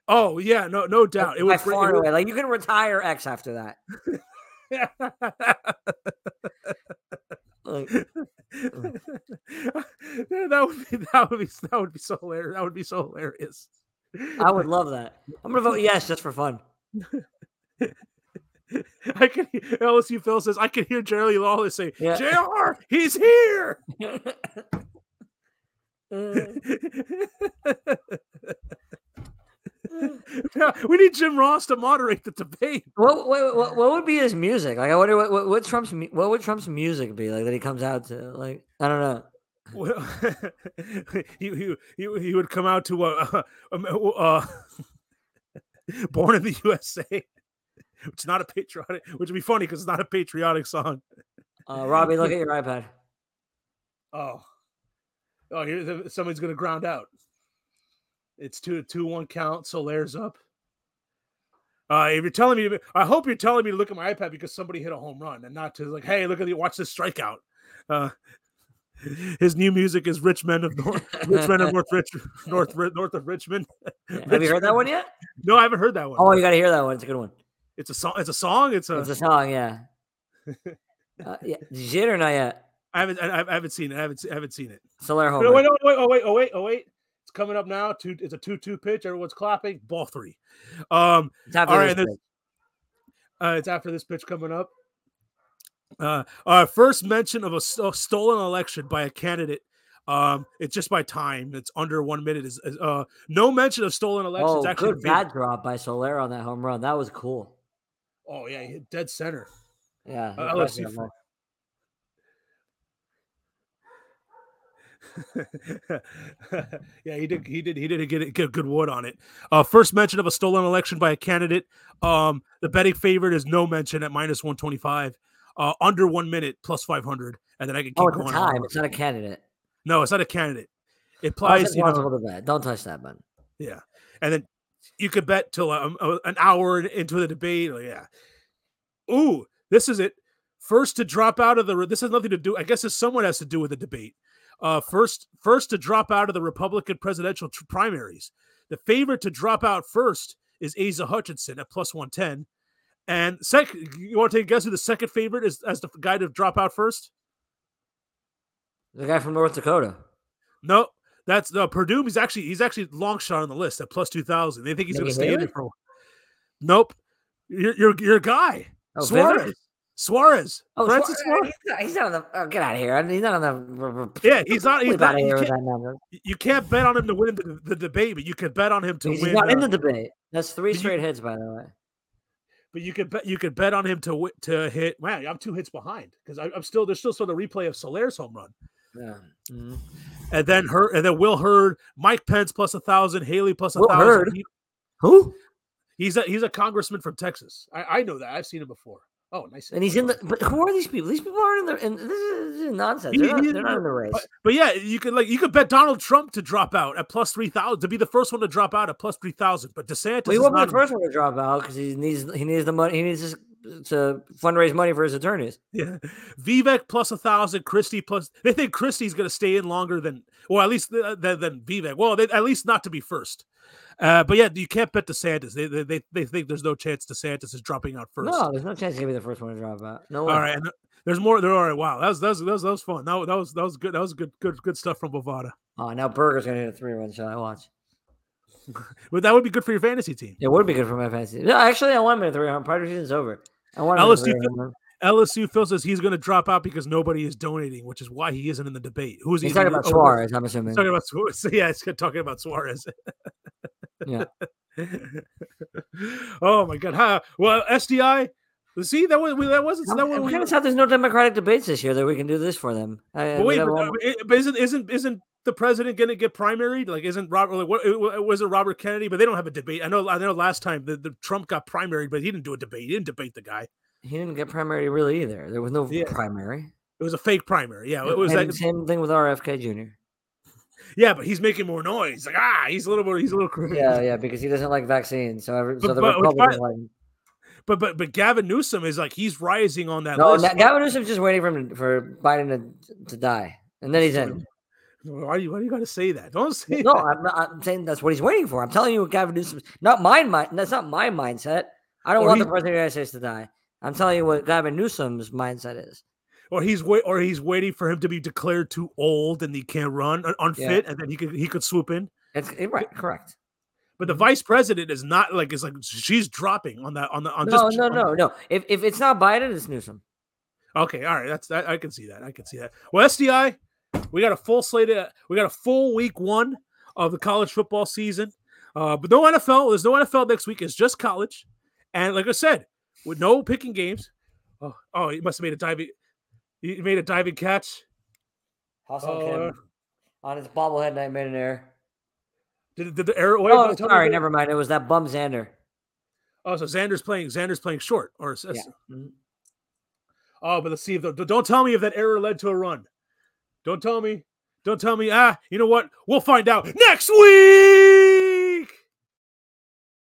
Speaker 1: Oh yeah, no no doubt. It
Speaker 2: by
Speaker 1: was
Speaker 2: far and away. Like you can retire X after that. Like,
Speaker 1: <laughs> that would be that would be that would be so hilarious. That would be so hilarious.
Speaker 2: I would love that. I'm gonna vote yes just for
Speaker 1: <laughs>
Speaker 2: fun.
Speaker 1: I can hear LSU Phil says I can hear Jerry Lawless say,
Speaker 2: Yeah.
Speaker 1: "JR, he's
Speaker 2: <laughs>
Speaker 1: here." <laughs>
Speaker 2: Uh,
Speaker 1: Yeah, we need Jim Ross to moderate the debate.
Speaker 2: what, what what what would be his music? Like I wonder what what, what Trump's mu- what would Trump's music be like that he comes out to? Like I don't know.
Speaker 1: Well, <laughs> he, he, he, he would come out to uh, <laughs> um, uh, <laughs> Born in the USA, which is not a patriotic, which would be funny because it's not a patriotic song.
Speaker 2: Uh, Robbie, look at
Speaker 1: <laughs>
Speaker 2: your iPad.
Speaker 1: Oh, oh, here the- somebody's gonna ground out. It's two two one count. Solaire's up. Uh, if you're telling me, to- I hope you're telling me to look at my iPad because somebody hit a home run, and not to like, hey, look at the watch this strikeout. Uh, <laughs> his new music is "Rich Men of North, Rich Men of North, Rich, North, Ri- North of Richmond."
Speaker 2: Yeah, Have you heard that one yet?
Speaker 1: No, I haven't heard that one.
Speaker 2: Oh, you gotta hear that one. It's a good one.
Speaker 1: It's a song. It's a song. It's a.
Speaker 2: It's a
Speaker 1: <laughs>
Speaker 2: song, yeah. uh, yeah, did you see it or not yet?
Speaker 1: I haven't. I, I haven't seen it. I haven't. se- I haven't seen it.
Speaker 2: Solar
Speaker 1: No,
Speaker 2: Homer.
Speaker 1: wait, no, wait, oh wait, oh wait, oh wait. It's coming up now. Two, it's a two-two pitch. Everyone's clapping. Ball three. Um,
Speaker 2: It's after
Speaker 1: all right,
Speaker 2: this
Speaker 1: there's-
Speaker 2: bit.
Speaker 1: uh, it's after this pitch coming up. Uh, our first mention of a sto- stolen election by a candidate. Um, it's just by time. It's under one minute. Is is, uh, no mention of stolen elections.
Speaker 2: oh,
Speaker 1: actually,
Speaker 2: good
Speaker 1: favored-
Speaker 2: backdrop by Soler on that home run. That was cool.
Speaker 1: oh yeah, he hit dead center.
Speaker 2: Yeah.
Speaker 1: Uh,
Speaker 2: impressive
Speaker 1: LSU
Speaker 2: on
Speaker 1: <laughs> yeah, he did. He did. He did get, it- get good wood on it. Uh, first mention of a stolen election by a candidate. Um, the betting favorite is no mention at minus one twenty five. Uh, under one minute plus five hundred, and then I can
Speaker 2: that.
Speaker 1: keep
Speaker 2: Oh, it's
Speaker 1: going.
Speaker 2: a
Speaker 1: on.
Speaker 2: time. It's not a candidate.
Speaker 1: No, it's not a candidate. It
Speaker 2: Oh, it's
Speaker 1: applies, you know,
Speaker 2: impossible to bet. Don't touch that button.
Speaker 1: yeah, and then you could bet till um, uh, an hour into the debate. like, yeah. Ooh, this is it. First to drop out of the. re- This has nothing to do. I guess this somewhat has to do with the debate. Uh, first, first to drop out of the Republican presidential tr- primaries. The favorite to drop out first is Asa Hutchinson at plus one ten. And second, you want to take a guess who the second favorite is as the guy to drop out first?
Speaker 2: The guy from North Dakota.
Speaker 1: No, that's no Purdue. He's actually he's actually long shot on the list at plus two thousand. They think he's going
Speaker 2: Nikki
Speaker 1: to stay in it
Speaker 2: Haley?
Speaker 1: for. a while. Nope, your your your guy
Speaker 2: Oh,
Speaker 1: Suarez.
Speaker 2: Vivek?
Speaker 1: Suarez.
Speaker 2: Oh,
Speaker 1: Francis Suarez.
Speaker 2: Suarez. He's not, he's not on the. Oh, get out of here. I mean, He's not on the. r- r-
Speaker 1: Yeah, he's not. He's
Speaker 2: flip outta
Speaker 1: not you,
Speaker 2: here with
Speaker 1: can't,
Speaker 2: that number.
Speaker 1: you can't bet on him to win the, the debate, but you can bet on him to
Speaker 2: He's
Speaker 1: win.
Speaker 2: not in
Speaker 1: uh,
Speaker 2: the debate. That's three
Speaker 1: did you-
Speaker 2: straight hits, by the way.
Speaker 1: But you could bet you could bet on him to wi- to hit. Wow, I'm two hits behind because I'm still there's still sort of replay of Solaire's home run,
Speaker 2: Yeah. Mhm.
Speaker 1: and then her and then Will Hurd, Mike Pence plus a thousand, Haley plus a
Speaker 2: Will
Speaker 1: thousand.
Speaker 2: Hurd?
Speaker 1: He-
Speaker 2: Who?
Speaker 1: he's a he's a congressman from Texas. I, I know that. I've seen him before. Oh, nice. hit
Speaker 2: And he's
Speaker 1: by
Speaker 2: in
Speaker 1: Hurd.
Speaker 2: the. But who are these people? These people aren't in the. And this is, this is nonsense.
Speaker 1: He-
Speaker 2: They're
Speaker 1: he-
Speaker 2: not, they're not in the race.
Speaker 1: But, but yeah, you could like you could bet Donald Trump to drop out at plus three thousand to be the first one to drop out at plus three thousand. But DeSantis
Speaker 2: Well, he
Speaker 1: is
Speaker 2: won't be
Speaker 1: not
Speaker 2: the first one to drop out because he needs he needs the money. He needs to, to fundraise money for his attorneys.
Speaker 1: <laughs> Yeah, Vivek plus a thousand, Christie plus. They think Christie's going to stay in longer than, or at least th- th- than Vivek. Well, they, at least not to be first. Uh, but yeah, you can't bet DeSantis. They they they, they think there's no chance DeSantis is dropping out first.
Speaker 2: No, there's no chance he's gonna be the first one to drop out. No way.
Speaker 1: All right, and th- there's more. There are wow. That was that was that was, that was fun. That, wa- that was that was good. That was good good good stuff from Bovada.
Speaker 2: Oh, now Berger's gonna hit a three run shot. Watch.
Speaker 1: But that would be good for your fantasy team.
Speaker 2: It would be good for my fantasy. No, actually, I want him to hit a three run. Part of season's over. I want him to hit a
Speaker 1: LSU
Speaker 2: three run.
Speaker 1: LSU Phil says he's going to drop out because nobody is donating, which is why he isn't in the debate. Who's
Speaker 2: He's talking about Suarez. I'm assuming.
Speaker 1: Talking about Suarez. <laughs> Yeah, he's talking about Suarez.
Speaker 2: Yeah.
Speaker 1: <laughs> oh my god! Huh. Well, SDI. See that was that wasn't that
Speaker 2: I'm, I'm
Speaker 1: was.
Speaker 2: kind of sad there's no Democratic debates this year that we can do this for them. I,
Speaker 1: But wait,
Speaker 2: we have
Speaker 1: but,
Speaker 2: one-
Speaker 1: uh, i- but isn't isn't isn't the president going to get primaried? Like, isn't Robert? Like, what it wa- it was it Robert Kennedy? But they don't have a debate. I know. I know. Last time the, the Trump got primaried, but he didn't do a debate. He didn't debate the guy.
Speaker 2: he didn't get primary really either. There was no
Speaker 1: Yeah.
Speaker 2: primary.
Speaker 1: It was a fake primary. Yeah, it was
Speaker 2: and
Speaker 1: that.
Speaker 2: same thing with RFK Jr.
Speaker 1: <laughs> Yeah, but he's making more noise. Like, ah, he's a little more. He's a little. crazy.
Speaker 2: Yeah, yeah, because he doesn't like vaccines. So, every, so
Speaker 1: But-
Speaker 2: the
Speaker 1: but- which
Speaker 2: Republicans like him.
Speaker 1: But but but Gavin Newsom is like he's rising on that
Speaker 2: No,
Speaker 1: list.
Speaker 2: Na- Gavin Newsom's just waiting for him to, for Biden to, to die, and then he's in.
Speaker 1: why do you why do you got to say that? Don't say
Speaker 2: No,
Speaker 1: that.
Speaker 2: I'm, not, I'm saying that's what he's waiting for. I'm telling you, what Gavin Newsom's not my mind. That's not my mindset. I don't
Speaker 1: Well,
Speaker 2: want the
Speaker 1: he's-
Speaker 2: president of the United States to die. I'm telling you what Gavin Newsom's mindset is.
Speaker 1: or he's wait or he's waiting for him to be declared too old and he can't run un- unfit and then he could he could swoop in
Speaker 2: It's eh, right, correct.
Speaker 1: but the
Speaker 2: Mm-hmm.
Speaker 1: vice president is not like it's like she's dropping on that on the on
Speaker 2: No,
Speaker 1: just
Speaker 2: no, no, no. If if it's not Biden, it's Newsom.
Speaker 1: okay all right that's that i can see that i can see that well sdi we got a full slate of, we got a full week one of the college football season uh but no nfl there's no nfl next week it's just college and like i said with no picking games oh oh he must have made a diving he made a diving catch
Speaker 2: Hassan
Speaker 1: Oh,
Speaker 2: Kim on his bobblehead night made an error.
Speaker 1: did, did the arrow
Speaker 2: Oh, sorry, never mind. It was that bum Xander.
Speaker 1: Oh, so Xander's playing. Xander's playing short, or s- s-
Speaker 2: Mhm.
Speaker 1: oh, but let's see if the, don't tell me if that error led to a run. Don't tell me. Don't tell me. Ah, you know what? We'll find out next week.